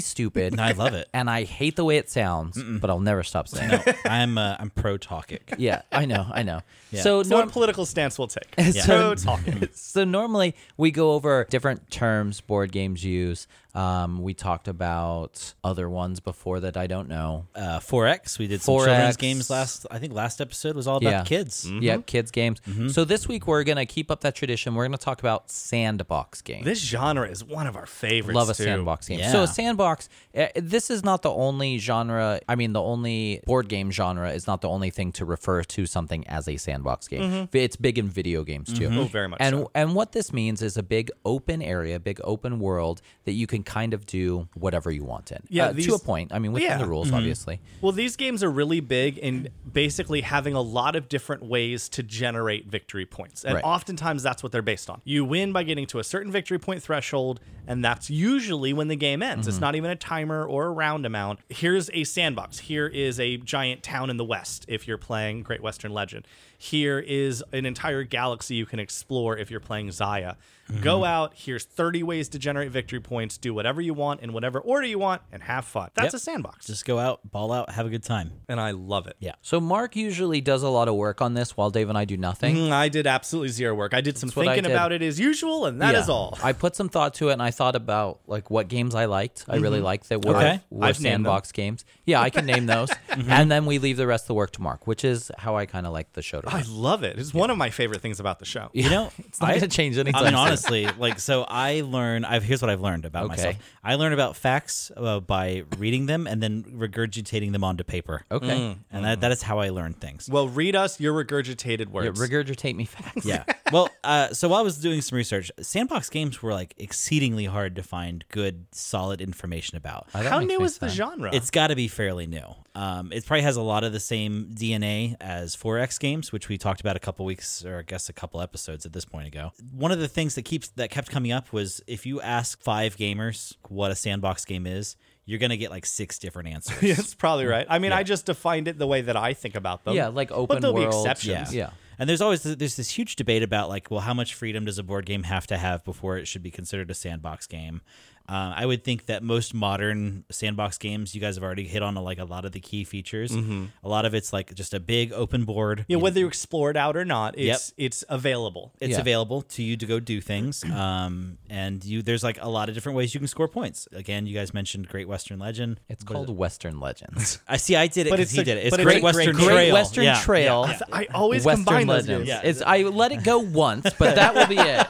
[SPEAKER 3] stupid,
[SPEAKER 1] I love it.
[SPEAKER 3] and I hate the way it sounds, but I'll never stop saying it.
[SPEAKER 1] I'm uh, I'm pro talkic.
[SPEAKER 3] Yeah, I know, I know. So
[SPEAKER 2] So
[SPEAKER 3] norm-
[SPEAKER 2] what political stance we'll take.
[SPEAKER 3] So-
[SPEAKER 2] So talking.
[SPEAKER 3] so normally we go over different terms board games use. Um, we talked about other ones before that I don't know.
[SPEAKER 1] Uh, 4X. We did some children's
[SPEAKER 3] 4X.
[SPEAKER 1] games last. I think last episode was all about
[SPEAKER 3] Yeah. Mm.
[SPEAKER 1] kids.
[SPEAKER 3] Yep, kids games. So this week we're gonna keep up that tradition. We're gonna talk about sandbox games.
[SPEAKER 2] This genre is one of our favorites.
[SPEAKER 3] Love a
[SPEAKER 2] too.
[SPEAKER 3] sandbox game. So
[SPEAKER 1] Yeah.
[SPEAKER 3] a sandbox. eh, This is not the only genre. I mean, the only board game genre is not the only thing to refer to something as a sandbox game. It's big in video games too.
[SPEAKER 2] Mm-hmm. Oh, very much
[SPEAKER 3] And
[SPEAKER 2] so.
[SPEAKER 3] and what this means is a big open area, big open world that you can kind of do whatever you want in.
[SPEAKER 2] Yeah,
[SPEAKER 3] Uh,
[SPEAKER 2] these-
[SPEAKER 3] to a point. I mean, within
[SPEAKER 2] Yeah. Mm-hmm.
[SPEAKER 3] the rules, obviously.
[SPEAKER 2] Well, these games are really big in basically having a lot of different ways to generate victory points. And
[SPEAKER 3] Right.
[SPEAKER 2] oftentimes that's what they're based on. You win by getting to a certain victory point threshold, and that's usually when the game ends. It's not even a timer or a round amount. Here's a sandbox. Here is a giant town in the West if you're playing Great Western Legend. Here is an entire galaxy you can explore if you're playing Zaya. Go out. Here's 30 ways to generate victory points. Do do whatever you want in whatever order you want and have fun. That's
[SPEAKER 1] Yep.
[SPEAKER 2] a sandbox.
[SPEAKER 1] Just go out, ball out, have a good time.
[SPEAKER 4] and I love it.
[SPEAKER 1] Yeah.
[SPEAKER 3] So Mark usually does a lot of work on this while Dave and I do nothing.
[SPEAKER 2] Mm, I did absolutely zero work. I did some
[SPEAKER 3] what I
[SPEAKER 2] thinking
[SPEAKER 3] did.
[SPEAKER 2] about it as usual, and that is
[SPEAKER 3] Yeah.
[SPEAKER 2] all.
[SPEAKER 3] I put some thought to it, and I thought about like what games I liked. I really liked that were,
[SPEAKER 1] Okay.
[SPEAKER 3] were
[SPEAKER 2] I've named
[SPEAKER 3] sandbox games. Yeah, I can name those, and then we leave the rest of the work to Mark, which is how I kind of like the show. To
[SPEAKER 2] I
[SPEAKER 3] run.
[SPEAKER 2] love it. It's one of my favorite things about the show.
[SPEAKER 1] You know,
[SPEAKER 3] it's not
[SPEAKER 1] I-
[SPEAKER 3] going to change anything.
[SPEAKER 1] I mean, honestly, like, so I learn. I've here's what I've learned about
[SPEAKER 3] Okay.
[SPEAKER 1] myself. I learn about facts uh, by reading them and then regurgitating them onto paper.
[SPEAKER 3] okay, Mm.
[SPEAKER 1] and that, that is how I learn things.
[SPEAKER 2] Well, read us your regurgitated
[SPEAKER 3] Yeah,
[SPEAKER 2] words.
[SPEAKER 3] regurgitate me facts.
[SPEAKER 1] yeah. Well, uh, so while I was doing some research, sandbox games were like exceedingly hard to find good, solid information about.
[SPEAKER 3] Oh, that
[SPEAKER 2] How
[SPEAKER 3] makes
[SPEAKER 2] new
[SPEAKER 3] me
[SPEAKER 2] is the
[SPEAKER 3] sad.
[SPEAKER 2] genre?
[SPEAKER 1] It's got to be fairly new. Um, it probably has a lot of the same DNA as 4X games, which we talked about a couple weeks, or I guess a couple episodes at this point ago. One of the things that keeps that kept coming up was if you ask five gamers what a sandbox game is, you're gonna get like six different answers.
[SPEAKER 2] That's probably right. I mean, I just defined it the way that I think about them.
[SPEAKER 3] Yeah, like
[SPEAKER 2] but
[SPEAKER 3] open
[SPEAKER 2] there'll
[SPEAKER 3] world.
[SPEAKER 2] be exceptions.
[SPEAKER 3] Yeah.
[SPEAKER 1] And there's always there's this huge debate about like, well, how much freedom does a board game have to have before it should be considered a sandbox game? Uh, I would think that most modern sandbox games, you guys have already hit on like a lot of the key features. A lot of it's like just a big open board.
[SPEAKER 2] You know, whether you explore it out or not, it's it's available.
[SPEAKER 1] it's
[SPEAKER 3] Yeah.
[SPEAKER 1] available to you to go do things um and you there's like a lot of different ways you can score points again you guys mentioned great western legend
[SPEAKER 3] It's called Western Legends.
[SPEAKER 1] i see i did it
[SPEAKER 2] But
[SPEAKER 1] because
[SPEAKER 2] it's
[SPEAKER 1] he
[SPEAKER 2] a-
[SPEAKER 1] did it it's
[SPEAKER 2] but
[SPEAKER 1] great,
[SPEAKER 2] it's a
[SPEAKER 1] western
[SPEAKER 2] great-
[SPEAKER 1] trail
[SPEAKER 2] Great
[SPEAKER 3] Western
[SPEAKER 1] Yeah.
[SPEAKER 3] Trail.
[SPEAKER 2] I always
[SPEAKER 3] Western
[SPEAKER 2] combine those
[SPEAKER 3] Legends.
[SPEAKER 2] games.
[SPEAKER 1] Yeah.
[SPEAKER 3] It's, I let it go once, but that will be it.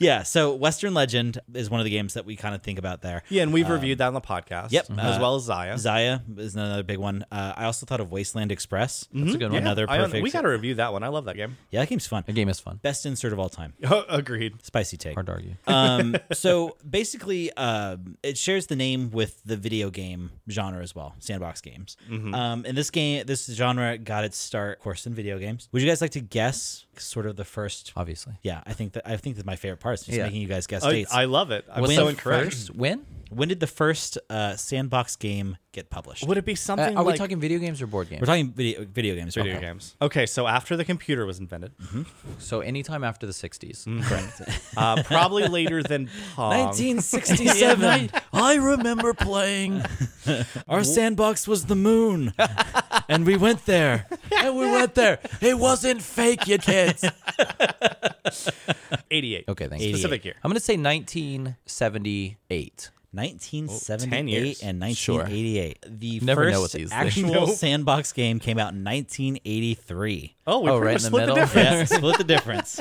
[SPEAKER 1] yeah so western legend is one of the games that we kind of think about there
[SPEAKER 2] Yeah, and we've
[SPEAKER 3] Um,
[SPEAKER 2] reviewed that on the podcast.
[SPEAKER 1] yep.
[SPEAKER 2] as
[SPEAKER 1] Uh,
[SPEAKER 2] well as Zaya.
[SPEAKER 1] Zaya is another big one. Uh, I also thought of Wasteland Express.
[SPEAKER 3] That's a good one.
[SPEAKER 1] Another
[SPEAKER 2] Mm-hmm. I don't-
[SPEAKER 1] perfect.
[SPEAKER 2] we got to review that one. I love that game.
[SPEAKER 1] yeah, that game's fun.
[SPEAKER 3] The game is fun.
[SPEAKER 1] Best insert of all time.
[SPEAKER 2] Agreed.
[SPEAKER 1] Spicy take.
[SPEAKER 3] Hard to argue.
[SPEAKER 1] um, so basically, um, it shares the name with the video game genre as well, sandbox games.
[SPEAKER 2] Mm-hmm.
[SPEAKER 1] Um, and this game, this genre got its start, of course, in video games. Would you guys like to guess sort of the first?
[SPEAKER 3] Obviously.
[SPEAKER 1] Yeah, I think that I think that my favorite part is just
[SPEAKER 3] Yeah.
[SPEAKER 1] making you guys guess
[SPEAKER 2] I,
[SPEAKER 1] dates.
[SPEAKER 2] I love it. I'm
[SPEAKER 3] What's
[SPEAKER 2] so
[SPEAKER 3] the
[SPEAKER 2] encouraged.
[SPEAKER 3] first win?
[SPEAKER 1] when did the first uh, sandbox game get published?
[SPEAKER 2] Would it be
[SPEAKER 3] Uh,
[SPEAKER 2] something
[SPEAKER 3] are
[SPEAKER 2] like
[SPEAKER 3] we talking video games or board games?
[SPEAKER 1] We're talking video, video games.
[SPEAKER 2] video
[SPEAKER 1] okay.
[SPEAKER 2] games? Okay, so after the computer was invented,
[SPEAKER 3] so anytime after the 60s.
[SPEAKER 1] Mm-hmm.
[SPEAKER 2] uh, probably later than Pong.
[SPEAKER 1] 1967.
[SPEAKER 3] I remember playing,
[SPEAKER 1] Our sandbox was the moon, and we went there.
[SPEAKER 3] and we went there. It wasn't fake, you kids.
[SPEAKER 2] 88.
[SPEAKER 3] Okay, thanks.
[SPEAKER 2] Specific year.
[SPEAKER 3] I'm going to say 1978.
[SPEAKER 1] 1978
[SPEAKER 2] 10 years.
[SPEAKER 1] and
[SPEAKER 3] Sure.
[SPEAKER 1] 1988. The
[SPEAKER 3] Never
[SPEAKER 1] first
[SPEAKER 3] know with these things.
[SPEAKER 1] actual
[SPEAKER 2] Nope.
[SPEAKER 1] sandbox game came out in 1983.
[SPEAKER 2] Oh, we
[SPEAKER 3] Oh,
[SPEAKER 2] pretty much
[SPEAKER 3] right in the
[SPEAKER 2] split the,
[SPEAKER 3] middle?
[SPEAKER 2] difference.
[SPEAKER 1] Yeah, split the difference.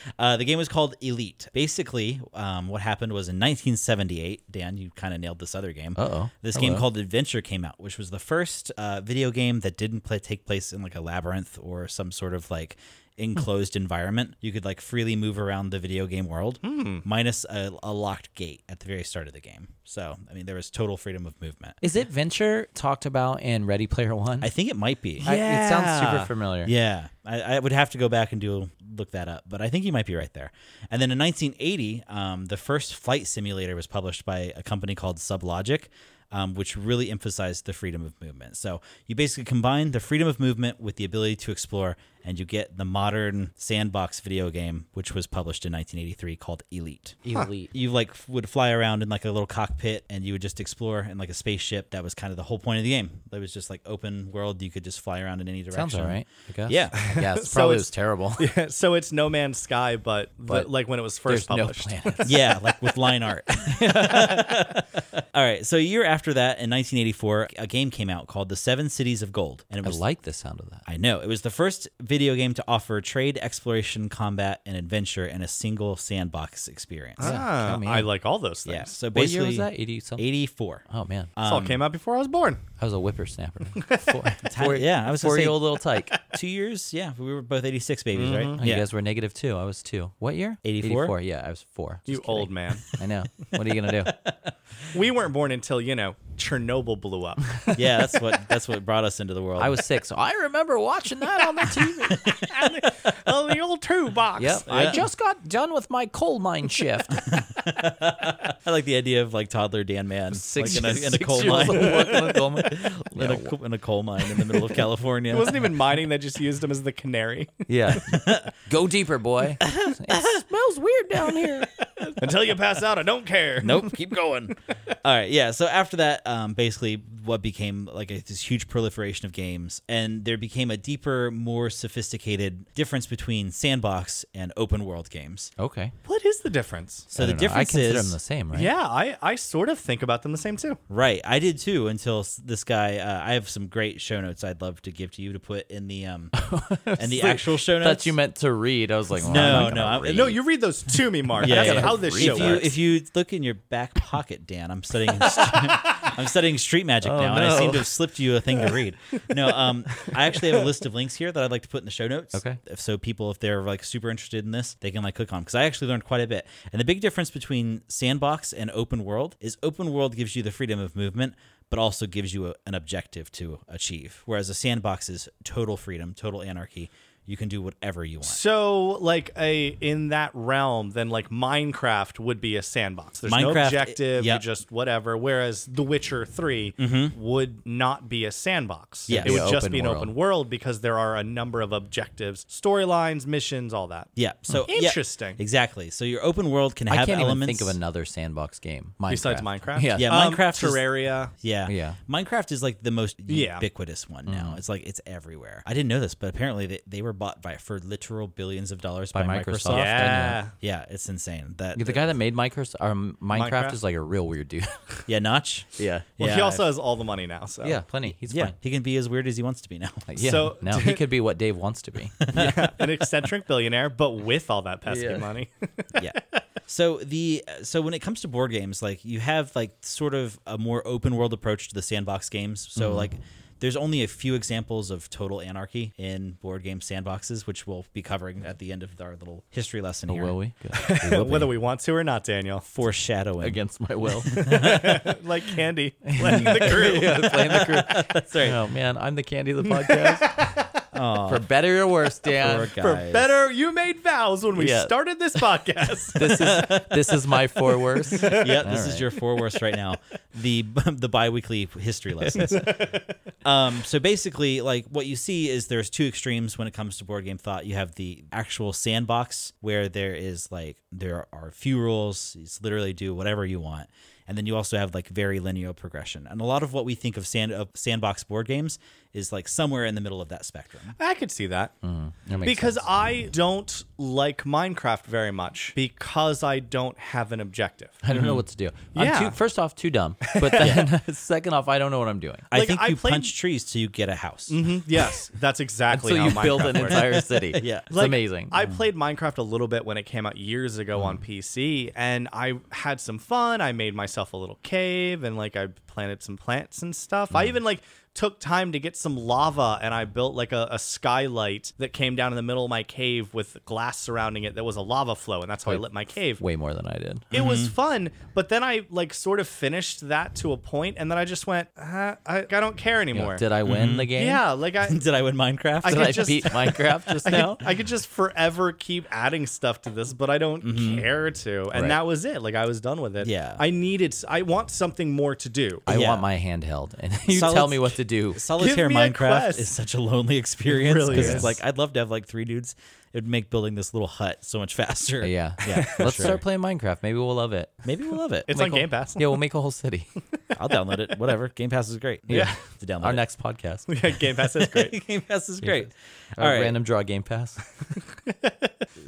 [SPEAKER 1] uh, the game was called Elite. Basically, um, what happened was in 1978, Dan, you kind of nailed this other game.
[SPEAKER 3] Uh-oh.
[SPEAKER 1] This
[SPEAKER 3] Hello.
[SPEAKER 1] game called Adventure came out, which was the first uh, video game that didn't play, take place in like a labyrinth or some sort of like enclosed environment. You could like freely move around the video game world,
[SPEAKER 3] Hmm.
[SPEAKER 1] minus a, a locked gate at the very start of the game. So, I mean, there was total freedom of movement.
[SPEAKER 3] Is it Venture talked about in Ready Player One?
[SPEAKER 1] I think it might be.
[SPEAKER 3] I- it sounds super familiar.
[SPEAKER 1] Yeah, I, I would have to go back and do look that up, but I think you might be right there. And then in 1980, um, the first flight simulator was published by a company called Sublogic, um, which really emphasized the freedom of movement. So you basically combine the freedom of movement with the ability to explore, and you get the modern sandbox video game, which was published in 1983 called Elite.
[SPEAKER 3] Elite.
[SPEAKER 1] You like f- would fly around in like a little cockpit, and you would just explore in like a spaceship. That was kind of the whole point of the game. It was just like open world. You could just fly around in any direction.
[SPEAKER 3] Sounds all right. I guess.
[SPEAKER 1] Yeah.
[SPEAKER 3] Yeah, it's
[SPEAKER 2] So
[SPEAKER 3] probably
[SPEAKER 2] it's-
[SPEAKER 3] was terrible.
[SPEAKER 2] so it's No Man's Sky, but, the-
[SPEAKER 3] But
[SPEAKER 2] like when it was first
[SPEAKER 3] There's no
[SPEAKER 2] published.
[SPEAKER 3] planets.
[SPEAKER 1] yeah, like with line art. All right, so a year after that, in 1984, a game came out called The Seven Cities of Gold, and it
[SPEAKER 3] I
[SPEAKER 1] was
[SPEAKER 3] like the sound of that.
[SPEAKER 1] I know it was the first video game to offer trade, exploration, combat, and adventure in a single sandbox experience.
[SPEAKER 2] Ah,
[SPEAKER 3] Come
[SPEAKER 2] I
[SPEAKER 3] in.
[SPEAKER 2] like all those things.
[SPEAKER 1] yeah, so
[SPEAKER 3] What year
[SPEAKER 1] basically,
[SPEAKER 3] was that? 80 something?
[SPEAKER 1] 84.
[SPEAKER 3] Oh, man.
[SPEAKER 2] This all came out before I was born.
[SPEAKER 3] I was a whippersnapper. Four,
[SPEAKER 1] Time- yeah, I was gonna say-
[SPEAKER 3] four year old little tyke.
[SPEAKER 1] Two years, yeah, we were both 86 babies,
[SPEAKER 3] Oh,
[SPEAKER 1] right? Yeah,
[SPEAKER 3] You guys were negative two. I was two. What year?
[SPEAKER 1] 84?
[SPEAKER 3] Yeah, I was four.
[SPEAKER 2] You
[SPEAKER 3] Just kidding.
[SPEAKER 2] old man.
[SPEAKER 3] I know. What are you gonna do?
[SPEAKER 2] we weren't born until, you know, Chernobyl blew up.
[SPEAKER 1] yeah, that's what that's what brought us into the world.
[SPEAKER 3] I was six. I remember watching that on the TV.
[SPEAKER 2] oh, the old two box.
[SPEAKER 3] Yep. I just got done with my coal mine shift.
[SPEAKER 1] I like the idea of like toddler Dan Man,
[SPEAKER 3] Six,
[SPEAKER 1] like in a, in a
[SPEAKER 3] six
[SPEAKER 1] coal
[SPEAKER 3] years
[SPEAKER 1] mine,
[SPEAKER 3] old working in a coal mine.
[SPEAKER 1] in, a, co- in a coal mine in the middle of California.
[SPEAKER 2] It wasn't even mining. They just used him as the canary.
[SPEAKER 3] Yeah. Go deeper, boy. It smells weird down here.
[SPEAKER 2] Until you pass out, I don't care.
[SPEAKER 1] nope, keep going. All right, yeah. So after that, um, basically, what became like a, this huge proliferation of games, and there became a deeper, more sophisticated difference between sandbox and open world games.
[SPEAKER 3] Okay.
[SPEAKER 2] What is the difference?
[SPEAKER 1] So
[SPEAKER 3] I
[SPEAKER 1] the
[SPEAKER 3] don't know. I
[SPEAKER 1] difference
[SPEAKER 3] consider
[SPEAKER 1] is
[SPEAKER 3] them the same, right?
[SPEAKER 2] Yeah, I, I sort of think about them the same too.
[SPEAKER 1] right. I did too until s- this guy. Uh, I have some great show notes I'd love to give to you to put in the um and the actual show
[SPEAKER 3] I
[SPEAKER 1] notes.
[SPEAKER 3] thought you meant to read. I was like, well,
[SPEAKER 1] No,
[SPEAKER 3] I'm not
[SPEAKER 1] no,
[SPEAKER 3] gonna
[SPEAKER 1] I'm-
[SPEAKER 3] read.
[SPEAKER 2] No, you read those to me, Mark.
[SPEAKER 1] Yeah,
[SPEAKER 2] That's
[SPEAKER 1] yeah.
[SPEAKER 2] how this
[SPEAKER 1] if
[SPEAKER 2] show
[SPEAKER 1] you
[SPEAKER 2] works.
[SPEAKER 1] if you look in your back pocket, Dan, I'm studying I'm studying street magic now, and I
[SPEAKER 3] Oh, no.
[SPEAKER 1] seem to have slipped you a thing to read. No, um, I actually have a list of links here that I'd like to put in the show notes.
[SPEAKER 3] Okay.
[SPEAKER 1] If- So people, if they're like super interested in this, they can like click on because I actually learned quite a bit. And the big difference between sandbox and open world is open world gives you the freedom of movement. But also gives you a, an objective to achieve, whereas a sandbox is total freedom, total anarchy. You can do whatever you want.
[SPEAKER 2] so like a in that realm, then like Minecraft would be a sandbox. There's no
[SPEAKER 1] Minecraft,
[SPEAKER 2] objective,
[SPEAKER 1] yep.
[SPEAKER 2] you just whatever. Whereas The Witcher 3 would not be a sandbox.
[SPEAKER 1] Mm-hmm. Yes.
[SPEAKER 2] It would
[SPEAKER 3] Be
[SPEAKER 2] just
[SPEAKER 3] open
[SPEAKER 2] be an
[SPEAKER 3] world.
[SPEAKER 2] open world because there are a number of objectives, storylines, missions, all that.
[SPEAKER 1] Yeah. So yeah,
[SPEAKER 2] Interesting.
[SPEAKER 1] exactly. So your open world can have
[SPEAKER 3] I can't
[SPEAKER 1] elements.
[SPEAKER 3] even think of another sandbox game. Minecraft.
[SPEAKER 2] Besides Minecraft.
[SPEAKER 3] Yeah.
[SPEAKER 1] Yeah.
[SPEAKER 2] Um,
[SPEAKER 1] Minecraft is-
[SPEAKER 2] Terraria.
[SPEAKER 1] Yeah.
[SPEAKER 3] Yeah. Mm-hmm.
[SPEAKER 1] Minecraft is like the most
[SPEAKER 2] Yeah.
[SPEAKER 1] ubiquitous one now. It's like it's everywhere. I didn't know this, but apparently they, they were bought by for literal billions of dollars by,
[SPEAKER 3] By
[SPEAKER 1] Microsoft.
[SPEAKER 3] Microsoft.
[SPEAKER 1] Yeah.
[SPEAKER 2] Yeah.
[SPEAKER 1] it's insane. That
[SPEAKER 3] The guy that made Microsoft, or Minecraft,
[SPEAKER 2] Minecraft?
[SPEAKER 3] is like a real weird dude.
[SPEAKER 1] Yeah, Notch.
[SPEAKER 3] yeah.
[SPEAKER 2] Well, he
[SPEAKER 1] Yeah.
[SPEAKER 2] also has all the money now. So
[SPEAKER 3] Yeah, plenty. He's
[SPEAKER 1] Oh. Yeah,
[SPEAKER 3] fine.
[SPEAKER 1] he can be as weird as he wants to be now.
[SPEAKER 3] Like, yeah.
[SPEAKER 2] So-
[SPEAKER 3] now he could be what Dave wants to be.
[SPEAKER 2] Yeah, an eccentric billionaire, but with all that pesky
[SPEAKER 3] Yeah.
[SPEAKER 2] money.
[SPEAKER 1] yeah. So the so when it comes to board games, like you have like sort of a more open world approach to the sandbox games. So
[SPEAKER 2] Mm-hmm.
[SPEAKER 1] like there's only a few examples of total anarchy in board game sandboxes, which we'll be covering at the end of our little history
[SPEAKER 2] Oh,
[SPEAKER 1] lesson here.
[SPEAKER 3] Will we?
[SPEAKER 2] Whether we want to or not, Daniel.
[SPEAKER 1] Foreshadowing.
[SPEAKER 3] Against my will.
[SPEAKER 2] Like Candy, letting the crew.
[SPEAKER 3] Playing the crew.
[SPEAKER 1] That's right.
[SPEAKER 3] Oh, man. I'm the candy of the podcast. For better or worse, Dan.
[SPEAKER 1] Poor guy.
[SPEAKER 2] For
[SPEAKER 1] Guys.
[SPEAKER 2] better, you made vows when we
[SPEAKER 3] Yeah.
[SPEAKER 2] started this podcast.
[SPEAKER 3] This is this is my for worse.
[SPEAKER 1] yeah, this is
[SPEAKER 3] right.
[SPEAKER 1] your four worst right now. The the biweekly history lessons. um, so basically, like what you see is there's two extremes when it comes to board game thought. You have the actual sandbox where there is like there are few rules. You just literally do whatever you want, and then you also have like very linear progression. And a lot of what we think of sand of sandbox board games is like somewhere in the middle of that spectrum.
[SPEAKER 2] I could see that.
[SPEAKER 3] That makes
[SPEAKER 2] Because
[SPEAKER 3] sense.
[SPEAKER 2] I don't like Minecraft very much because I don't have an objective.
[SPEAKER 3] I don't know what to do.
[SPEAKER 2] Yeah.
[SPEAKER 3] I'm too, first off, too dumb. But then, second off, I don't know what I'm doing.
[SPEAKER 1] I
[SPEAKER 2] Like,
[SPEAKER 1] think
[SPEAKER 2] I
[SPEAKER 1] you
[SPEAKER 2] played-
[SPEAKER 1] punch trees till you get a house.
[SPEAKER 2] Mhm, Yes, that's exactly
[SPEAKER 3] So
[SPEAKER 2] how
[SPEAKER 3] you
[SPEAKER 2] Minecraft
[SPEAKER 3] build an
[SPEAKER 2] works.
[SPEAKER 3] entire city.
[SPEAKER 1] Oh Yeah.
[SPEAKER 3] It's
[SPEAKER 2] Like,
[SPEAKER 3] amazing. Mm.
[SPEAKER 2] I played Minecraft a little bit when it came out years ago on PC, and I had some fun. I made myself a little cave, and like I planted some plants and stuff. I even like took time to get some lava, and I built like a, a skylight that came down in the middle of my cave with glass surrounding it that was a lava flow, and that's how I
[SPEAKER 3] Wait. Mm-hmm.
[SPEAKER 2] lit my cave.
[SPEAKER 3] Way more than I did.
[SPEAKER 2] It was fun, but then I like sort of finished that to a point, and then I just went, uh, I, I don't care anymore.
[SPEAKER 3] Did I win
[SPEAKER 1] Mm-hmm.
[SPEAKER 3] the game?
[SPEAKER 2] yeah, like I,
[SPEAKER 1] Did I win Minecraft?
[SPEAKER 2] I
[SPEAKER 3] Did
[SPEAKER 2] could
[SPEAKER 3] I
[SPEAKER 2] just-
[SPEAKER 3] beat Minecraft just
[SPEAKER 2] I
[SPEAKER 3] now?
[SPEAKER 2] could- I could just forever keep adding stuff to this, but I don't care to. And
[SPEAKER 3] Right.
[SPEAKER 2] that was it. Like I was done with it.
[SPEAKER 1] Yeah.
[SPEAKER 2] I needed. s- I want something more to do.
[SPEAKER 3] I
[SPEAKER 1] Yeah.
[SPEAKER 3] want my handheld, and you
[SPEAKER 1] Solid-
[SPEAKER 3] tell me what to do.
[SPEAKER 1] Solitaire
[SPEAKER 2] Give me a
[SPEAKER 1] Minecraft
[SPEAKER 2] quest.
[SPEAKER 1] is such a lonely experience because
[SPEAKER 2] really
[SPEAKER 1] it's
[SPEAKER 2] is.
[SPEAKER 1] like I'd love to have like three dudes. It would make building this little hut so much faster.
[SPEAKER 3] Uh, Yeah,
[SPEAKER 1] yeah. for
[SPEAKER 3] Let's
[SPEAKER 1] sure.
[SPEAKER 3] start playing Minecraft. Maybe we'll love it.
[SPEAKER 1] Maybe we'll love it.
[SPEAKER 2] It's
[SPEAKER 3] Make
[SPEAKER 2] on
[SPEAKER 3] a-
[SPEAKER 2] Game Pass.
[SPEAKER 3] Yeah, we'll make a whole city.
[SPEAKER 1] I'll download it. Whatever. Game Pass is great.
[SPEAKER 2] Yeah.
[SPEAKER 1] to download
[SPEAKER 3] Our
[SPEAKER 1] it.
[SPEAKER 3] next podcast.
[SPEAKER 2] Yeah, Game Pass is great.
[SPEAKER 1] Game Pass is great.
[SPEAKER 3] Our
[SPEAKER 1] All right.
[SPEAKER 3] Random draw Game Pass.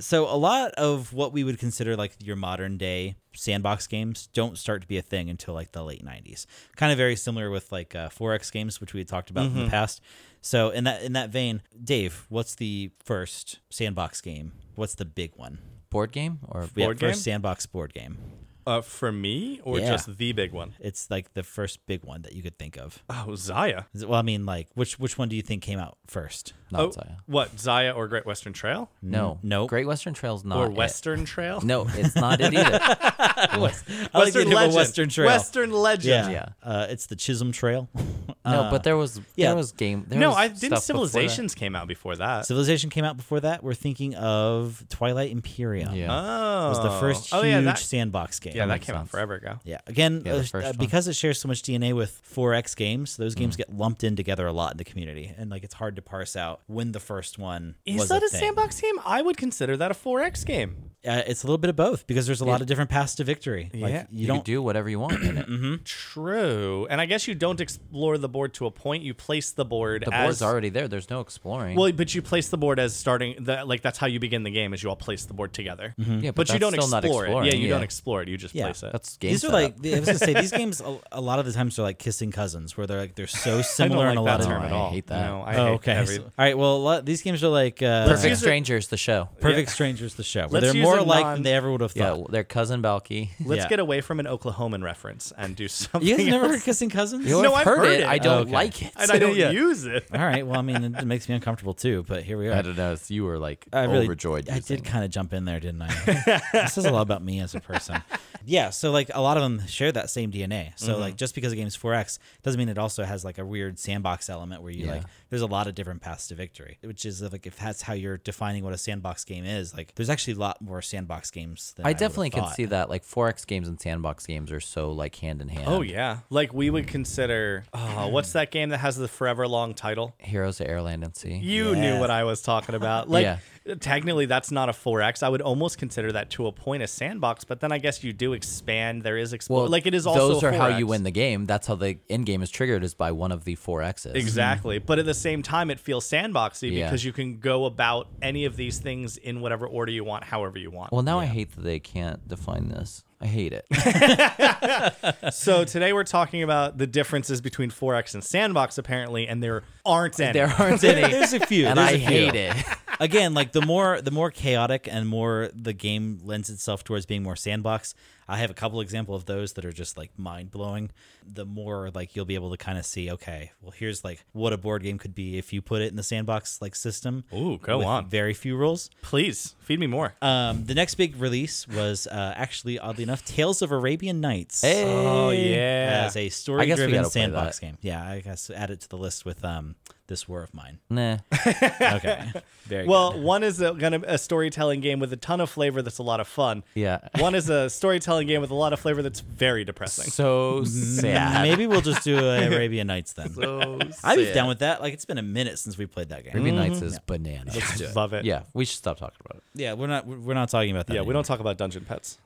[SPEAKER 1] So a lot of what we would consider like your modern day sandbox games don't start to be a thing until like the late 90s. Kind of very similar with like uh, 4X games which we had talked about
[SPEAKER 2] Mm-hmm.
[SPEAKER 1] in the past. So in that in that vein, Dave, what's the first sandbox game? What's the big one?
[SPEAKER 3] Board game or
[SPEAKER 1] Yeah,
[SPEAKER 2] Board
[SPEAKER 1] first
[SPEAKER 2] game?
[SPEAKER 1] sandbox board game.
[SPEAKER 2] Uh, for me, or
[SPEAKER 1] Yeah.
[SPEAKER 2] just the big one?
[SPEAKER 1] It's like the first big one that you could think of.
[SPEAKER 2] Oh, Zaya.
[SPEAKER 1] Is it- Well, I mean, like which which one do you think came out first?
[SPEAKER 3] not
[SPEAKER 2] oh,
[SPEAKER 3] Zaya.
[SPEAKER 2] what Zaya or Great Western Trail
[SPEAKER 3] No,
[SPEAKER 1] no.
[SPEAKER 3] Great Western Trail's not
[SPEAKER 2] or
[SPEAKER 3] it.
[SPEAKER 2] Western Trail?
[SPEAKER 3] No, it's not it either.
[SPEAKER 1] I like the idea of a Western Trail.
[SPEAKER 2] Western Legend.
[SPEAKER 3] Yeah.
[SPEAKER 1] Uh, it's the Chisholm Trail. Uh,
[SPEAKER 3] no, but there was
[SPEAKER 1] yeah.
[SPEAKER 3] there was game. There
[SPEAKER 2] Uh, No,
[SPEAKER 3] was
[SPEAKER 2] I
[SPEAKER 3] stuff before
[SPEAKER 2] didn't.
[SPEAKER 3] that.
[SPEAKER 2] Civilizations came out before that.
[SPEAKER 1] Civilization came out before that. We're thinking of Twilight Imperium.
[SPEAKER 3] Yeah.
[SPEAKER 2] oh,
[SPEAKER 1] was the first
[SPEAKER 2] oh,
[SPEAKER 1] huge
[SPEAKER 2] yeah, that,
[SPEAKER 1] sandbox game.
[SPEAKER 2] yeah, that
[SPEAKER 3] makes
[SPEAKER 2] came out
[SPEAKER 3] sense.
[SPEAKER 2] forever ago.
[SPEAKER 1] Yeah. Again,
[SPEAKER 3] Yeah, the
[SPEAKER 1] uh,
[SPEAKER 3] first
[SPEAKER 1] uh,
[SPEAKER 3] one. Mm.
[SPEAKER 1] because it shares so much DNA with 4X games, those games get lumped in together a lot in the community, and like it's hard to parse out when the first one
[SPEAKER 2] Is
[SPEAKER 1] was
[SPEAKER 2] that a
[SPEAKER 1] thing.
[SPEAKER 2] sandbox game? I would consider that a 4X game.
[SPEAKER 1] Uh, it's a little bit of both because there's a lot of different paths to victory. Like,
[SPEAKER 2] Yeah.
[SPEAKER 1] you,
[SPEAKER 3] You,
[SPEAKER 1] don't
[SPEAKER 3] can do whatever you want in it.
[SPEAKER 2] Mm-hmm. True. And I guess you don't explore the board to a point. You place the board
[SPEAKER 3] The
[SPEAKER 2] as
[SPEAKER 3] board's already there. There's no exploring.
[SPEAKER 2] Well, but you place the board as starting the like that's how you begin the game is you all place the board together.
[SPEAKER 3] yeah,
[SPEAKER 2] But, you
[SPEAKER 3] Mm-hmm. that's
[SPEAKER 2] don't
[SPEAKER 3] still not
[SPEAKER 2] explore it.
[SPEAKER 3] exploring,
[SPEAKER 2] Yeah, you don't explore it. You just
[SPEAKER 1] Yeah,
[SPEAKER 2] place it.
[SPEAKER 3] That's game
[SPEAKER 1] these are
[SPEAKER 3] setup.
[SPEAKER 1] like I was gonna say these games a, a lot of the times are like kissing cousins where they're like they're so
[SPEAKER 2] I don't
[SPEAKER 1] similar
[SPEAKER 2] like
[SPEAKER 1] in a
[SPEAKER 2] that
[SPEAKER 1] lot of
[SPEAKER 2] term
[SPEAKER 3] No,
[SPEAKER 2] at
[SPEAKER 3] I
[SPEAKER 2] all.
[SPEAKER 3] hate that.
[SPEAKER 2] No, I
[SPEAKER 1] Oh,
[SPEAKER 2] hate
[SPEAKER 1] okay.
[SPEAKER 2] every-
[SPEAKER 1] So- all right. Well, a lot, these games are like uh,
[SPEAKER 3] Perfect
[SPEAKER 2] use a-
[SPEAKER 3] Strangers, the show.
[SPEAKER 1] Perfect Strangers, the show. Where
[SPEAKER 2] Let's
[SPEAKER 1] they're
[SPEAKER 2] use
[SPEAKER 1] more
[SPEAKER 2] a
[SPEAKER 1] alike
[SPEAKER 2] non-
[SPEAKER 1] than they ever would have
[SPEAKER 3] Yeah,
[SPEAKER 1] thought.
[SPEAKER 3] their cousin Balky.
[SPEAKER 2] Let's
[SPEAKER 1] Yeah.
[SPEAKER 2] get away from an Oklahoman reference and do something.
[SPEAKER 1] You guys never
[SPEAKER 2] else.
[SPEAKER 1] heard kissing cousins?
[SPEAKER 2] know, No, I've heard it.
[SPEAKER 3] I
[SPEAKER 1] Oh,
[SPEAKER 3] don't
[SPEAKER 1] okay.
[SPEAKER 3] like it.
[SPEAKER 2] and I don't
[SPEAKER 4] Yeah.
[SPEAKER 2] use it.
[SPEAKER 1] All right. Well, I mean, it, it makes me uncomfortable too. But here we are.
[SPEAKER 3] I don't know. You were like
[SPEAKER 1] I really,
[SPEAKER 3] overjoyed.
[SPEAKER 1] I
[SPEAKER 3] using
[SPEAKER 1] did
[SPEAKER 3] it.
[SPEAKER 1] kind of jump in there, didn't I? this says a lot about me as a person. Yeah, so like a lot of them share that same DNA. So
[SPEAKER 3] Mm-hmm.
[SPEAKER 1] like just because a game's 4X doesn't mean it also has like a weird sandbox element where you
[SPEAKER 3] Yeah.
[SPEAKER 1] like there's a lot of different paths to victory, which is like if that's how you're defining what a sandbox game is, like there's actually a lot more sandbox games than I,
[SPEAKER 3] I
[SPEAKER 1] would've
[SPEAKER 3] definitely can
[SPEAKER 1] thought.
[SPEAKER 3] see that. Like 4X games and sandbox games are so like hand in hand.
[SPEAKER 2] Oh yeah, like we would consider. Oh, what's that game that has the forever long title?
[SPEAKER 3] Heroes of Airland and Sea.
[SPEAKER 2] You
[SPEAKER 1] Yeah.
[SPEAKER 2] knew what I was talking about. Like
[SPEAKER 3] Yeah.
[SPEAKER 2] technically, that's not a 4x. I would almost consider that to a point a sandbox, but then I guess you do expand. There is explore. like it is also
[SPEAKER 3] those
[SPEAKER 2] a
[SPEAKER 3] are how
[SPEAKER 2] 4X.
[SPEAKER 3] you win the game. That's how the end game is triggered is by one of the four X's.
[SPEAKER 2] Exactly. But at the same time, it feels sandboxy
[SPEAKER 3] Yeah.
[SPEAKER 2] because you can go about any of these things in whatever order you want, however you want.
[SPEAKER 3] Well, now I hate that they can't define this. I hate it.
[SPEAKER 2] so today we're talking about the differences between 4X and sandbox, apparently, and there aren't any.
[SPEAKER 3] there aren't
[SPEAKER 1] There-
[SPEAKER 3] any,
[SPEAKER 1] there's a few,
[SPEAKER 3] and
[SPEAKER 1] there's
[SPEAKER 3] I
[SPEAKER 1] a few.
[SPEAKER 3] hate it.
[SPEAKER 1] Again, like the more the more chaotic and more the game lends itself towards being more sandbox. I have a couple example of those that are just like mind blowing. The more like you'll be able to kind of see, okay, well here's like what a board game could be if you put it in the sandbox like system.
[SPEAKER 2] Ooh, go
[SPEAKER 1] with
[SPEAKER 2] on.
[SPEAKER 1] Very few rules.
[SPEAKER 2] Please feed me more.
[SPEAKER 1] Um, the next big release was uh, actually oddly enough, Tales of Arabian Nights.
[SPEAKER 2] oh
[SPEAKER 3] Hey.
[SPEAKER 2] yeah.
[SPEAKER 1] As a
[SPEAKER 3] I guess we
[SPEAKER 1] story-driven
[SPEAKER 3] gotta play
[SPEAKER 1] sandbox
[SPEAKER 3] that.
[SPEAKER 1] game, yeah, I guess add it to the list with um, this war of mine.
[SPEAKER 3] Nah.
[SPEAKER 1] Okay, very
[SPEAKER 2] Well,
[SPEAKER 1] good.
[SPEAKER 2] one is a, gonna a storytelling game with a ton of flavor that's a lot of fun.
[SPEAKER 3] Yeah.
[SPEAKER 2] One is a storytelling game with a lot of flavor that's very depressing.
[SPEAKER 3] So sad.
[SPEAKER 1] Maybe we'll just do a Arabian Nights then.
[SPEAKER 3] So
[SPEAKER 1] I'd be
[SPEAKER 3] sad.
[SPEAKER 1] down with that. Like it's been a minute since we played that game.
[SPEAKER 3] Ruby Knights is bananas.
[SPEAKER 1] Let's do it.
[SPEAKER 2] Love it.
[SPEAKER 3] Yeah, we should stop talking about it.
[SPEAKER 1] Yeah, we're not we're we're not talking about that.
[SPEAKER 2] Yeah, we
[SPEAKER 1] anymore.
[SPEAKER 2] don't talk about dungeon pets.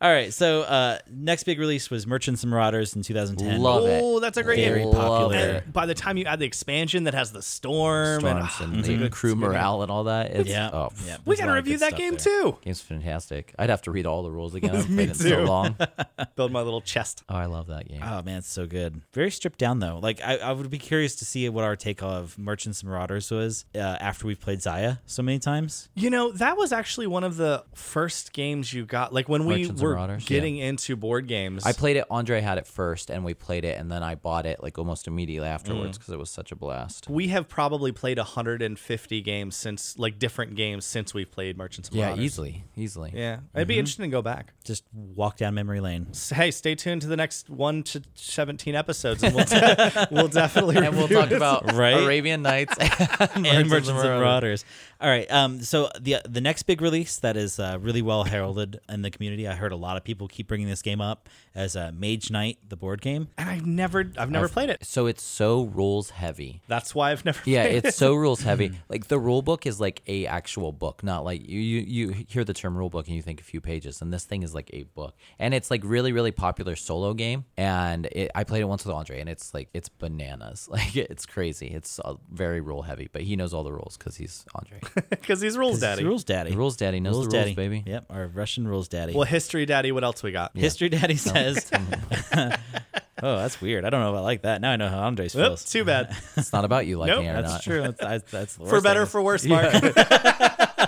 [SPEAKER 1] All right. So uh, next big release was Merchants and Marauders in 2010.
[SPEAKER 3] Love it.
[SPEAKER 2] oh, that's a great
[SPEAKER 1] Very
[SPEAKER 2] game.
[SPEAKER 3] Love
[SPEAKER 1] popular.
[SPEAKER 3] it.
[SPEAKER 2] And by the time you add the expansion that has the storm, and,
[SPEAKER 3] Storms and the crew morale and all that. It's,
[SPEAKER 1] Yeah.
[SPEAKER 3] Oh,
[SPEAKER 1] yeah
[SPEAKER 2] we
[SPEAKER 1] there's a
[SPEAKER 2] gotta
[SPEAKER 1] lot of
[SPEAKER 2] review
[SPEAKER 1] good
[SPEAKER 2] that
[SPEAKER 1] stuff
[SPEAKER 2] game
[SPEAKER 1] there.
[SPEAKER 2] too.
[SPEAKER 3] Game's fantastic. I'd have to read all the rules again. I've played it so
[SPEAKER 2] too.
[SPEAKER 3] long. Oh,
[SPEAKER 2] Build my little chest.
[SPEAKER 3] I love that game.
[SPEAKER 1] Oh man, it's so good. Very stripped down though. Like I, I would be curious to see what our take of Merchants and Marauders was uh, after we played Zaya so many times.
[SPEAKER 2] You know, that was actually one of the first games you got. Like when we
[SPEAKER 3] Merchants and
[SPEAKER 2] were
[SPEAKER 3] Marauders, yeah.
[SPEAKER 2] getting into board games,
[SPEAKER 3] I played it. Andre had it first, and we played it, and then I bought it like almost immediately afterwards because it was such a blast.
[SPEAKER 2] we have probably played 150 games since, like different games since we played Merchants and
[SPEAKER 3] Yeah,
[SPEAKER 2] Marauders.
[SPEAKER 3] easily, Mm-hmm. easily.
[SPEAKER 2] Yeah, it'd be interesting to go back.
[SPEAKER 1] Just walk down memory lane.
[SPEAKER 2] So, hey, stay tuned to the next one to 17 episodes, and we'll, de- we'll definitely
[SPEAKER 3] And we'll
[SPEAKER 2] review
[SPEAKER 3] talk
[SPEAKER 2] it.
[SPEAKER 3] about
[SPEAKER 1] Right?
[SPEAKER 3] Arabian Nights and,
[SPEAKER 1] and Merchants and Marauders. All right. Um, so the the next big release that is uh, really well heralded in the community. I heard a lot of people keep bringing this game up as uh, Mage Knight, the board game.
[SPEAKER 2] And I've never, I've never played it.
[SPEAKER 3] So it's so rules heavy.
[SPEAKER 2] That's why I've never.
[SPEAKER 3] Yeah,
[SPEAKER 2] played it.
[SPEAKER 3] it's so rules
[SPEAKER 1] Hmm.
[SPEAKER 3] heavy. Like the rule book is like a actual book, not like you you, you hear the term rule book and you think a few pages, and this thing is like a book, and it's like really really popular solo game. And it, I played it once with Andre, and it's like it's bananas, like it's crazy. It's uh, very rule heavy, but he knows all the rules because he's Andre.
[SPEAKER 2] because he's rules
[SPEAKER 1] It's
[SPEAKER 2] daddy.
[SPEAKER 1] Rules Daddy.
[SPEAKER 3] The rules daddy knows
[SPEAKER 1] Rules
[SPEAKER 3] the rules,
[SPEAKER 1] Daddy,
[SPEAKER 3] baby.
[SPEAKER 1] Yep, our Russian Rules Daddy.
[SPEAKER 2] Well, history daddy. What else we got?
[SPEAKER 1] History Daddy says. oh, that's weird. I don't know if I like that. Now I know how Andres
[SPEAKER 2] Oop,
[SPEAKER 1] feels.
[SPEAKER 2] too bad.
[SPEAKER 3] It's not about you uh,
[SPEAKER 2] Nope,
[SPEAKER 3] liking it or
[SPEAKER 1] that's
[SPEAKER 3] not.
[SPEAKER 1] true. That's, that's, that's the
[SPEAKER 2] for
[SPEAKER 1] worst
[SPEAKER 2] better,
[SPEAKER 1] thing.
[SPEAKER 2] for worse, Mark.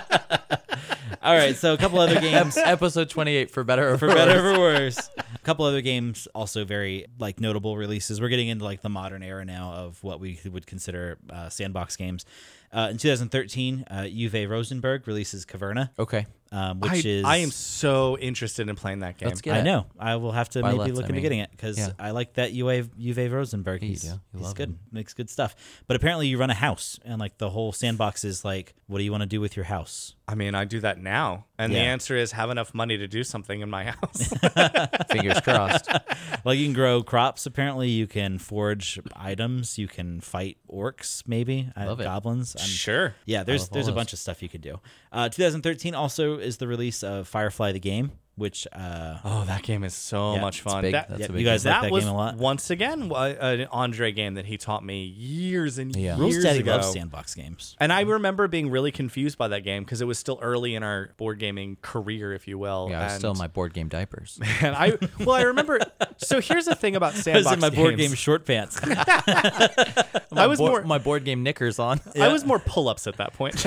[SPEAKER 1] All right. So a couple other games.
[SPEAKER 3] Episode twenty eight for better or for
[SPEAKER 1] for
[SPEAKER 3] worse.
[SPEAKER 1] better or for worse. A couple other games also very like notable releases. We're getting into like the modern era now of what we would consider uh, sandbox games. Uh, in 2013, uh, Uwe Rosenberg releases Caverna.
[SPEAKER 3] Okay.
[SPEAKER 1] um, which
[SPEAKER 2] I,
[SPEAKER 1] is
[SPEAKER 2] I am so interested in playing that game.
[SPEAKER 3] Let's get
[SPEAKER 1] I
[SPEAKER 3] it.
[SPEAKER 1] know. I will have to
[SPEAKER 3] By
[SPEAKER 1] maybe
[SPEAKER 3] let's,
[SPEAKER 1] look
[SPEAKER 3] I
[SPEAKER 1] into
[SPEAKER 3] mean.
[SPEAKER 1] getting it because
[SPEAKER 3] Yeah.
[SPEAKER 1] I like that Uwe Uwe Rosenberg.
[SPEAKER 3] Yeah, you
[SPEAKER 1] he's
[SPEAKER 3] do. You
[SPEAKER 1] he's
[SPEAKER 3] love
[SPEAKER 1] good.
[SPEAKER 3] him.
[SPEAKER 1] Makes good stuff. But apparently, you run a house, and like the whole sandbox is like, what do you want to do with your house?
[SPEAKER 2] I mean, I do that now, and the
[SPEAKER 1] Yeah.
[SPEAKER 2] answer is have enough money to do something in my house.
[SPEAKER 3] Fingers crossed.
[SPEAKER 1] like you can grow crops. Apparently, you can forge items. You can fight orcs, maybe uh,
[SPEAKER 3] Love it.
[SPEAKER 1] goblins. I'm-
[SPEAKER 2] sure.
[SPEAKER 1] Yeah, there's
[SPEAKER 3] love all
[SPEAKER 1] there's a
[SPEAKER 3] those.
[SPEAKER 1] bunch of stuff you could do. Uh, 2013 also is the release of Firefly the game, which uh,
[SPEAKER 2] Oh, that game is so
[SPEAKER 1] Yeah,
[SPEAKER 2] much
[SPEAKER 1] it's
[SPEAKER 2] fun.
[SPEAKER 3] big.
[SPEAKER 2] That,
[SPEAKER 3] That's
[SPEAKER 1] yeah,
[SPEAKER 3] a big
[SPEAKER 1] you guys
[SPEAKER 3] game.
[SPEAKER 1] like
[SPEAKER 2] that
[SPEAKER 1] that
[SPEAKER 2] was
[SPEAKER 1] game a lot.
[SPEAKER 2] once again wa- an Andre game that he taught me years and
[SPEAKER 3] Yeah.
[SPEAKER 2] years
[SPEAKER 1] Rules Daddy
[SPEAKER 2] ago.
[SPEAKER 1] loves sandbox games.
[SPEAKER 2] And I remember being really confused by that game because it was still early in our board gaming career, if you will.
[SPEAKER 3] Yeah, I was
[SPEAKER 2] and,
[SPEAKER 3] still in my board game diapers.
[SPEAKER 2] And I well, I remember. So here's the thing about
[SPEAKER 1] I
[SPEAKER 2] sandbox
[SPEAKER 1] was in my board
[SPEAKER 2] games.
[SPEAKER 1] game short pants.
[SPEAKER 2] I was more
[SPEAKER 3] Board- my board game knickers on.
[SPEAKER 2] I was more pull ups at that point.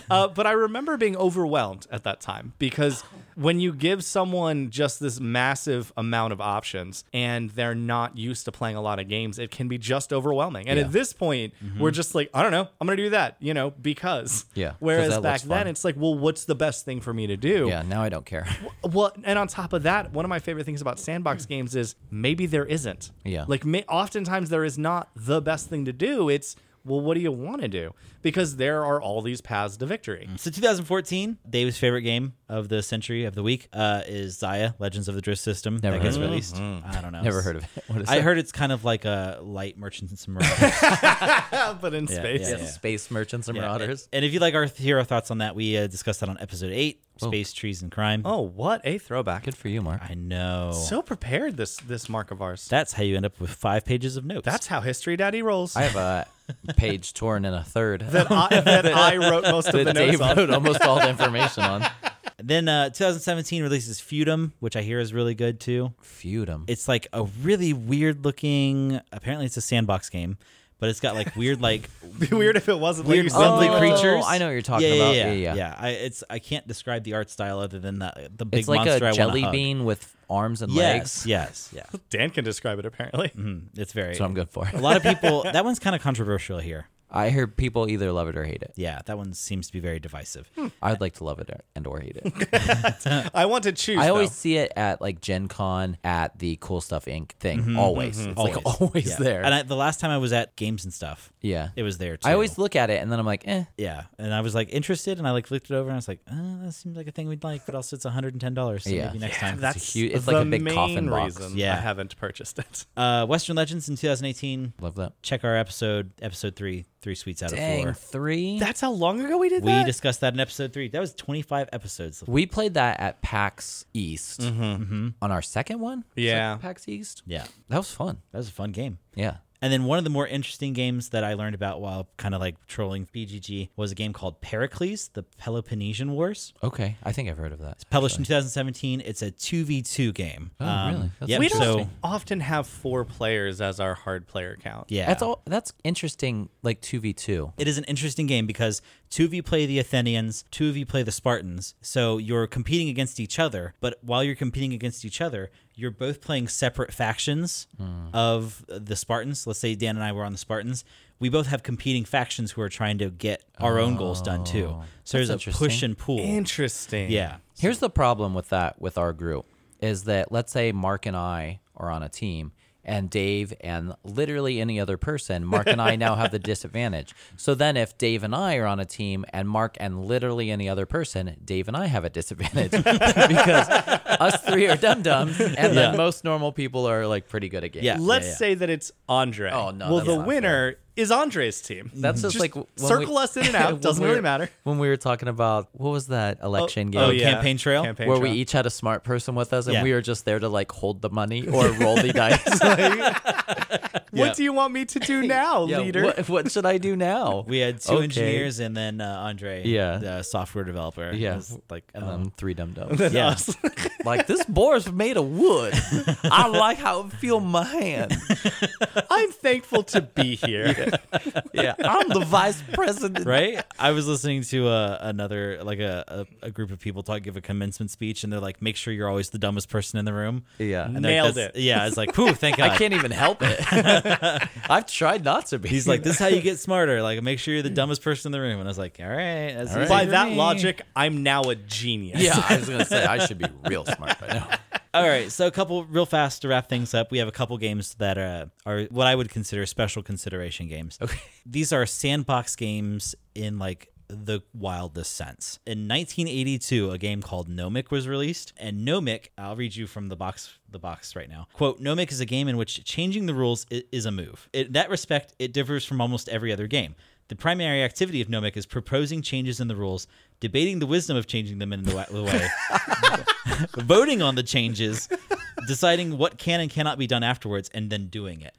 [SPEAKER 2] uh, but I remember being overwhelmed at that time because when you give someone just this massive amount of options and they're not used to playing a lot of games, it can be just overwhelming. And
[SPEAKER 3] Yeah. Mm-hmm.
[SPEAKER 2] at this point, we're just like, I don't know, I'm going to do that, you know, because.
[SPEAKER 3] Yeah, 'cause
[SPEAKER 2] Whereas
[SPEAKER 3] that
[SPEAKER 2] back
[SPEAKER 3] looks
[SPEAKER 2] then,
[SPEAKER 3] fun.
[SPEAKER 2] it's like, well, what's the best thing for me to do?
[SPEAKER 3] Yeah, now I don't care.
[SPEAKER 2] Well, and on top of that, one of my favorite things about sandbox games is maybe there isn't.
[SPEAKER 3] Mm. Yeah.
[SPEAKER 2] Like, may, oftentimes there is not the best thing to do. It's, well, what do you want to do? Because there are all these paths to victory.
[SPEAKER 1] So 2014, Dave's favorite game of the century of the week uh, is Zaya: Legends of the Drift System.
[SPEAKER 3] Never
[SPEAKER 1] that
[SPEAKER 3] heard
[SPEAKER 1] gets
[SPEAKER 3] of it. Mm-hmm.
[SPEAKER 1] released. I don't know.
[SPEAKER 3] Never heard of it. What is
[SPEAKER 1] I
[SPEAKER 3] that?
[SPEAKER 1] heard it's kind of like a light Merchants and some Marauders.
[SPEAKER 3] Mm.
[SPEAKER 2] but in space.
[SPEAKER 1] yeah, yeah.
[SPEAKER 3] Space merchants and
[SPEAKER 1] Yeah,
[SPEAKER 3] marauders.
[SPEAKER 1] And, and if you'd like our hero thoughts on that, we uh, discussed that on episode eight, Space Trees and Crime.
[SPEAKER 2] Oh, what a throwback.
[SPEAKER 3] Good for you, Mark.
[SPEAKER 1] I know.
[SPEAKER 2] So prepared, this this mark of ours.
[SPEAKER 1] That's how you end up with five pages of notes.
[SPEAKER 2] That's how History Daddy rolls.
[SPEAKER 3] I have a page torn in a third
[SPEAKER 2] that, I, that I wrote most of the
[SPEAKER 3] that Dave
[SPEAKER 2] notes on.
[SPEAKER 3] wrote almost all the information on.
[SPEAKER 1] then uh, 2017 releases Feudum, which I hear is really good too.
[SPEAKER 3] Feudum.
[SPEAKER 1] It's like a really weird looking. Apparently, it's a sandbox game, but it's got like weird like
[SPEAKER 2] Be weird if it wasn't.
[SPEAKER 1] weird
[SPEAKER 2] like you said.
[SPEAKER 1] bubbly
[SPEAKER 3] Oh,
[SPEAKER 1] creatures.
[SPEAKER 3] I know what you're talking
[SPEAKER 1] yeah,
[SPEAKER 3] about.
[SPEAKER 1] Yeah,
[SPEAKER 3] Yeah, yeah.
[SPEAKER 1] I, it's I can't describe the art style other than the the big
[SPEAKER 3] It's like
[SPEAKER 1] monster I
[SPEAKER 3] a
[SPEAKER 1] wanna
[SPEAKER 3] jelly
[SPEAKER 1] hug.
[SPEAKER 3] bean with arms and
[SPEAKER 1] Yes,
[SPEAKER 3] legs.
[SPEAKER 1] yes, yeah.
[SPEAKER 2] Dan can describe it apparently.
[SPEAKER 1] Mm, It's very.
[SPEAKER 3] That's what I'm good for.
[SPEAKER 1] a lot of people. That one's kind of controversial here.
[SPEAKER 3] I hear people either love it or hate it.
[SPEAKER 1] Yeah, that one seems to be very divisive.
[SPEAKER 3] I'd like to love it or- and or hate it.
[SPEAKER 2] I want to choose.
[SPEAKER 3] I
[SPEAKER 2] though.
[SPEAKER 3] always see it at like Gen Con at the Cool Stuff Inc. thing. Always. It's like always
[SPEAKER 1] Mm-hmm, Yeah.
[SPEAKER 3] there.
[SPEAKER 1] And I, the last time I was at games and stuff,
[SPEAKER 3] yeah.
[SPEAKER 1] it was there too.
[SPEAKER 3] I always look at it and then I'm like, eh.
[SPEAKER 1] yeah, and I was like interested, and I like looked it over, and I was like, uh, that seems like a thing we'd like, but also it's one hundred and ten dollars. So
[SPEAKER 3] Yeah.
[SPEAKER 1] maybe next time.
[SPEAKER 2] That's
[SPEAKER 3] huge- it's like a
[SPEAKER 2] the
[SPEAKER 3] big coffin
[SPEAKER 2] main
[SPEAKER 3] box.
[SPEAKER 2] reason I
[SPEAKER 1] Yeah.
[SPEAKER 2] haven't purchased it.
[SPEAKER 1] uh, Western Legends in 2018.
[SPEAKER 3] Love that.
[SPEAKER 1] Check our episode, episode three, three sweets out
[SPEAKER 3] Dang,
[SPEAKER 1] of four.
[SPEAKER 3] three.
[SPEAKER 2] That's how long ago we did
[SPEAKER 1] We
[SPEAKER 2] that.
[SPEAKER 1] discussed that in episode three. That was twenty five episodes.
[SPEAKER 3] we played that at PAX East on our second one. Was that
[SPEAKER 2] Yeah.
[SPEAKER 3] PAX East.
[SPEAKER 1] Mm-hmm. Yeah,
[SPEAKER 3] That was fun.
[SPEAKER 1] that was a fun game.
[SPEAKER 3] Yeah.
[SPEAKER 1] And then one of the more interesting games that I learned about while kind of like trolling BGG was a game called Pericles: The Peloponnesian Wars.
[SPEAKER 3] Okay. I think I've heard of that.
[SPEAKER 1] published in 2017. It's a 2v2 game. Um,
[SPEAKER 3] Oh, really? That's
[SPEAKER 1] yep,
[SPEAKER 2] we don't
[SPEAKER 1] so
[SPEAKER 2] often have four players as our hard player count.
[SPEAKER 1] yeah,
[SPEAKER 3] That's all. That's interesting. Like two v two.
[SPEAKER 1] It is an interesting game because two of you play the Athenians, two of you play the Spartans. So you're competing against each other, but while you're competing against each other, you're both playing separate factions
[SPEAKER 3] Hmm.
[SPEAKER 1] of the Spartans. Let's say Dan and I were on the Spartans. We both have competing factions who are trying to get our own goals done too. So
[SPEAKER 3] Oh, That's
[SPEAKER 1] there's a push
[SPEAKER 3] interesting.
[SPEAKER 1] and pull.
[SPEAKER 2] Interesting.
[SPEAKER 1] Yeah.
[SPEAKER 3] Here's the problem with that with our group is that let's say Mark and I are on a team and Dave and literally any other person, Mark and I now have the disadvantage. So then if Dave and I are on a team and Mark and literally any other person, Dave and I have a disadvantage because us three are dum dums and then most normal people are like pretty good at games.
[SPEAKER 1] Yeah.
[SPEAKER 2] Let's
[SPEAKER 1] yeah, yeah.
[SPEAKER 2] say that it's Andre.
[SPEAKER 3] Oh, no,
[SPEAKER 2] Well,
[SPEAKER 3] that's
[SPEAKER 2] the
[SPEAKER 3] not
[SPEAKER 2] winner is Andre's team.
[SPEAKER 3] That's just,
[SPEAKER 2] Just
[SPEAKER 3] like when we-
[SPEAKER 2] circle us in and out.
[SPEAKER 3] when
[SPEAKER 2] Doesn't
[SPEAKER 3] we
[SPEAKER 2] really
[SPEAKER 3] were-
[SPEAKER 2] matter.
[SPEAKER 3] When we were talking about what was that election game?
[SPEAKER 1] oh, yeah. Campaign Trail?
[SPEAKER 2] Campaign
[SPEAKER 3] where
[SPEAKER 2] trail.
[SPEAKER 3] we each had a smart person with us and
[SPEAKER 1] Yeah.
[SPEAKER 3] we were just there to like hold the money or roll the dice.
[SPEAKER 2] What
[SPEAKER 1] Yeah.
[SPEAKER 2] do you want me to do now,
[SPEAKER 3] Yeah,
[SPEAKER 2] leader?
[SPEAKER 3] What, what should I do now?
[SPEAKER 1] We had two
[SPEAKER 3] Okay.
[SPEAKER 1] engineers and then uh, Andre,
[SPEAKER 3] Yeah.
[SPEAKER 1] the software developer.
[SPEAKER 3] Yeah.
[SPEAKER 1] was like,
[SPEAKER 3] and
[SPEAKER 1] um,
[SPEAKER 3] then three dum dums.
[SPEAKER 1] yeah.
[SPEAKER 2] Us.
[SPEAKER 3] Like this board's made of wood. I like how it feel in my hand.
[SPEAKER 2] I'm thankful to be here.
[SPEAKER 3] Yeah, I'm the vice president.
[SPEAKER 1] right? I was listening to uh, another like a, a, a group of people talk give a commencement speech, and they're like, "Make sure you're always the dumbest person in the room."
[SPEAKER 3] Yeah.
[SPEAKER 1] and they're like,
[SPEAKER 2] Nailed
[SPEAKER 1] "That's-"
[SPEAKER 2] it.
[SPEAKER 1] Yeah, it's like, "Whew, thank God."
[SPEAKER 3] I can't even help it. I've tried not to be.
[SPEAKER 1] He's like, "This is how you get smarter. Like, make sure you're the dumbest person in the room." And I was like, "All right." That's
[SPEAKER 3] All right.
[SPEAKER 1] easy
[SPEAKER 2] By
[SPEAKER 1] for
[SPEAKER 2] that
[SPEAKER 1] me."
[SPEAKER 2] logic, I'm now a genius.
[SPEAKER 3] yeah, I was gonna say I should be real smart by now.
[SPEAKER 1] All right, so a couple real fast to wrap things up. We have a couple games that uh, are what I would consider special consideration games. Okay, these are sandbox games in like the wildest sense. In 1982, a game called Nomic was released, and Nomic, I'll read you from the box the box right now. Quote: Nomic is a game in which changing the rules i- is a move. In that respect, it differs from almost every other game. The primary activity of Nomic is proposing changes in the rules, debating the wisdom of changing them in the wa- the way, voting on the changes, deciding what can and cannot be done afterwards, and then doing it.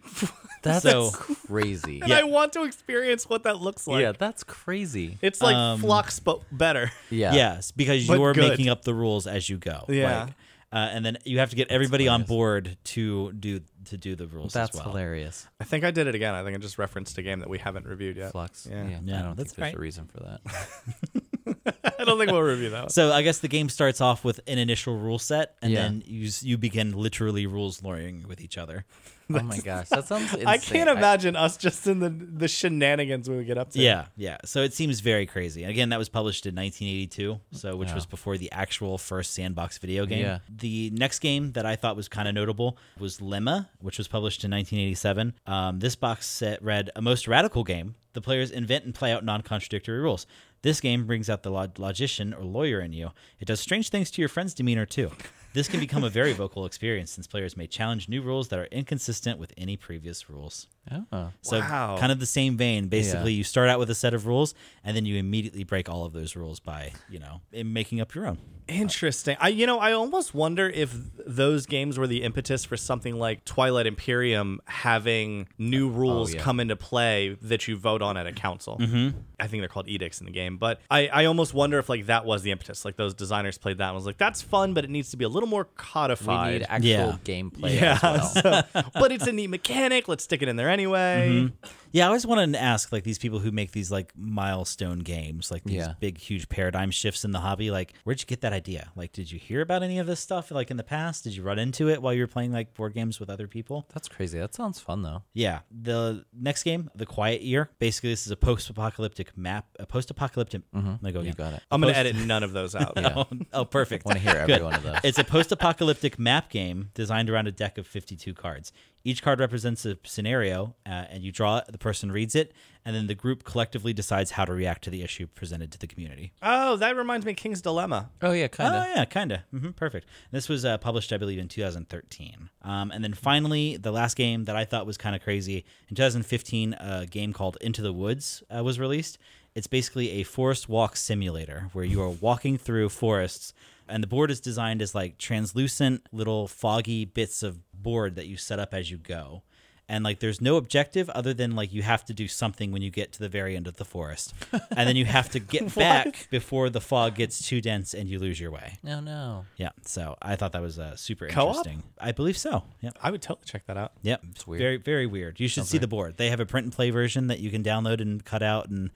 [SPEAKER 3] That's
[SPEAKER 1] So-
[SPEAKER 3] crazy.
[SPEAKER 2] And I want to experience what that looks like.
[SPEAKER 3] yeah, that's crazy.
[SPEAKER 2] It's like flux, but better.
[SPEAKER 3] Yeah,
[SPEAKER 1] Yes, because
[SPEAKER 2] But
[SPEAKER 1] you're
[SPEAKER 2] good.
[SPEAKER 1] making up the rules as you go.
[SPEAKER 2] Yeah.
[SPEAKER 1] Like, uh, and then you have to get everybody on board to do to do the rules
[SPEAKER 3] that's
[SPEAKER 1] as well.
[SPEAKER 3] hilarious.
[SPEAKER 2] I think I did it again. I think I just referenced a game that we haven't reviewed yet.
[SPEAKER 3] Flux. Yeah,
[SPEAKER 2] Yeah.
[SPEAKER 1] Yeah,
[SPEAKER 3] I don't
[SPEAKER 1] that's
[SPEAKER 3] think there's
[SPEAKER 1] right.
[SPEAKER 3] a reason for that.
[SPEAKER 2] I don't think we'll review that one.
[SPEAKER 1] So I guess the game starts off with an initial rule set, and
[SPEAKER 3] Yeah.
[SPEAKER 1] then you s- you begin literally rules lawyering with each other.
[SPEAKER 3] oh my gosh, that sounds. Insane.
[SPEAKER 2] I can't imagine us just in the the shenanigans we would get up to.
[SPEAKER 1] Yeah, yeah. So it seems very crazy. And again, that was published in 1982, so which
[SPEAKER 3] Yeah.
[SPEAKER 1] was before the actual first sandbox video game.
[SPEAKER 3] Yeah.
[SPEAKER 1] The next game that I thought was kind of notable was Lemma, which was published in 1987. Um, this box set read a most radical game. The players invent and play out non-contradictory rules. This game brings out the log- logician or lawyer in you. It does strange things to your friend's demeanor too. This can become a very vocal experience since players may challenge new rules that are inconsistent with any previous rules.
[SPEAKER 3] Oh.
[SPEAKER 1] So
[SPEAKER 2] Wow.
[SPEAKER 1] kind of the same vein. Basically, you start out with a set of rules, and then you immediately break all of those rules by you know in making up your own.
[SPEAKER 2] Interesting. I you know, I almost wonder if those games were the impetus for something like Twilight Imperium having new rules
[SPEAKER 3] Oh, yeah. Mm-hmm.
[SPEAKER 2] come into play that you vote on at a council. I think they're called edicts in the game, but I, I almost wonder if like that was the impetus. Like those designers played that and was like, that's fun, but it needs to be a little more
[SPEAKER 3] We
[SPEAKER 2] codified.
[SPEAKER 3] need actual
[SPEAKER 1] Yeah.
[SPEAKER 3] gameplay.
[SPEAKER 2] yeah,
[SPEAKER 3] as well.
[SPEAKER 2] so- but it's a neat mechanic. Let's stick it in there anyway.
[SPEAKER 3] Mm-hmm.
[SPEAKER 1] Yeah, I always wanted to ask like these people who make these like milestone games, like these
[SPEAKER 3] Yeah.
[SPEAKER 1] big huge paradigm shifts in the hobby. Like, where'd you get that idea? Like, did you hear about any of this stuff like in the past? Did you run into it while you were playing like board games with other people?
[SPEAKER 3] That's crazy. That sounds fun though.
[SPEAKER 1] Yeah. The next game, The Quiet Year. Basically, this is a post-apocalyptic map, a post-apocalyptic. I'm gonna go
[SPEAKER 3] Mm-hmm. You
[SPEAKER 1] again.
[SPEAKER 3] got it.
[SPEAKER 2] I'm gonna edit none of those out.
[SPEAKER 1] Oh, oh, perfect.
[SPEAKER 3] Want to hear every
[SPEAKER 1] Good.
[SPEAKER 3] one of those?
[SPEAKER 1] It's a post-apocalyptic map game designed around a deck of 52 cards. Each card represents a scenario, uh, and you draw it. The person reads it, and then the group collectively decides how to react to the issue presented to the community.
[SPEAKER 2] Oh, that reminds me of King's Dilemma.
[SPEAKER 3] Oh yeah,
[SPEAKER 1] Oh
[SPEAKER 3] kind of.
[SPEAKER 1] yeah, kind of. hmm perfect. This was uh, published, I believe, in 2013. Um, and then finally, the last game that I thought was kind of crazy in 2015, a game called Into the Woods uh, was released. It's basically a forest walk simulator where you are walking through forests, and the board is designed as like translucent little foggy bits of board that you set up as you go. And like, there's no objective other than like you have to do something when you get to the very end of the forest, and then you have to get back before the fog gets too dense and you lose your way.
[SPEAKER 3] No, no.
[SPEAKER 1] Yeah. So I thought that was uh, super
[SPEAKER 2] Co-op?
[SPEAKER 1] interesting. I believe so. Yep.
[SPEAKER 2] I would totally check that out.
[SPEAKER 1] Yep.
[SPEAKER 3] It's weird.
[SPEAKER 1] Very very weird. You should see the board. They have a print and play version that you can download and cut out, and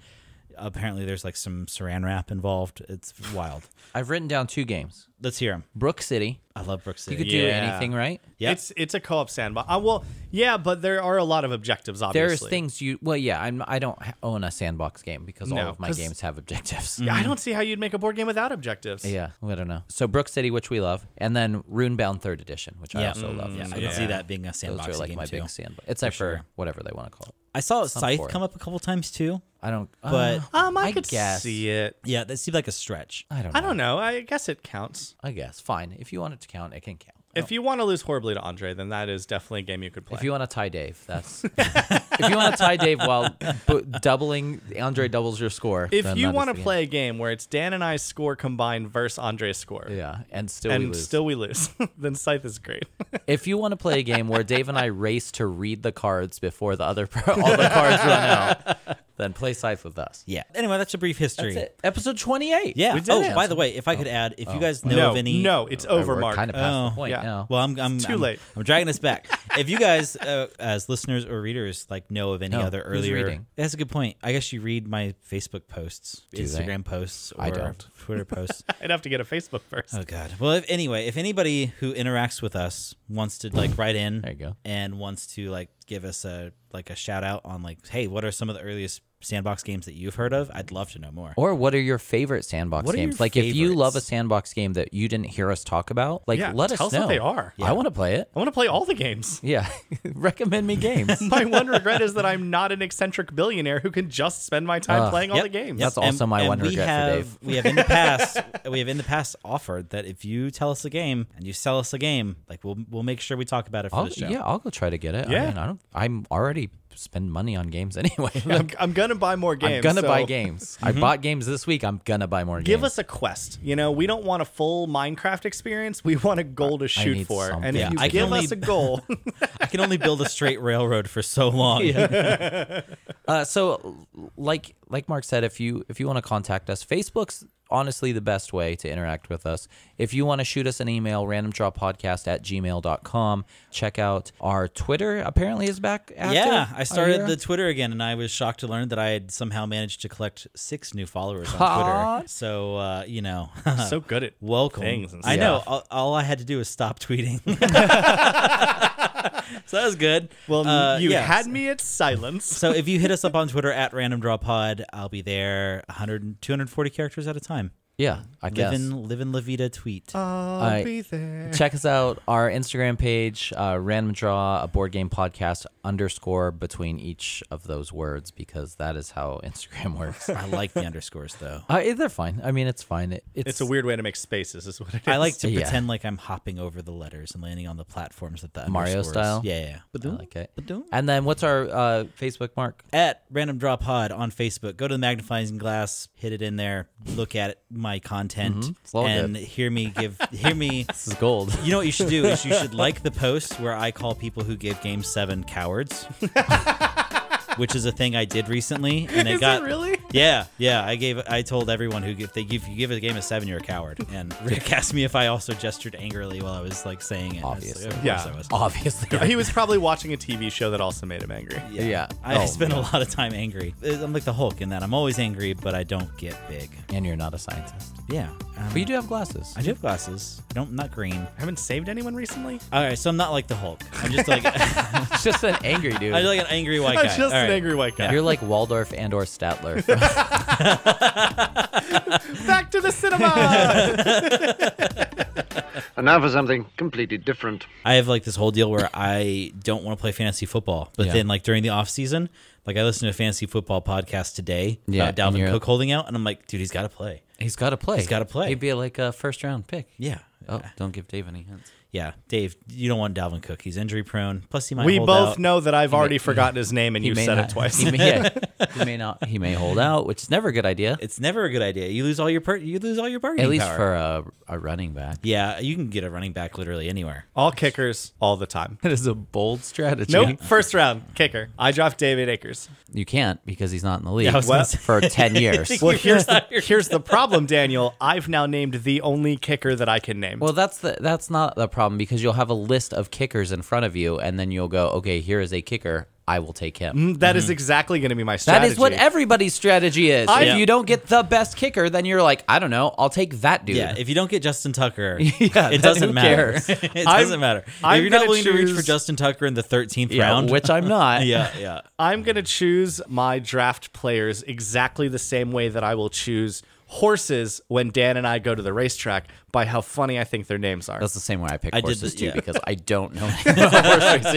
[SPEAKER 1] apparently there's like some Saran wrap involved. It's wild.
[SPEAKER 3] I've written down two games.
[SPEAKER 1] Let's hear them.
[SPEAKER 3] Brook City.
[SPEAKER 1] I love Brook City.
[SPEAKER 3] You could do
[SPEAKER 2] Yeah.
[SPEAKER 3] anything, right?
[SPEAKER 1] Yeah.
[SPEAKER 2] It's it's a co-op sandbox. Uh, well, yeah, but there are a lot of objectives. Obviously,
[SPEAKER 3] There's things you. Well, yeah. I'm. I don't ha- own a sandbox game because all
[SPEAKER 2] No,
[SPEAKER 3] of my
[SPEAKER 2] 'cause-
[SPEAKER 3] games have objectives.
[SPEAKER 2] I don't see how you'd make a board game without objectives.
[SPEAKER 3] Mm-hmm. Yeah, I don't know. So Brook City, which we love, and then Runebound Third Edition, which I
[SPEAKER 1] Yeah. Mm,
[SPEAKER 3] also love.
[SPEAKER 1] yeah,
[SPEAKER 3] So
[SPEAKER 1] I can see that being a
[SPEAKER 3] Those
[SPEAKER 1] sandbox
[SPEAKER 3] are like
[SPEAKER 1] game
[SPEAKER 3] my
[SPEAKER 1] too.
[SPEAKER 3] big sandbox, except for,
[SPEAKER 1] sure.
[SPEAKER 3] whatever they want to call it.
[SPEAKER 1] I saw
[SPEAKER 3] for
[SPEAKER 1] Scythe
[SPEAKER 3] it.
[SPEAKER 1] come up a couple times too.
[SPEAKER 3] I don't.
[SPEAKER 1] But-
[SPEAKER 3] uh,
[SPEAKER 2] Um, I,
[SPEAKER 3] I
[SPEAKER 2] could
[SPEAKER 3] guess.
[SPEAKER 2] see it.
[SPEAKER 1] Yeah, that seemed like a stretch.
[SPEAKER 3] I don't. Know.
[SPEAKER 2] I don't know. I guess it counts.
[SPEAKER 3] I guess fine. If you want it to count, it can count.
[SPEAKER 2] If you want to lose horribly to Andre, then that is definitely a game you could play.
[SPEAKER 3] If you want to tie Dave, that's. if you want to tie Dave while b- doubling Andre doubles your score.
[SPEAKER 2] If
[SPEAKER 3] then
[SPEAKER 2] you
[SPEAKER 3] that is
[SPEAKER 2] want to
[SPEAKER 3] the game.
[SPEAKER 2] play a game where it's Dan and I's score combined versus Andre's score,
[SPEAKER 3] yeah, and still we
[SPEAKER 2] and
[SPEAKER 3] lose.
[SPEAKER 2] still we lose, then Scythe is great.
[SPEAKER 3] if you want to play a game where Dave and I race to read the cards before the other all the cards run out, then play Scythe with us.
[SPEAKER 1] Yeah. Anyway, that's a brief history.
[SPEAKER 3] That's it. Episode 28.
[SPEAKER 1] Yeah.
[SPEAKER 3] We did
[SPEAKER 1] oh,
[SPEAKER 3] it. Oh.
[SPEAKER 1] by the way, if I could add, if you guys know
[SPEAKER 2] no,
[SPEAKER 1] of any,
[SPEAKER 2] no, it's
[SPEAKER 3] We're-
[SPEAKER 2] over,
[SPEAKER 3] we're
[SPEAKER 2] Mark.
[SPEAKER 3] kind of past
[SPEAKER 1] Oh,
[SPEAKER 3] the point
[SPEAKER 2] yeah.
[SPEAKER 3] now.
[SPEAKER 1] Well, I'm, I'm
[SPEAKER 2] too
[SPEAKER 1] I'm-
[SPEAKER 2] late.
[SPEAKER 1] I'm dragging us back. if you guys, uh, as listeners or readers, like know of any
[SPEAKER 3] No,
[SPEAKER 1] other
[SPEAKER 3] who's
[SPEAKER 1] earlier,
[SPEAKER 3] reading?
[SPEAKER 1] that's a good point. I guess you read my Facebook posts,
[SPEAKER 3] Do they?
[SPEAKER 1] Instagram posts, or
[SPEAKER 3] I don't.
[SPEAKER 1] Twitter posts.
[SPEAKER 2] I'd have to get a Facebook first.
[SPEAKER 1] Oh God. Well, if, anyway, if anybody who interacts with us wants to like write in,
[SPEAKER 3] There you go.
[SPEAKER 1] and wants to like give us a like a shout out on like, hey, what are some of the earliest sandbox games that you've heard of? I'd love to know more.
[SPEAKER 3] Or what are your favorite sandbox
[SPEAKER 1] What are your
[SPEAKER 3] games? Like if you
[SPEAKER 1] favorites?
[SPEAKER 3] love a sandbox game that you didn't hear us talk about, like
[SPEAKER 2] Yeah,
[SPEAKER 3] let us
[SPEAKER 2] tell us
[SPEAKER 3] know.
[SPEAKER 2] what they are.
[SPEAKER 3] I want to play it.
[SPEAKER 2] I want to play all the games.
[SPEAKER 3] Yeah. Recommend me games.
[SPEAKER 2] My one regret is that I'm not an eccentric billionaire who can just spend my time
[SPEAKER 3] Ugh.
[SPEAKER 2] playing all
[SPEAKER 1] Uh, Yep,
[SPEAKER 2] the games.
[SPEAKER 1] yep.
[SPEAKER 3] That's also my one
[SPEAKER 1] we
[SPEAKER 3] regret for
[SPEAKER 1] have,
[SPEAKER 3] Dave.
[SPEAKER 1] We have in the past, we have in the past offered that if you tell us a game and you sell us a game, like we'll we'll make sure we talk about it for
[SPEAKER 3] I'll,
[SPEAKER 1] the show.
[SPEAKER 3] Oh, yeah, I'll go try to get it. I
[SPEAKER 2] Yeah.
[SPEAKER 3] mean, I don't I'm already spend money on games anyway.
[SPEAKER 2] I'm, I'm gonna buy more games.
[SPEAKER 3] I'm gonna
[SPEAKER 2] so
[SPEAKER 3] buy games. I
[SPEAKER 1] Mm-hmm.
[SPEAKER 3] bought games this week. I'm gonna buy more games.
[SPEAKER 2] Give us a quest. You know, we don't want a full Minecraft experience. We want a goal to shoot
[SPEAKER 3] need
[SPEAKER 2] for.
[SPEAKER 3] something.
[SPEAKER 2] And if
[SPEAKER 1] Yeah,
[SPEAKER 2] you
[SPEAKER 1] I can
[SPEAKER 2] give
[SPEAKER 1] only-
[SPEAKER 2] us a goal,
[SPEAKER 1] I can only build a straight railroad for so long.
[SPEAKER 3] Uh, so, l- like like Mark said, if you if you want to contact us, Facebook's honestly the best way to interact with us. If you want to shoot us an email, randomdrawpodcast at gmail.com. Check out our Twitter. Apparently, is back. Active,
[SPEAKER 1] Yeah, I started
[SPEAKER 3] hear.
[SPEAKER 1] the Twitter again, and I was shocked to learn that I had somehow managed to collect six new followers on
[SPEAKER 3] Ha.
[SPEAKER 1] Twitter. So uh, you know,
[SPEAKER 2] so good at
[SPEAKER 1] welcome.
[SPEAKER 2] things. And
[SPEAKER 1] I
[SPEAKER 2] stuff.
[SPEAKER 1] know. All, all I had to do was stop tweeting. so that was good.
[SPEAKER 2] Well,
[SPEAKER 1] Uh,
[SPEAKER 2] you
[SPEAKER 1] yeah.
[SPEAKER 2] had me at silence.
[SPEAKER 1] So if you hit us up on Twitter at Random Draw Pod, I'll be there 100, 240 characters at a time.
[SPEAKER 3] yeah. I
[SPEAKER 1] Live
[SPEAKER 3] guess.
[SPEAKER 1] in live in La Vida tweet.
[SPEAKER 2] I'll
[SPEAKER 3] I-
[SPEAKER 2] be there.
[SPEAKER 3] Check us out. Our Instagram page, uh, random draw a board game podcast underscore between each of those words because that is how Instagram works.
[SPEAKER 1] I like the underscores though.
[SPEAKER 3] uh, they're fine. I mean, it's fine. It, it's,
[SPEAKER 2] It's a weird way to make spaces, is what it is.
[SPEAKER 1] I like to
[SPEAKER 3] Yeah.
[SPEAKER 1] pretend like I'm hopping over the letters and landing on the platforms that the
[SPEAKER 3] Mario
[SPEAKER 1] underscores-
[SPEAKER 3] style?
[SPEAKER 1] Yeah, Uh, yeah.
[SPEAKER 3] I like it.
[SPEAKER 1] Ba-doom.
[SPEAKER 3] And then what's our uh, Facebook mark?
[SPEAKER 1] at Random Draw Pod on Facebook. Go to the magnifying glass, hit it in there, look at my content,
[SPEAKER 3] It's all
[SPEAKER 1] and hear me give hear me.
[SPEAKER 3] This is gold.
[SPEAKER 1] You know what you should do is you should like the post where I call people who give Game Seven cowards, which is a thing I did recently, and it
[SPEAKER 2] Is it
[SPEAKER 1] got
[SPEAKER 2] really?
[SPEAKER 1] Yeah, yeah. I gave I told everyone who if they give you give a game a seven, you're a coward. And Rick asked me if I also gestured angrily while I was like saying it. I was like,
[SPEAKER 3] Obviously.
[SPEAKER 1] of course
[SPEAKER 2] Yeah.
[SPEAKER 1] I was.
[SPEAKER 3] Obviously.
[SPEAKER 2] He was probably watching a TV show that also made him angry.
[SPEAKER 3] Yeah.
[SPEAKER 1] I
[SPEAKER 3] Oh,
[SPEAKER 1] spend a
[SPEAKER 3] yeah.
[SPEAKER 1] lot of time angry. Uh, I'm like the Hulk in that I'm always angry, but I don't get big.
[SPEAKER 3] And you're not a scientist.
[SPEAKER 1] Yeah. Um,
[SPEAKER 3] But you do have glasses.
[SPEAKER 1] I do have glasses. I don't, I'm not green.
[SPEAKER 2] I haven't saved anyone recently.
[SPEAKER 1] All right, so I'm not like the Hulk. I'm just like I'm
[SPEAKER 3] It's just an angry dude.
[SPEAKER 1] just like an angry white
[SPEAKER 2] I'm
[SPEAKER 1] guy.
[SPEAKER 2] just
[SPEAKER 1] All
[SPEAKER 2] an
[SPEAKER 1] right.
[SPEAKER 2] angry white guy.
[SPEAKER 3] You're like Waldorf and or Statler. from-
[SPEAKER 2] Back to the cinema.
[SPEAKER 5] And now for something completely different.
[SPEAKER 1] I have like this whole deal where I don't want to play fantasy football, but
[SPEAKER 3] Yeah.
[SPEAKER 1] then like during the off season, like I listened to a fantasy football podcast today
[SPEAKER 3] Yeah, and
[SPEAKER 1] about Dalvin
[SPEAKER 3] you're-
[SPEAKER 1] Cook holding out, and I'm like, dude, he's got to play.
[SPEAKER 3] He's got to play.
[SPEAKER 1] He's gotta play.
[SPEAKER 3] He'd be like a first round pick.
[SPEAKER 1] Yeah.
[SPEAKER 3] Oh, don't give Dave any hints.
[SPEAKER 1] Yeah, Dave, you don't want Dalvin Cook. He's injury prone. Plus, he might.
[SPEAKER 2] we
[SPEAKER 1] hold
[SPEAKER 2] both
[SPEAKER 1] out.
[SPEAKER 2] know that I've already forgotten his name, and
[SPEAKER 3] He
[SPEAKER 2] you
[SPEAKER 3] may
[SPEAKER 2] said
[SPEAKER 3] not-
[SPEAKER 2] it twice.
[SPEAKER 3] He may, yeah, he may not. He may hold out, which is never a good idea.
[SPEAKER 1] It's never a good idea. You lose all your per- you lose all your bargaining
[SPEAKER 3] At least
[SPEAKER 1] power.
[SPEAKER 3] for a, a running back.
[SPEAKER 1] yeah, you can get a running back literally anywhere.
[SPEAKER 2] All kickers, all the time.
[SPEAKER 3] That is a bold strategy.
[SPEAKER 2] Nope. First round kicker. I draft David Akers.
[SPEAKER 3] You can't because he's not in the league
[SPEAKER 1] I was gonna
[SPEAKER 2] Well-
[SPEAKER 1] say-
[SPEAKER 3] for 10 years.
[SPEAKER 2] Well, here's the here's the problem, Daniel. I've now named the only kicker that I can name.
[SPEAKER 3] Well, that's the that's not the problem because you'll have a list of kickers in front of you, and then you'll go, okay, here is a kicker. I will take
[SPEAKER 1] Mm,
[SPEAKER 3] him.
[SPEAKER 2] Mm, that is exactly going to be my
[SPEAKER 3] mm-hmm. That
[SPEAKER 2] strategy.
[SPEAKER 3] is what everybody's strategy is.
[SPEAKER 2] I-
[SPEAKER 3] if you don't get the best kicker, then you're like, I don't know, I'll take that dude.
[SPEAKER 1] Yeah, if you don't get Justin Tucker,
[SPEAKER 3] then
[SPEAKER 1] it doesn't
[SPEAKER 3] who
[SPEAKER 1] matter.
[SPEAKER 3] cares?
[SPEAKER 1] it
[SPEAKER 2] I'm-
[SPEAKER 1] doesn't matter.
[SPEAKER 2] I'm
[SPEAKER 1] if you're not
[SPEAKER 2] gonna
[SPEAKER 1] willing to reach for
[SPEAKER 2] choose-
[SPEAKER 1] Justin Tucker in the 13th
[SPEAKER 3] Yeah,
[SPEAKER 1] round,
[SPEAKER 3] which I'm not.
[SPEAKER 1] yeah, yeah.
[SPEAKER 2] I'm going to choose my draft players exactly the same way that I will choose horses when Dan and I go to the racetrack by how funny I think their names are.
[SPEAKER 3] That's the same way I pick
[SPEAKER 1] I did
[SPEAKER 3] horses
[SPEAKER 1] the-
[SPEAKER 3] too
[SPEAKER 1] yeah.
[SPEAKER 3] because I don't know anything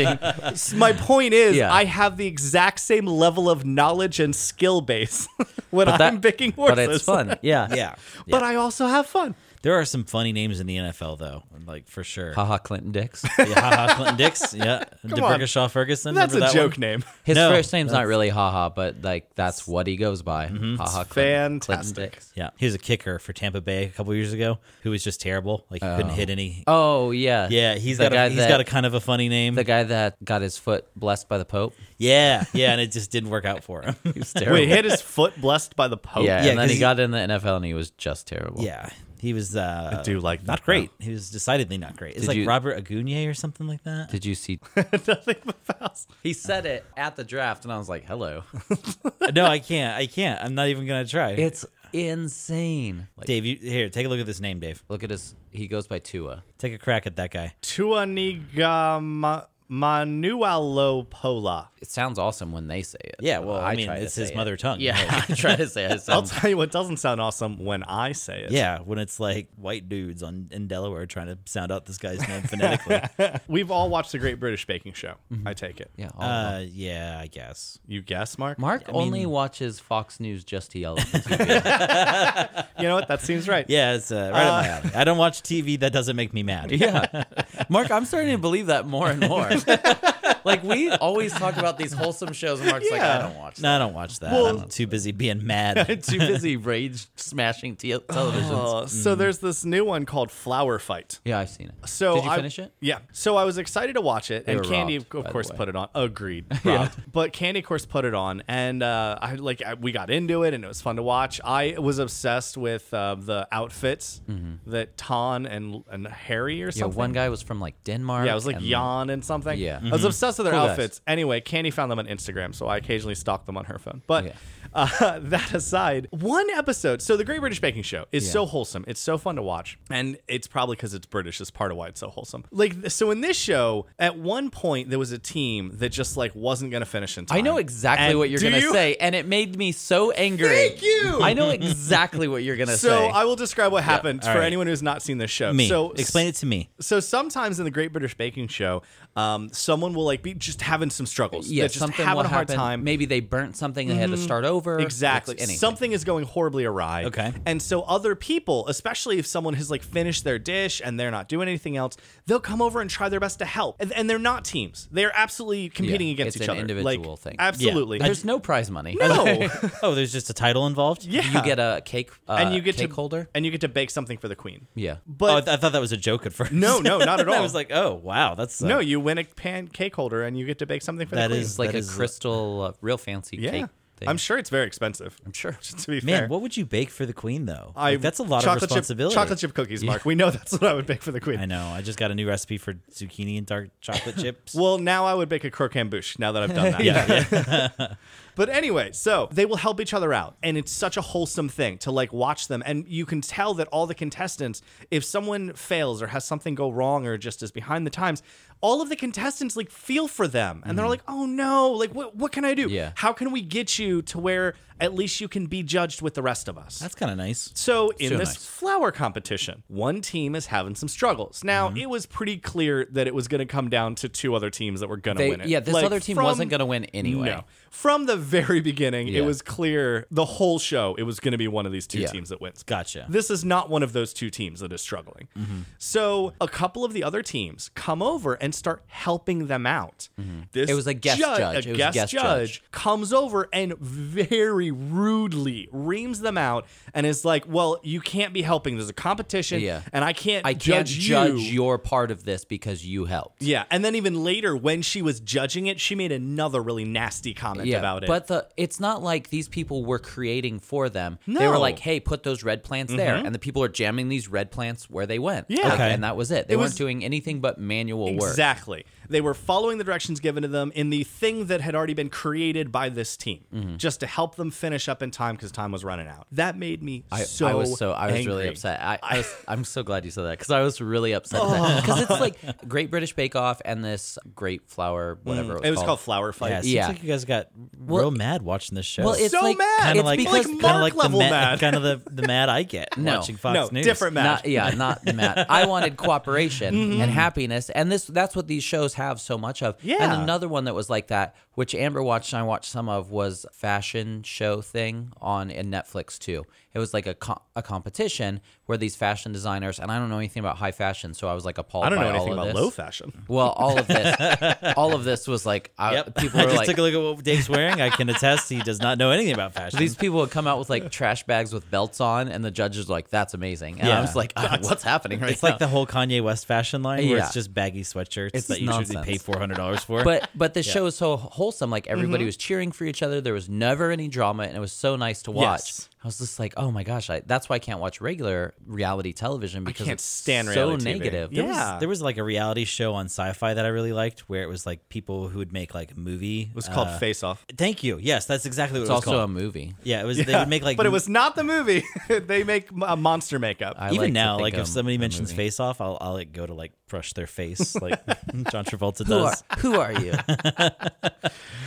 [SPEAKER 3] about horse racing.
[SPEAKER 2] my point is,
[SPEAKER 3] Yeah.
[SPEAKER 2] I have the exact same level of knowledge and skill base when
[SPEAKER 3] But that-
[SPEAKER 2] I'm picking horses.
[SPEAKER 3] But it's fun. Yeah.
[SPEAKER 1] Yeah.
[SPEAKER 2] But I also have fun.
[SPEAKER 1] There are some funny names in the NFL though, like for sure.
[SPEAKER 3] Haha, Clinton Dicks.
[SPEAKER 1] Yeah, ha ha Clinton Dix. Yeah,
[SPEAKER 2] on.
[SPEAKER 1] DeBurger Shaw Ferguson.
[SPEAKER 2] That's a
[SPEAKER 1] remember that
[SPEAKER 2] joke
[SPEAKER 1] one?
[SPEAKER 2] name.
[SPEAKER 3] His
[SPEAKER 1] No,
[SPEAKER 3] first name's not really Haha, but like that's what he goes by.
[SPEAKER 1] Mm-hmm.
[SPEAKER 3] Haha, Clinton, Clinton
[SPEAKER 2] Fantastic.
[SPEAKER 3] Dix.
[SPEAKER 1] Yeah, he was a kicker for Tampa Bay a couple years ago, who was just terrible. Like he couldn't hit any.
[SPEAKER 3] Oh yeah,
[SPEAKER 1] Yeah, he's
[SPEAKER 3] The
[SPEAKER 1] got
[SPEAKER 3] guy
[SPEAKER 1] a, he's
[SPEAKER 3] that-
[SPEAKER 1] got a kind of a funny name.
[SPEAKER 3] the guy that got his foot blessed by the Pope.
[SPEAKER 1] yeah, yeah, and it just didn't work out for him.
[SPEAKER 3] He was terrible.
[SPEAKER 2] Wait, hit his foot blessed by the Pope.
[SPEAKER 3] yeah,
[SPEAKER 1] Yeah,
[SPEAKER 3] and then
[SPEAKER 1] 'cause
[SPEAKER 3] he
[SPEAKER 1] he-
[SPEAKER 3] got in the NFL and he was just terrible.
[SPEAKER 1] yeah, he was. Uh,
[SPEAKER 2] I do like that,
[SPEAKER 1] not
[SPEAKER 2] though.
[SPEAKER 1] great. He was decidedly not great. It's
[SPEAKER 3] Did
[SPEAKER 1] like
[SPEAKER 3] you-
[SPEAKER 1] Robert Agugne or something like that.
[SPEAKER 3] Did you see?
[SPEAKER 2] Nothing but fouls.
[SPEAKER 3] he said it at the draft, and I was like, "Hello."
[SPEAKER 1] no, I can't. I can't. I'm not even gonna try.
[SPEAKER 3] It's insane. Like,
[SPEAKER 1] Dave. You, here, take a look at this name, Dave.
[SPEAKER 3] look at his. He goes by Tua.
[SPEAKER 1] Take a crack at that guy.
[SPEAKER 2] Tuaniga Manualopola.
[SPEAKER 3] It sounds awesome when they say it.
[SPEAKER 1] Yeah, well, I, mean,
[SPEAKER 3] try to
[SPEAKER 1] it's his
[SPEAKER 3] say it.
[SPEAKER 1] mother tongue.
[SPEAKER 3] Yeah, I try to say it. it
[SPEAKER 2] I'll
[SPEAKER 3] sounds-
[SPEAKER 2] tell you what doesn't sound awesome when I say it.
[SPEAKER 1] Yeah, when it's like white dudes on in Delaware trying to sound out this guy's name phonetically.
[SPEAKER 2] We've all watched the Great British Baking Show. I take it.
[SPEAKER 3] Mm-hmm. yeah. all of them.
[SPEAKER 1] uh, yeah, I guess.
[SPEAKER 2] You guess, Mark?
[SPEAKER 3] Mark only watches Fox News just to yell at the TV.
[SPEAKER 2] You know what? That seems right.
[SPEAKER 1] Yeah, it's uh, right up my alley. I don't watch TV that doesn't make me mad.
[SPEAKER 3] yeah. Mark, I'm starting to believe that more and more. like, we always talk about these wholesome shows, and Mark's like, I don't watch that.
[SPEAKER 1] No, I don't watch that. I'm too busy being mad.
[SPEAKER 3] Too busy rage smashing te- televisions.
[SPEAKER 1] Oh,
[SPEAKER 2] Uh, so there's this new one called Flower Fight.
[SPEAKER 3] Yeah, I've seen it.
[SPEAKER 2] So
[SPEAKER 3] Did you
[SPEAKER 2] I-
[SPEAKER 3] finish it?
[SPEAKER 2] Yeah. So I was excited to watch it,
[SPEAKER 3] were
[SPEAKER 2] and Candy,
[SPEAKER 3] robbed, by
[SPEAKER 2] of
[SPEAKER 3] the
[SPEAKER 2] course,
[SPEAKER 3] way.
[SPEAKER 2] put it on. Agreed. robbed. But Candy, of course, put it on, and uh, I like I, we got into it, and it was fun to watch. I was obsessed with uh, the outfits that Ton and and Harry or
[SPEAKER 3] Mm-hmm. Yeah,
[SPEAKER 2] something.
[SPEAKER 3] one guy was from like Denmark.
[SPEAKER 2] Yeah, it was like
[SPEAKER 3] and-
[SPEAKER 2] Jan and something.
[SPEAKER 3] Yeah. Mm-hmm.
[SPEAKER 2] I was obsessed with their
[SPEAKER 3] Cool guys.
[SPEAKER 2] outfits. Anyway, Candy found them on Instagram, so I occasionally stalked them on her phone. But
[SPEAKER 3] Yeah.
[SPEAKER 2] uh, that aside, one episode. So the Great British Baking Show is so wholesome. It's so fun to watch, and it's probably because it's British is part of why it's so wholesome. Like so, in this show, at one point there was a team that just like wasn't going to finish in time.
[SPEAKER 3] I know exactly
[SPEAKER 2] And
[SPEAKER 3] what you're
[SPEAKER 2] do
[SPEAKER 3] going to
[SPEAKER 2] you-
[SPEAKER 3] say, and it made me so angry.
[SPEAKER 2] Thank you!
[SPEAKER 3] I know exactly what you're going to
[SPEAKER 2] So
[SPEAKER 3] say.
[SPEAKER 2] I will describe what happened
[SPEAKER 1] All
[SPEAKER 2] for
[SPEAKER 1] right.
[SPEAKER 2] anyone who's not seen this show.
[SPEAKER 1] me.
[SPEAKER 2] So
[SPEAKER 1] Explain it to me.
[SPEAKER 2] So sometimes in the Great British Baking Show, um, someone will like be just having some struggles.
[SPEAKER 3] yeah,
[SPEAKER 2] They're just
[SPEAKER 3] something
[SPEAKER 2] having
[SPEAKER 3] will
[SPEAKER 2] a hard
[SPEAKER 3] happen.
[SPEAKER 2] time. Mm-hmm.
[SPEAKER 3] Maybe they burnt something and they had to start over. It's
[SPEAKER 2] Exactly.
[SPEAKER 3] anything.
[SPEAKER 2] Something is going horribly awry.
[SPEAKER 1] Okay.
[SPEAKER 2] And so other people, especially if someone has like finished their dish and they're not doing anything else, they'll come over and try their best to help. And, and they're not teams. They're absolutely competing
[SPEAKER 3] Yeah,
[SPEAKER 2] against
[SPEAKER 3] it's
[SPEAKER 2] each
[SPEAKER 3] an
[SPEAKER 2] other.
[SPEAKER 3] individual
[SPEAKER 2] like,
[SPEAKER 3] thing.
[SPEAKER 2] Absolutely.
[SPEAKER 3] There's no prize money.
[SPEAKER 2] no.
[SPEAKER 1] Oh, there's just a title involved.
[SPEAKER 2] yeah.
[SPEAKER 3] You get a cake uh,
[SPEAKER 2] and you get
[SPEAKER 3] cake
[SPEAKER 2] to
[SPEAKER 3] holder.
[SPEAKER 2] and you get to bake something for the queen.
[SPEAKER 3] Yeah.
[SPEAKER 2] But
[SPEAKER 1] Oh, I, th- I thought that was a joke at first.
[SPEAKER 2] No, no, not at
[SPEAKER 1] I
[SPEAKER 2] all.
[SPEAKER 1] was like, oh wow, that's uh,
[SPEAKER 2] no, you win a pancake holder and you get to bake something for
[SPEAKER 1] That
[SPEAKER 2] the queen.
[SPEAKER 1] is-
[SPEAKER 3] It's like a
[SPEAKER 1] is a-
[SPEAKER 3] crystal, uh, real fancy
[SPEAKER 2] yeah.
[SPEAKER 3] cake. Thing.
[SPEAKER 2] I'm sure it's very expensive. I'm
[SPEAKER 3] sure.
[SPEAKER 2] To be
[SPEAKER 1] man.
[SPEAKER 2] fair.
[SPEAKER 1] What would you bake for the queen though?
[SPEAKER 2] I-
[SPEAKER 1] Like, that's a lot of
[SPEAKER 2] chocolate
[SPEAKER 1] responsibility.
[SPEAKER 2] Chip, chocolate chip cookies, Mark. We know that's what I would bake for the queen.
[SPEAKER 1] I know. I just got a new recipe for zucchini and dark chocolate chips.
[SPEAKER 2] Well, now I would bake a croquembouche now that I've done that.
[SPEAKER 1] yeah, yeah.
[SPEAKER 2] But anyway, so they will help each other out. And it's such a wholesome thing to like watch them. And you can tell that all the contestants, if someone fails or has something go wrong or just is behind the times, all of the contestants like feel for them. And
[SPEAKER 1] Mm.
[SPEAKER 2] they're like, oh no, like what, what can I do?
[SPEAKER 3] Yeah.
[SPEAKER 2] How can we get you to where at least you can be judged with the rest of us?
[SPEAKER 1] that's kind of nice.
[SPEAKER 2] So in
[SPEAKER 3] So
[SPEAKER 2] this
[SPEAKER 3] nice.
[SPEAKER 2] flower competition, one team is having some struggles. Now
[SPEAKER 3] Mm-hmm.
[SPEAKER 2] it was pretty clear that it was going to come down to two other teams that were going to
[SPEAKER 3] They-
[SPEAKER 2] win it.
[SPEAKER 3] yeah, this other team wasn't gonna win anyway.
[SPEAKER 2] No, from the very beginning,
[SPEAKER 3] Yeah.
[SPEAKER 2] it was clear the whole show it was going to be one of these two
[SPEAKER 3] Yeah.
[SPEAKER 2] teams that wins.
[SPEAKER 1] Gotcha.
[SPEAKER 2] This is not one of those two teams that is struggling.
[SPEAKER 3] Mm-hmm.
[SPEAKER 2] So a couple of the other teams come over and start helping them out. This
[SPEAKER 3] Mm-hmm. It was a guest judge. It was a
[SPEAKER 2] A guest,
[SPEAKER 3] guest judge.
[SPEAKER 2] judge comes over and very rudely reams them out and is like, "Well, you can't be helping. There's a competition,
[SPEAKER 3] Yeah.
[SPEAKER 2] and I can't
[SPEAKER 3] I can't
[SPEAKER 2] judge
[SPEAKER 3] judge
[SPEAKER 2] you."
[SPEAKER 3] your part of this because you helped.
[SPEAKER 2] yeah, and then even later when she was judging it, she made another really nasty comment about it.
[SPEAKER 3] But the it's not like these people were creating for them. They were
[SPEAKER 2] No. Mm-hmm.
[SPEAKER 3] like, "Hey, put those red plants there," and the people are jamming these red plants where they went.
[SPEAKER 2] Yeah.
[SPEAKER 3] Like,
[SPEAKER 1] Okay.
[SPEAKER 3] and that was it. They
[SPEAKER 2] It
[SPEAKER 3] weren't
[SPEAKER 2] was-
[SPEAKER 3] doing anything but manual work.
[SPEAKER 2] Exactly. They were following the directions given to them in the thing that had already been created by this team,
[SPEAKER 3] Mm-hmm.
[SPEAKER 2] just to help them finish up in time because time was running out. That made me
[SPEAKER 3] I,
[SPEAKER 2] so.
[SPEAKER 3] I was so I was really
[SPEAKER 2] angry.
[SPEAKER 3] upset. I, I was, I'm so glad you said that because I was really upset
[SPEAKER 2] Oh.
[SPEAKER 3] because it's like Great British Bake Off and this Great Flower whatever
[SPEAKER 2] Mm. It was called Flower Fight.
[SPEAKER 1] Yeah, it seems
[SPEAKER 3] Yeah.
[SPEAKER 1] like you guys got real mad watching this show.
[SPEAKER 3] Well, it's
[SPEAKER 2] So
[SPEAKER 3] like,
[SPEAKER 2] mad.
[SPEAKER 1] kind
[SPEAKER 3] It's
[SPEAKER 1] of like,
[SPEAKER 3] because
[SPEAKER 1] kinda
[SPEAKER 2] Mark
[SPEAKER 1] like the
[SPEAKER 2] level mad.
[SPEAKER 1] kind of the, the mad I get
[SPEAKER 3] No.
[SPEAKER 1] watching Fox
[SPEAKER 2] no,
[SPEAKER 1] News.
[SPEAKER 2] different match.
[SPEAKER 3] Not, yeah, not the mat. I wanted cooperation
[SPEAKER 2] Mm-hmm.
[SPEAKER 3] and happiness, and this—that's what these shows have so much of. And
[SPEAKER 2] Yeah.
[SPEAKER 3] another one that was like that, which Amber watched and I watched some of, was fashion show thing on in Netflix too. it was like a co- a competition where these fashion designers and I don't know anything about high fashion, so I was like appalled.
[SPEAKER 2] I don't
[SPEAKER 3] by
[SPEAKER 2] know
[SPEAKER 3] all
[SPEAKER 2] anything
[SPEAKER 3] of
[SPEAKER 2] about
[SPEAKER 3] this.
[SPEAKER 2] low fashion.
[SPEAKER 3] Well, all of this, all of this was like I,
[SPEAKER 1] Yep.
[SPEAKER 3] people
[SPEAKER 1] I
[SPEAKER 3] were
[SPEAKER 1] just
[SPEAKER 3] like,
[SPEAKER 1] took a look at what Dave's wearing. I can attest he does not know anything about fashion.
[SPEAKER 3] these people would come out with like trash bags with belts on, and the judges were like, "That's amazing," and I
[SPEAKER 1] Yeah.
[SPEAKER 3] was like, "Uh, "What's happening right
[SPEAKER 1] it's
[SPEAKER 3] now?"
[SPEAKER 1] like the whole Kanye West fashion line where
[SPEAKER 3] Yeah.
[SPEAKER 1] it's just baggy sweatshirts
[SPEAKER 3] It's
[SPEAKER 1] that you
[SPEAKER 3] nonsense.
[SPEAKER 1] should pay four hundred dollars for.
[SPEAKER 3] but but the show is so wholesome. Like
[SPEAKER 1] Mm-hmm.
[SPEAKER 3] everybody was cheering for each other. There was never any drama, and it was so nice to watch.
[SPEAKER 1] Yes.
[SPEAKER 3] I was just like, oh my gosh, I, that's why I can't watch regular reality television because
[SPEAKER 2] can't
[SPEAKER 3] it's
[SPEAKER 2] stand
[SPEAKER 3] so
[SPEAKER 2] reality TV.
[SPEAKER 3] negative.
[SPEAKER 1] There was-
[SPEAKER 2] Yeah.
[SPEAKER 1] there was like a reality show on sci-fi that I really liked, where it was like people who would make like a movie. uh,
[SPEAKER 2] It was called Face Off.
[SPEAKER 1] Thank you. Yes, that's exactly what
[SPEAKER 3] It's
[SPEAKER 1] it was
[SPEAKER 3] also
[SPEAKER 1] called.
[SPEAKER 3] a movie.
[SPEAKER 1] yeah, it was. They would make like,
[SPEAKER 2] But it was not the movie. they make a monster makeup.
[SPEAKER 3] I
[SPEAKER 1] even
[SPEAKER 3] like to
[SPEAKER 1] now.
[SPEAKER 3] think
[SPEAKER 1] Like
[SPEAKER 3] of
[SPEAKER 1] if somebody
[SPEAKER 3] a
[SPEAKER 1] mentions
[SPEAKER 3] movie.
[SPEAKER 1] Face Off, I'll I'll like, go to like brush their face like John Travolta
[SPEAKER 3] who are,
[SPEAKER 1] does.
[SPEAKER 3] who are you?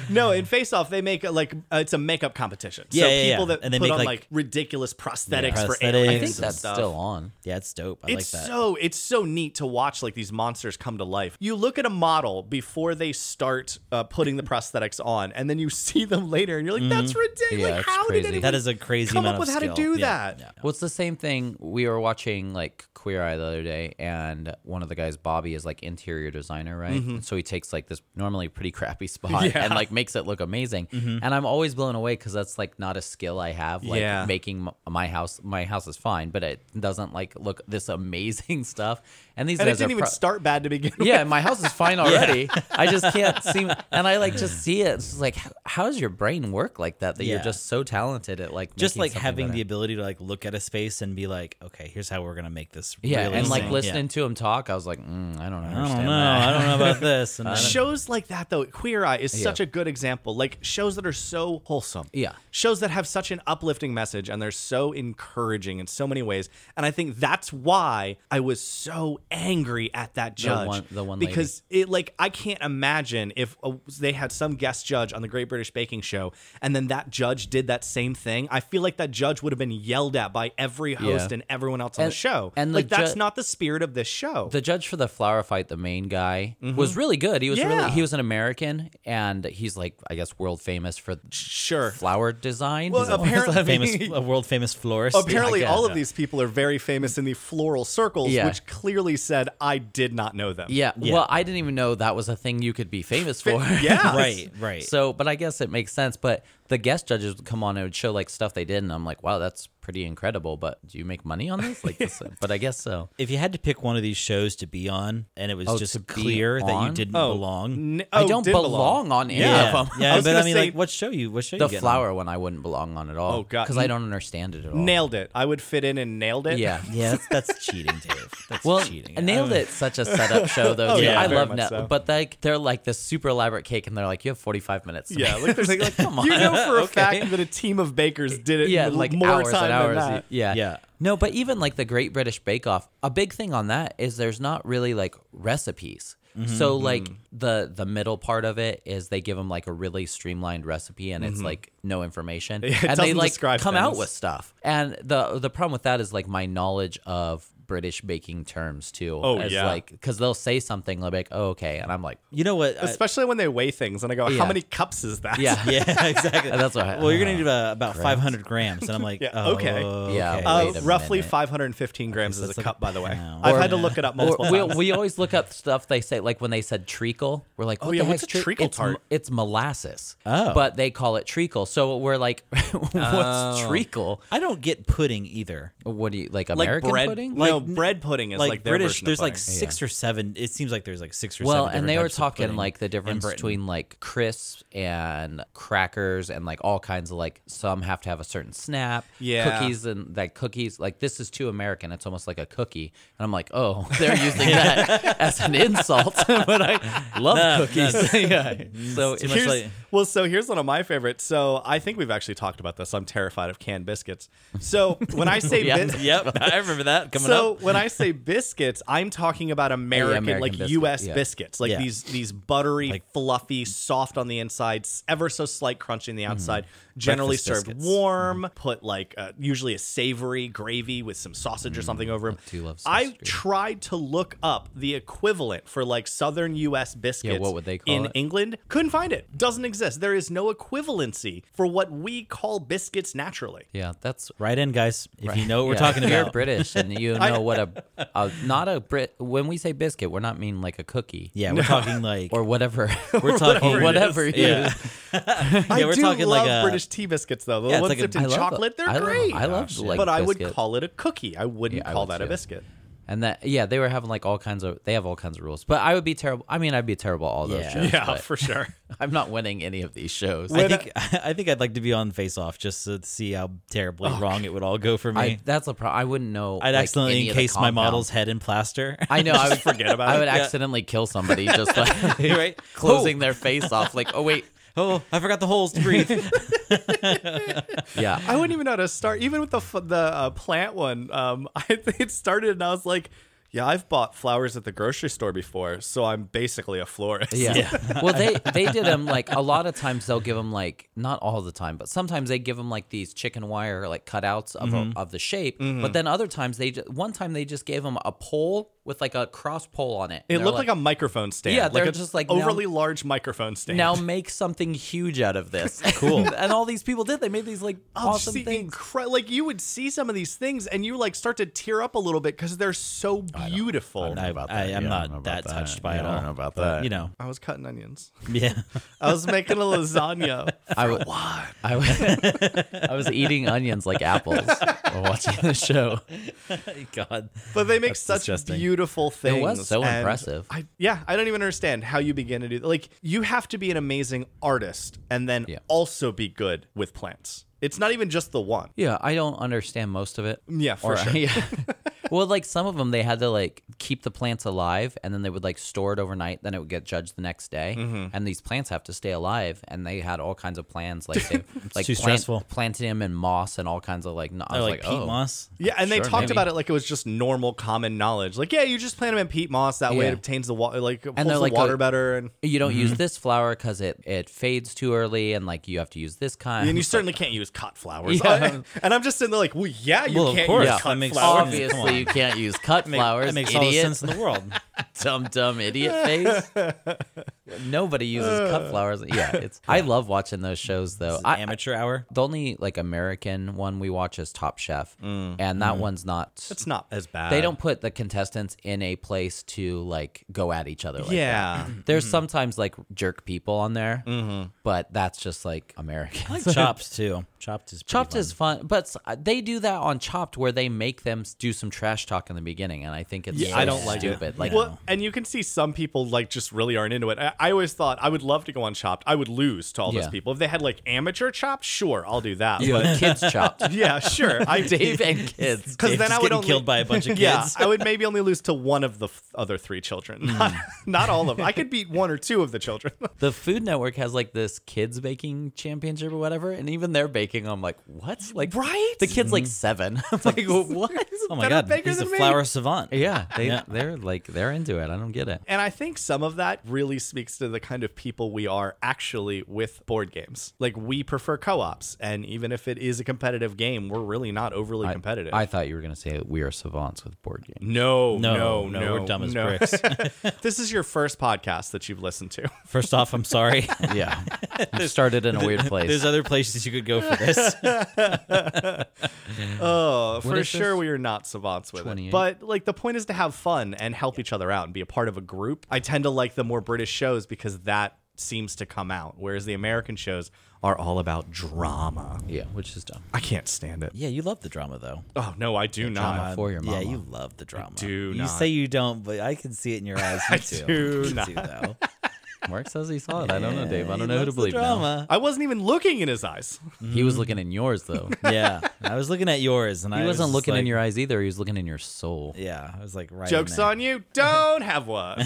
[SPEAKER 2] No, in Face Off, they make a, like uh, it's a makeup competition.
[SPEAKER 1] Yeah,
[SPEAKER 2] so
[SPEAKER 1] yeah,
[SPEAKER 2] people
[SPEAKER 1] yeah.
[SPEAKER 2] that
[SPEAKER 1] And they
[SPEAKER 2] put
[SPEAKER 1] make,
[SPEAKER 2] on like,
[SPEAKER 1] like-
[SPEAKER 2] ridiculous prosthetics
[SPEAKER 1] Yeah.
[SPEAKER 2] for
[SPEAKER 1] Prosthetics.
[SPEAKER 2] aliens.
[SPEAKER 1] I
[SPEAKER 3] I think
[SPEAKER 1] Some
[SPEAKER 2] and
[SPEAKER 3] that's
[SPEAKER 2] stuff.
[SPEAKER 3] still on.
[SPEAKER 1] Yeah, it's dope. I
[SPEAKER 2] It's
[SPEAKER 1] like that.
[SPEAKER 2] so it's so neat to watch like these monsters come to life. You look at a model before they start uh, putting the prosthetics on, and then you see them later, and you're like, "That's ridiculous!
[SPEAKER 3] Yeah,
[SPEAKER 2] like,
[SPEAKER 3] it's
[SPEAKER 2] how did
[SPEAKER 3] crazy.
[SPEAKER 2] anyone
[SPEAKER 1] that is a Mm-hmm. crazy
[SPEAKER 2] come
[SPEAKER 1] amount
[SPEAKER 2] up
[SPEAKER 1] of
[SPEAKER 2] with how to
[SPEAKER 1] skill.
[SPEAKER 2] do
[SPEAKER 1] Yeah,
[SPEAKER 2] that?"
[SPEAKER 1] yeah.
[SPEAKER 3] Well, it's the same thing. We were watching like Queer Eye the other day, and one of the guys, Bobby, is like interior designer, right?
[SPEAKER 2] Mm-hmm.
[SPEAKER 3] And so he takes like this normally pretty crappy spot and like makes it look amazing.
[SPEAKER 2] Mm-hmm.
[SPEAKER 3] And I'm always blown away because that's like not a skill I have. Like
[SPEAKER 2] Yeah.
[SPEAKER 3] making m- my house, my house is fine, but it doesn't like look this amazing stuff. And these
[SPEAKER 2] And it
[SPEAKER 3] guys
[SPEAKER 2] didn't
[SPEAKER 3] are
[SPEAKER 2] even
[SPEAKER 3] pro-
[SPEAKER 2] start bad to begin with.
[SPEAKER 3] yeah, my house is fine already. I just can't seem, and I like just see it. It's just like, h- how does your brain work like that? That you're
[SPEAKER 1] Yeah.
[SPEAKER 3] just so talented at like
[SPEAKER 1] Just
[SPEAKER 3] making
[SPEAKER 1] like
[SPEAKER 3] something
[SPEAKER 1] having
[SPEAKER 3] better?
[SPEAKER 1] the ability to like look at a space and be like, okay, here's how we're gonna make this.
[SPEAKER 3] Yeah, and like
[SPEAKER 1] realistic.
[SPEAKER 3] listening
[SPEAKER 1] Yeah.
[SPEAKER 3] to him talk, I was like, mm, I don't
[SPEAKER 1] I
[SPEAKER 3] understand
[SPEAKER 1] don't know.
[SPEAKER 3] that.
[SPEAKER 1] I don't know about this. And then-
[SPEAKER 2] Shows like that though, Queer Eye is such a good example. Like shows that are so wholesome.
[SPEAKER 3] Yeah.
[SPEAKER 2] Shows that have such an uplifting message and they're so encouraging in so many ways. And I think that's why I was so angry at that judge.
[SPEAKER 3] one- the one lady.
[SPEAKER 2] because it like I can't imagine if uh they had some guest judge on the Great British Baking Show and then that judge did that same thing. I feel like that judge would have been yelled at by every host and everyone else on
[SPEAKER 3] And-
[SPEAKER 2] the show.
[SPEAKER 3] and the
[SPEAKER 2] like that's
[SPEAKER 3] ju-
[SPEAKER 2] not the spirit of this show.
[SPEAKER 3] The judge for the flower fight, the main guy, was really good. He was
[SPEAKER 2] Yeah.
[SPEAKER 3] really he was an American, and he's like I guess world famous for
[SPEAKER 2] sure.
[SPEAKER 3] flower design.
[SPEAKER 2] Well,
[SPEAKER 3] He's a-
[SPEAKER 2] apparently,
[SPEAKER 1] a famous, a world famous florist.
[SPEAKER 2] Apparently,
[SPEAKER 1] Yeah, I
[SPEAKER 2] all
[SPEAKER 1] guess.
[SPEAKER 2] of these people are very famous in the floral circles,
[SPEAKER 3] Yeah.
[SPEAKER 2] which clearly said, I did not know them.
[SPEAKER 3] yeah,
[SPEAKER 1] yeah.
[SPEAKER 3] Well, I didn't even know that was a thing you could be famous for.
[SPEAKER 2] Yeah.
[SPEAKER 1] Right, right.
[SPEAKER 3] So, but I guess it makes sense. But the guest judges would come on and would show like stuff they did, and I'm like, wow, that's pretty incredible. But do you make money on this? Like, this, but I guess so.
[SPEAKER 1] if you had to pick one of these shows to be on, and it was
[SPEAKER 3] Oh, to
[SPEAKER 1] just
[SPEAKER 3] be
[SPEAKER 1] clear that
[SPEAKER 3] on?
[SPEAKER 1] you didn't belong.
[SPEAKER 2] N-
[SPEAKER 3] I
[SPEAKER 2] oh,
[SPEAKER 3] don't
[SPEAKER 2] didn't
[SPEAKER 3] belong. on any
[SPEAKER 1] yeah,
[SPEAKER 3] of them.
[SPEAKER 1] yeah,
[SPEAKER 2] I was
[SPEAKER 1] but I
[SPEAKER 2] gonna
[SPEAKER 1] mean,
[SPEAKER 2] say-
[SPEAKER 1] like, what show you? What show
[SPEAKER 3] The
[SPEAKER 1] you? getting
[SPEAKER 3] flower one I wouldn't belong on at all.
[SPEAKER 2] Oh, God.
[SPEAKER 3] because I don't understand it at all.
[SPEAKER 2] Nailed it. I would fit in and nailed it.
[SPEAKER 3] Yeah.
[SPEAKER 1] On? Yeah, that's, that's cheating, Dave. That's
[SPEAKER 3] Well,
[SPEAKER 1] cheating.
[SPEAKER 3] nailed it. Such a setup show, though.
[SPEAKER 2] Oh,
[SPEAKER 3] too.
[SPEAKER 2] yeah,
[SPEAKER 3] I
[SPEAKER 2] very
[SPEAKER 3] love
[SPEAKER 2] much
[SPEAKER 3] Net,
[SPEAKER 2] so.
[SPEAKER 3] but like they're like this super elaborate cake, and they're like, you have forty five minutes. to
[SPEAKER 2] Yeah.
[SPEAKER 3] make
[SPEAKER 2] Like,
[SPEAKER 3] this."
[SPEAKER 2] like, like,
[SPEAKER 3] Come on.
[SPEAKER 2] you know for a
[SPEAKER 3] Okay.
[SPEAKER 2] fact that a team of bakers did it
[SPEAKER 3] yeah,
[SPEAKER 2] in
[SPEAKER 3] like
[SPEAKER 2] more
[SPEAKER 3] hours
[SPEAKER 2] time
[SPEAKER 3] and hours.
[SPEAKER 2] than that.
[SPEAKER 3] Yeah,
[SPEAKER 1] Yeah.
[SPEAKER 3] No, but even like the Great British Bake Off, a big thing on that is there's not really like recipes.
[SPEAKER 2] Mm-hmm,
[SPEAKER 3] So like the the middle part of it is they give them like a really streamlined recipe and it's like no information and they
[SPEAKER 2] Mm-hmm. doesn't
[SPEAKER 3] like come
[SPEAKER 2] describe
[SPEAKER 3] out
[SPEAKER 2] things.
[SPEAKER 3] with stuff. And the the problem with that is like my knowledge of British baking terms too.
[SPEAKER 2] Oh,
[SPEAKER 3] as
[SPEAKER 2] yeah.
[SPEAKER 3] like because they'll say something like oh okay and I'm like
[SPEAKER 1] You know what? I-
[SPEAKER 2] Especially when they weigh things. And I go,
[SPEAKER 3] Yeah.
[SPEAKER 2] how many cups is that?
[SPEAKER 3] yeah
[SPEAKER 1] yeah, exactly.
[SPEAKER 3] that's what I-
[SPEAKER 1] Well, you're gonna need about, about 500 grams, and I'm like,
[SPEAKER 2] Yeah,
[SPEAKER 1] oh,
[SPEAKER 2] okay.
[SPEAKER 3] Yeah,
[SPEAKER 1] okay.
[SPEAKER 2] Uh,
[SPEAKER 3] Wait a
[SPEAKER 2] roughly
[SPEAKER 3] minute.
[SPEAKER 2] 515 grams
[SPEAKER 1] so
[SPEAKER 2] is
[SPEAKER 1] it's
[SPEAKER 2] a
[SPEAKER 1] like
[SPEAKER 2] cup,
[SPEAKER 1] a
[SPEAKER 2] by the way.
[SPEAKER 1] pound.
[SPEAKER 2] I've
[SPEAKER 1] Or-
[SPEAKER 2] had to look it up
[SPEAKER 3] Or
[SPEAKER 2] multiple
[SPEAKER 3] we,
[SPEAKER 2] times.
[SPEAKER 3] we always look up stuff they say like when they said treacle, we're like,
[SPEAKER 2] Oh,
[SPEAKER 3] what
[SPEAKER 2] yeah,
[SPEAKER 3] the
[SPEAKER 2] what's
[SPEAKER 3] heck's
[SPEAKER 2] a
[SPEAKER 3] tre-
[SPEAKER 2] treacle
[SPEAKER 3] it's,
[SPEAKER 2] tart?
[SPEAKER 3] m- It's molasses.
[SPEAKER 1] Oh.
[SPEAKER 3] but they call it treacle. So we're like,
[SPEAKER 1] Oh.
[SPEAKER 3] what's Oh. treacle?
[SPEAKER 1] I don't get pudding either.
[SPEAKER 3] What do you like
[SPEAKER 2] like
[SPEAKER 3] American
[SPEAKER 2] bread,
[SPEAKER 3] pudding?
[SPEAKER 2] no,
[SPEAKER 1] Like-
[SPEAKER 2] bread pudding is like,
[SPEAKER 1] Like,
[SPEAKER 2] their
[SPEAKER 1] British,
[SPEAKER 2] version of
[SPEAKER 1] there's like
[SPEAKER 2] pudding.
[SPEAKER 1] six or seven. It seems like there's like six or
[SPEAKER 3] well,
[SPEAKER 1] seven. different
[SPEAKER 3] and they were
[SPEAKER 1] types of
[SPEAKER 3] talking
[SPEAKER 1] pudding
[SPEAKER 3] like the
[SPEAKER 1] in
[SPEAKER 3] difference
[SPEAKER 1] Britain.
[SPEAKER 3] between like crisps and crackers and like all kinds of like some have to have a certain snap.
[SPEAKER 2] Yeah.
[SPEAKER 3] Cookies and like cookies like this is too American. It's almost like a cookie. And I'm like, oh, they're using that as an insult. but I love
[SPEAKER 1] No, no,
[SPEAKER 3] cookies. yeah. So it's
[SPEAKER 1] much
[SPEAKER 2] Here's-
[SPEAKER 1] like-
[SPEAKER 2] well, so here's one of my favorites. So I think we've actually talked about this. I'm terrified of canned biscuits. So when I say
[SPEAKER 3] Yeah.
[SPEAKER 2] bis-
[SPEAKER 1] Yep, I remember that coming
[SPEAKER 2] so So when I say biscuits, I'm talking about American,
[SPEAKER 3] American
[SPEAKER 2] like
[SPEAKER 3] biscuit,
[SPEAKER 2] U.S.
[SPEAKER 3] yeah.
[SPEAKER 2] biscuits, like
[SPEAKER 1] Yeah.
[SPEAKER 2] these these buttery, fluffy, soft on the inside, s- ever so slight crunch
[SPEAKER 3] Mm-hmm.
[SPEAKER 2] in the outside. Generally
[SPEAKER 1] Breakfast
[SPEAKER 2] served
[SPEAKER 1] biscuits.
[SPEAKER 2] warm, put like uh, usually a savory gravy with some sausage or something over them.
[SPEAKER 3] Mm, do love
[SPEAKER 2] I
[SPEAKER 3] sausage, yeah.
[SPEAKER 2] tried to look up the equivalent for like Southern U.S. biscuits.
[SPEAKER 3] what would they call
[SPEAKER 2] in
[SPEAKER 3] it?
[SPEAKER 2] England? Couldn't find it. Doesn't exist. There is no equivalency for what we call biscuits naturally.
[SPEAKER 3] Yeah, that's
[SPEAKER 1] Right in, guys. If you know what we're
[SPEAKER 3] Yeah,
[SPEAKER 1] talking
[SPEAKER 3] if You're
[SPEAKER 1] about,
[SPEAKER 3] British, and you know what a, a not a Brit. When we say biscuit, we're not mean like a cookie.
[SPEAKER 1] yeah, we're talking like
[SPEAKER 3] Or whatever.
[SPEAKER 1] we're talking
[SPEAKER 3] or whatever. you-
[SPEAKER 1] Yeah,
[SPEAKER 2] I
[SPEAKER 1] Yeah, we're
[SPEAKER 2] do
[SPEAKER 1] talking like uh,
[SPEAKER 2] love
[SPEAKER 1] a-
[SPEAKER 2] British tea biscuits though. The
[SPEAKER 1] Yeah, it's
[SPEAKER 2] ones
[SPEAKER 1] like a-
[SPEAKER 2] dipped
[SPEAKER 3] I
[SPEAKER 2] in
[SPEAKER 3] love the-
[SPEAKER 2] chocolate, they're
[SPEAKER 3] I love-
[SPEAKER 2] great.
[SPEAKER 3] I love like
[SPEAKER 2] but I would
[SPEAKER 3] biscuit.
[SPEAKER 2] call it a cookie. I wouldn't
[SPEAKER 3] Yeah, I
[SPEAKER 2] call
[SPEAKER 3] would
[SPEAKER 2] that a
[SPEAKER 3] too.
[SPEAKER 2] biscuit.
[SPEAKER 3] And that yeah, they were having like all kinds of they have all kinds of rules. But I would be terrible. I mean, I'd be terrible at all those
[SPEAKER 1] Yeah.
[SPEAKER 3] shows. but
[SPEAKER 2] for sure.
[SPEAKER 3] I'm not winning any of these shows.
[SPEAKER 1] I think I think I'd like to be on Face Off just to see how terribly
[SPEAKER 2] Oh,
[SPEAKER 1] wrong it would all go for me.
[SPEAKER 3] I, that's a problem. I wouldn't know.
[SPEAKER 1] I'd
[SPEAKER 3] like,
[SPEAKER 1] accidentally
[SPEAKER 3] any of the
[SPEAKER 1] encase my
[SPEAKER 3] compounds.
[SPEAKER 1] model's head in plaster.
[SPEAKER 3] I know. I would
[SPEAKER 2] forget about
[SPEAKER 3] I
[SPEAKER 2] it.
[SPEAKER 3] would
[SPEAKER 1] Yeah.
[SPEAKER 3] accidentally kill somebody just by
[SPEAKER 1] right?
[SPEAKER 3] closing their face off. Like, oh wait,
[SPEAKER 1] Oh, I forgot the holes to breathe.
[SPEAKER 3] yeah.
[SPEAKER 2] I wouldn't even know how to start. Even with the f- the uh, plant one, um, I think it started and I was like, yeah, I've bought flowers at the grocery store before, so I'm basically a florist.
[SPEAKER 3] Yeah. well, they they did them like a lot of times. They'll give them like not all the time, but sometimes they give them like these chicken wire like cutouts of
[SPEAKER 2] Mm-hmm.
[SPEAKER 3] a, of the shape. But then other times they just, one time they just gave them a pole with like a cross pole on it.
[SPEAKER 2] It looked like, a microphone stand.
[SPEAKER 3] Yeah,
[SPEAKER 2] like
[SPEAKER 3] they're
[SPEAKER 2] a
[SPEAKER 3] just like, now-
[SPEAKER 2] overly large microphone stand.
[SPEAKER 3] now make something huge out of this. Cool. and all these people did. They made these like
[SPEAKER 2] Oh,
[SPEAKER 3] awesome
[SPEAKER 2] see,
[SPEAKER 3] things.
[SPEAKER 2] incre- like you would see some of these things and you like start to tear up a little bit because they're so beautiful.
[SPEAKER 1] I, I, am not that touched by it all.
[SPEAKER 3] about that.
[SPEAKER 1] You know,
[SPEAKER 2] I was cutting onions.
[SPEAKER 1] yeah.
[SPEAKER 2] I was making a lasagna.
[SPEAKER 3] I would. I, would- I was eating onions like apples while watching the show.
[SPEAKER 1] God,
[SPEAKER 2] But they make such
[SPEAKER 1] disgusting.
[SPEAKER 2] beautiful things.
[SPEAKER 3] was so
[SPEAKER 2] and
[SPEAKER 3] impressive.
[SPEAKER 2] I, yeah, I don't even understand how you begin to do that. Like, you have to be an amazing artist and then
[SPEAKER 3] Yeah.
[SPEAKER 2] also be good with plants. It's not even just the one.
[SPEAKER 3] Yeah, I don't understand most of it.
[SPEAKER 2] Yeah, for sure.
[SPEAKER 3] yeah. well, like some of them, they had to like keep the plants alive, and then they would like store it overnight. Then it would get judged the next day,
[SPEAKER 1] Mm-hmm.
[SPEAKER 3] and these plants have to stay alive. And they had all kinds of plans, like they, like
[SPEAKER 1] too
[SPEAKER 3] plant,
[SPEAKER 1] stressful.
[SPEAKER 3] planting them in moss and all kinds of like. No, I
[SPEAKER 1] I
[SPEAKER 3] was
[SPEAKER 1] like,
[SPEAKER 3] like,
[SPEAKER 1] peat
[SPEAKER 3] oh,
[SPEAKER 1] moss.
[SPEAKER 2] Yeah, and they
[SPEAKER 3] Sure,
[SPEAKER 2] talked
[SPEAKER 3] maybe.
[SPEAKER 2] about it like it was just normal common knowledge. Like, yeah, you just plant them in peat moss. That way
[SPEAKER 3] Yeah.
[SPEAKER 2] it obtains the water, like, it pulls
[SPEAKER 3] they're
[SPEAKER 2] the
[SPEAKER 3] like,
[SPEAKER 2] water
[SPEAKER 3] oh,
[SPEAKER 2] better. And,
[SPEAKER 3] you don't
[SPEAKER 1] Mm-hmm.
[SPEAKER 3] use this flower because it it fades too early, and like you have to use this kind.
[SPEAKER 2] and you certainly can't use cut flowers.
[SPEAKER 3] Yeah.
[SPEAKER 2] and I'm just sitting there like, well, yeah, you
[SPEAKER 1] Well, of
[SPEAKER 2] can't
[SPEAKER 1] course,
[SPEAKER 2] use
[SPEAKER 1] that
[SPEAKER 2] cut
[SPEAKER 1] makes
[SPEAKER 2] flowers.
[SPEAKER 1] sense. Come
[SPEAKER 3] Obviously,
[SPEAKER 1] on.
[SPEAKER 3] you can't use cut
[SPEAKER 1] Make-
[SPEAKER 3] flowers.
[SPEAKER 1] that makes all the
[SPEAKER 3] idiot.
[SPEAKER 1] sense in the world.
[SPEAKER 3] dumb dumb idiot face. Nobody uses cut flowers. Yeah, it's. I love watching those shows though. I,
[SPEAKER 1] Amateur hour.
[SPEAKER 3] the only like American one we watch is Top Chef, and that one's not.
[SPEAKER 2] Mm, It's not as bad.
[SPEAKER 3] They don't put the contestants in a place to like go at each other. Like that.
[SPEAKER 2] yeah. Mm-hmm.
[SPEAKER 3] there's sometimes like jerk people on there, but that's just like American.
[SPEAKER 1] I like Chopped too. Chopped is pretty
[SPEAKER 3] Chopped
[SPEAKER 1] fun.
[SPEAKER 3] is fun, but s- uh, they do that on Chopped where they make them s- do some trash talk in the beginning, and I think it's so
[SPEAKER 2] I don't like
[SPEAKER 3] stupid.
[SPEAKER 2] it.
[SPEAKER 3] Like
[SPEAKER 2] well, and you can see some people like just really aren't into it. I, I always thought I would love to go on Chopped. I would lose to all
[SPEAKER 3] Yeah.
[SPEAKER 2] those people if they had like amateur Chopped. Sure, I'll do that.
[SPEAKER 3] you know, kids Chopped,
[SPEAKER 2] But yeah, sure, I
[SPEAKER 3] Dave and kids.
[SPEAKER 2] because then
[SPEAKER 1] Just
[SPEAKER 2] I would
[SPEAKER 1] getting
[SPEAKER 2] only
[SPEAKER 1] killed by a bunch of kids.
[SPEAKER 2] yeah, I would maybe only lose to one of the f- other three children,
[SPEAKER 3] Hmm.
[SPEAKER 2] not all of them. I could beat one or two of the children.
[SPEAKER 3] The Food Network has like this kids baking championship or whatever, and even their baking, I'm like, what? Like,
[SPEAKER 2] Right?
[SPEAKER 3] The kid's like seven. I'm like, what?
[SPEAKER 1] Oh my
[SPEAKER 2] better
[SPEAKER 1] God,
[SPEAKER 2] baker
[SPEAKER 1] he's a
[SPEAKER 2] than me.
[SPEAKER 1] flower savant.
[SPEAKER 3] yeah, they they're like they're into it. I don't get it.
[SPEAKER 2] And I think some of that really speaks to the kind of people we are actually with board games. Like we prefer co-ops, and even if it is a competitive game, we're really not overly competitive.
[SPEAKER 3] I thought you were gonna say we are savants with board games.
[SPEAKER 2] No,
[SPEAKER 1] No,
[SPEAKER 2] no,
[SPEAKER 1] no,
[SPEAKER 2] no,
[SPEAKER 1] we're dumb as
[SPEAKER 2] no.
[SPEAKER 1] bricks.
[SPEAKER 2] this is your first podcast that you've listened to.
[SPEAKER 1] First off, I'm sorry.
[SPEAKER 3] Yeah, you started in a weird place.
[SPEAKER 1] There's other places you could go for this.
[SPEAKER 2] Oh,
[SPEAKER 3] is
[SPEAKER 2] for
[SPEAKER 3] this?
[SPEAKER 2] sure we are not savants with
[SPEAKER 3] 28?
[SPEAKER 2] it. But like the point is to have fun and help each other out and be a part of a group. I tend to like the more British shows because that seems to come out, whereas the American shows are all about drama.
[SPEAKER 3] yeah, which is dumb.
[SPEAKER 2] I can't stand it.
[SPEAKER 1] yeah, you love the drama though.
[SPEAKER 2] Oh no, I do
[SPEAKER 3] drama
[SPEAKER 2] not.
[SPEAKER 3] for your
[SPEAKER 1] Yeah,
[SPEAKER 3] mama.
[SPEAKER 1] you love the drama.
[SPEAKER 2] do
[SPEAKER 1] you
[SPEAKER 2] not.
[SPEAKER 1] say you don't, but I can see it in your eyes. You I do.
[SPEAKER 2] do
[SPEAKER 1] You
[SPEAKER 2] not.
[SPEAKER 1] do, though.
[SPEAKER 3] Mark says he saw it. I don't know, Dave. I don't know who to believe now.
[SPEAKER 1] drama.
[SPEAKER 2] I wasn't even looking in his eyes.
[SPEAKER 3] He was looking in yours though.
[SPEAKER 1] yeah, I was looking at yours, and
[SPEAKER 3] He
[SPEAKER 1] I
[SPEAKER 3] wasn't
[SPEAKER 1] was
[SPEAKER 3] looking in
[SPEAKER 1] like-
[SPEAKER 3] your eyes either. He was looking in your soul.
[SPEAKER 1] Yeah, I was like, right. in
[SPEAKER 2] Jokes
[SPEAKER 1] there.
[SPEAKER 2] on you. Don't have one.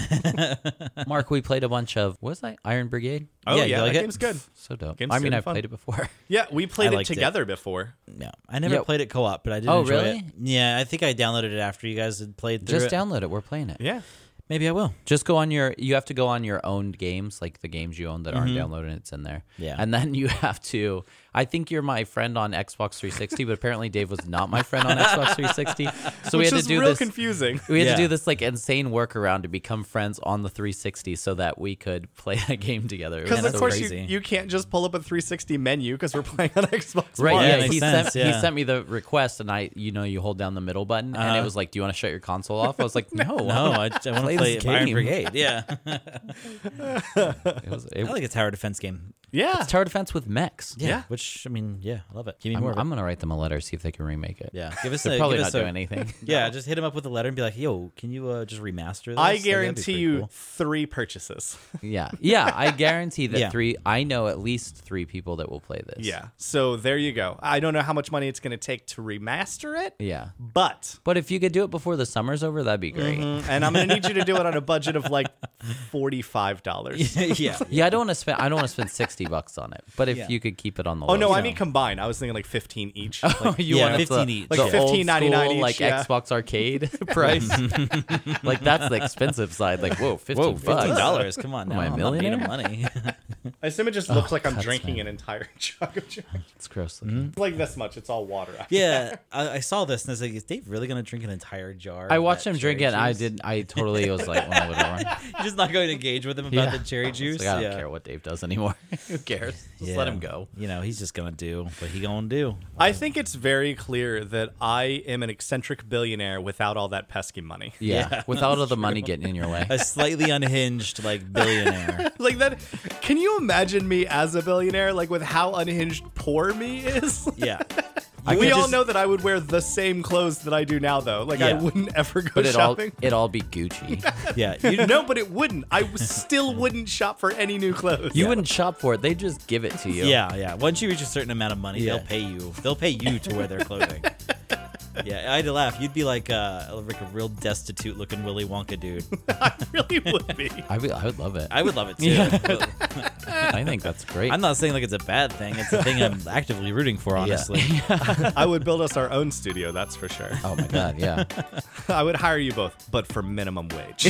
[SPEAKER 3] Mark, we played a bunch of what was that Iron Brigade?
[SPEAKER 2] Oh
[SPEAKER 1] Yeah,
[SPEAKER 2] yeah,
[SPEAKER 1] you
[SPEAKER 2] that
[SPEAKER 1] like it?
[SPEAKER 2] game's good.
[SPEAKER 3] So dope.
[SPEAKER 2] Game's
[SPEAKER 3] I mean,
[SPEAKER 2] super
[SPEAKER 3] I've
[SPEAKER 2] fun.
[SPEAKER 3] played it before.
[SPEAKER 2] Yeah, we played it
[SPEAKER 1] liked it.
[SPEAKER 2] together before.
[SPEAKER 1] No, I never
[SPEAKER 3] Yeah.
[SPEAKER 1] played it co-op, but I did.
[SPEAKER 3] Oh,
[SPEAKER 1] enjoy
[SPEAKER 3] really?
[SPEAKER 1] It. Yeah, I think I downloaded it after you guys had played through
[SPEAKER 3] Just
[SPEAKER 1] it.
[SPEAKER 3] download it. We're playing it.
[SPEAKER 2] Yeah.
[SPEAKER 1] Maybe I will.
[SPEAKER 3] Just go on your. You have to go on your own games, like the games you own that aren't downloaded. It's in there.
[SPEAKER 1] Yeah.
[SPEAKER 3] And then you have to. I think you're my friend on Xbox 360, but apparently Dave was not my friend on Xbox 360. So we
[SPEAKER 2] Which
[SPEAKER 3] had to
[SPEAKER 2] is
[SPEAKER 3] do
[SPEAKER 2] real
[SPEAKER 3] this.
[SPEAKER 2] confusing.
[SPEAKER 3] we had
[SPEAKER 1] Yeah.
[SPEAKER 3] to do this like insane workaround to become friends on the 360 so that we could play a game together. It was
[SPEAKER 2] Because of
[SPEAKER 3] so
[SPEAKER 2] course
[SPEAKER 3] crazy.
[SPEAKER 2] you,
[SPEAKER 1] crazy.
[SPEAKER 2] you can't just pull up a 360 menu because we're playing on Xbox
[SPEAKER 3] Right,
[SPEAKER 2] One.
[SPEAKER 1] Yeah,
[SPEAKER 3] yeah,
[SPEAKER 1] makes
[SPEAKER 3] he
[SPEAKER 1] sense,
[SPEAKER 3] sent he
[SPEAKER 1] yeah.
[SPEAKER 3] sent me the request, and I, you know, you hold down the middle button, and it was like, "Do you want to shut your console off?" I was like, "No,
[SPEAKER 1] No, I, I want to play,
[SPEAKER 3] this
[SPEAKER 1] Iron
[SPEAKER 3] game.
[SPEAKER 1] Brigade. Yeah, I
[SPEAKER 3] It was it,
[SPEAKER 1] like a tower defense game.
[SPEAKER 2] Yeah.
[SPEAKER 3] tower defense with mechs.
[SPEAKER 2] Yeah.
[SPEAKER 1] which I mean, yeah, I love it. Give me
[SPEAKER 3] I'm,
[SPEAKER 1] more. of it.
[SPEAKER 3] I'm gonna write them a letter, see if they can remake it.
[SPEAKER 1] yeah, give us
[SPEAKER 3] they're
[SPEAKER 1] a,
[SPEAKER 3] probably
[SPEAKER 1] give
[SPEAKER 3] not
[SPEAKER 1] us a-
[SPEAKER 3] doing anything.
[SPEAKER 1] Yeah, just hit him up with a letter and be like, "Yo, can you uh, just remaster this?"
[SPEAKER 2] I
[SPEAKER 1] Like, that'd be
[SPEAKER 2] guarantee
[SPEAKER 1] pretty
[SPEAKER 2] you
[SPEAKER 1] cool.
[SPEAKER 2] three purchases.
[SPEAKER 3] yeah, yeah, I guarantee that
[SPEAKER 1] Yeah.
[SPEAKER 3] three. I know at least three people that will play this.
[SPEAKER 2] yeah. So there you go. I don't know how much money it's going to take to remaster it,
[SPEAKER 3] yeah.
[SPEAKER 2] but.
[SPEAKER 3] But if you could do it before the summer's over, that'd be great.
[SPEAKER 2] And I'm going to need you to do it on a budget of like $45.
[SPEAKER 1] yeah,
[SPEAKER 3] Yeah, I don't want to spend. I don't want to spend sixty bucks on it. But if you could keep it on the.
[SPEAKER 2] Oh, no,
[SPEAKER 3] low
[SPEAKER 2] I
[SPEAKER 3] side.
[SPEAKER 2] mean combined. I was thinking like 15 each. Like,
[SPEAKER 3] you
[SPEAKER 1] Oh, Yeah,
[SPEAKER 3] want it's
[SPEAKER 1] 15
[SPEAKER 3] the-
[SPEAKER 1] each.
[SPEAKER 3] the
[SPEAKER 2] Like
[SPEAKER 3] old
[SPEAKER 2] 15.99
[SPEAKER 3] school,
[SPEAKER 2] each,
[SPEAKER 3] like
[SPEAKER 2] yeah.
[SPEAKER 3] Xbox Arcade price. like that's the expensive side. Like whoa, fifteen bucks.
[SPEAKER 1] fifteen dollars. Come on, now.
[SPEAKER 3] I a
[SPEAKER 1] I'm not made of
[SPEAKER 3] millionaire?
[SPEAKER 1] money.
[SPEAKER 2] I assume it just
[SPEAKER 1] Oh,
[SPEAKER 2] looks like I'm drinking an entire jug of Jack.
[SPEAKER 3] It's gross.
[SPEAKER 1] Mm-hmm.
[SPEAKER 2] It's like this much. It's all water.
[SPEAKER 1] yeah, I, I saw this and I was like, "Is Dave really gonna drink an entire jar?"
[SPEAKER 3] I
[SPEAKER 1] of
[SPEAKER 3] watched
[SPEAKER 1] that
[SPEAKER 3] him
[SPEAKER 1] cherry
[SPEAKER 3] drink it. and I
[SPEAKER 1] juice?
[SPEAKER 3] didn't. I totally was like, well, whatever.
[SPEAKER 1] You're just not going to engage with him about
[SPEAKER 3] Yeah.
[SPEAKER 1] the cherry juice.
[SPEAKER 3] It's like, I don't
[SPEAKER 1] yeah.
[SPEAKER 3] care what Dave does anymore. Who cares? Just let
[SPEAKER 1] Yeah.
[SPEAKER 3] him go.
[SPEAKER 1] You know, he's just gonna do what he gonna do.
[SPEAKER 2] I think it's very clear that I am an eccentric billionaire without all that pesky money.
[SPEAKER 3] Yeah, without all the money getting in your way.
[SPEAKER 1] A slightly unhinged like billionaire.
[SPEAKER 2] Like that, can you imagine me as a billionaire? Like with how unhinged poor me is.
[SPEAKER 1] Yeah.
[SPEAKER 2] we
[SPEAKER 1] could
[SPEAKER 2] all
[SPEAKER 1] just-
[SPEAKER 2] know that I would wear the same clothes that I do now, though. Like I
[SPEAKER 1] Yeah.
[SPEAKER 2] wouldn't ever go
[SPEAKER 3] But it all
[SPEAKER 2] shopping.
[SPEAKER 3] it all be Gucci.
[SPEAKER 1] Yeah. You,
[SPEAKER 2] no, but it wouldn't. I w- still wouldn't shop for any new clothes.
[SPEAKER 3] You wouldn't shop for it. They just give it to you.
[SPEAKER 1] yeah, yeah. Once you reach a certain amount of money,
[SPEAKER 3] Yeah.
[SPEAKER 1] they'll pay you. They'll pay you to wear their clothing. yeah, I had to laugh. You'd be like uh, like a real destitute looking Willy Wonka dude.
[SPEAKER 2] really would be.
[SPEAKER 3] I would, I would love it.
[SPEAKER 1] I would love it too.
[SPEAKER 3] Yeah. I think that's great.
[SPEAKER 1] I'm not saying like it's a bad thing. It's a thing I'm actively rooting for, honestly.
[SPEAKER 2] I would build us our own studio, that's for sure.
[SPEAKER 3] oh my god, yeah.
[SPEAKER 2] I would hire you both, but for minimum wage.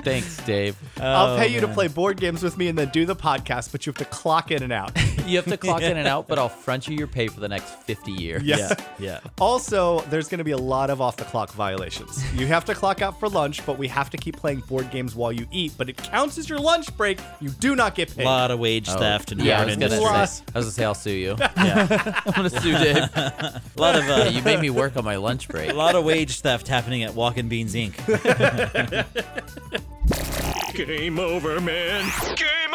[SPEAKER 3] Thanks, Dave.
[SPEAKER 1] Uh,
[SPEAKER 2] I'll pay you to play board games with me and then do the podcast, but you have to clock in and out.
[SPEAKER 3] You have to clock in and out, but I'll front you your pay for the next 50 years.
[SPEAKER 2] Yes.
[SPEAKER 1] Yeah. Yeah.
[SPEAKER 2] Also, there's going to be a lot of off the clock violations. You have to clock out for lunch, but we have to keep playing board games while you eat, but it counts as your lunch break. You do not get
[SPEAKER 1] A
[SPEAKER 2] paid.
[SPEAKER 1] lot of wage theft and
[SPEAKER 3] Oh, Yeah, I
[SPEAKER 1] hard
[SPEAKER 3] was, gonna say,
[SPEAKER 1] industry.
[SPEAKER 3] I
[SPEAKER 2] Plus-
[SPEAKER 3] was gonna say I'll sue you.
[SPEAKER 1] Yeah.
[SPEAKER 3] I'm gonna sue Dave.
[SPEAKER 1] A lot of uh,
[SPEAKER 3] You made me work on my lunch break.
[SPEAKER 1] a lot of wage theft happening at Walkin' Beans Inc.
[SPEAKER 6] Game over, man. Game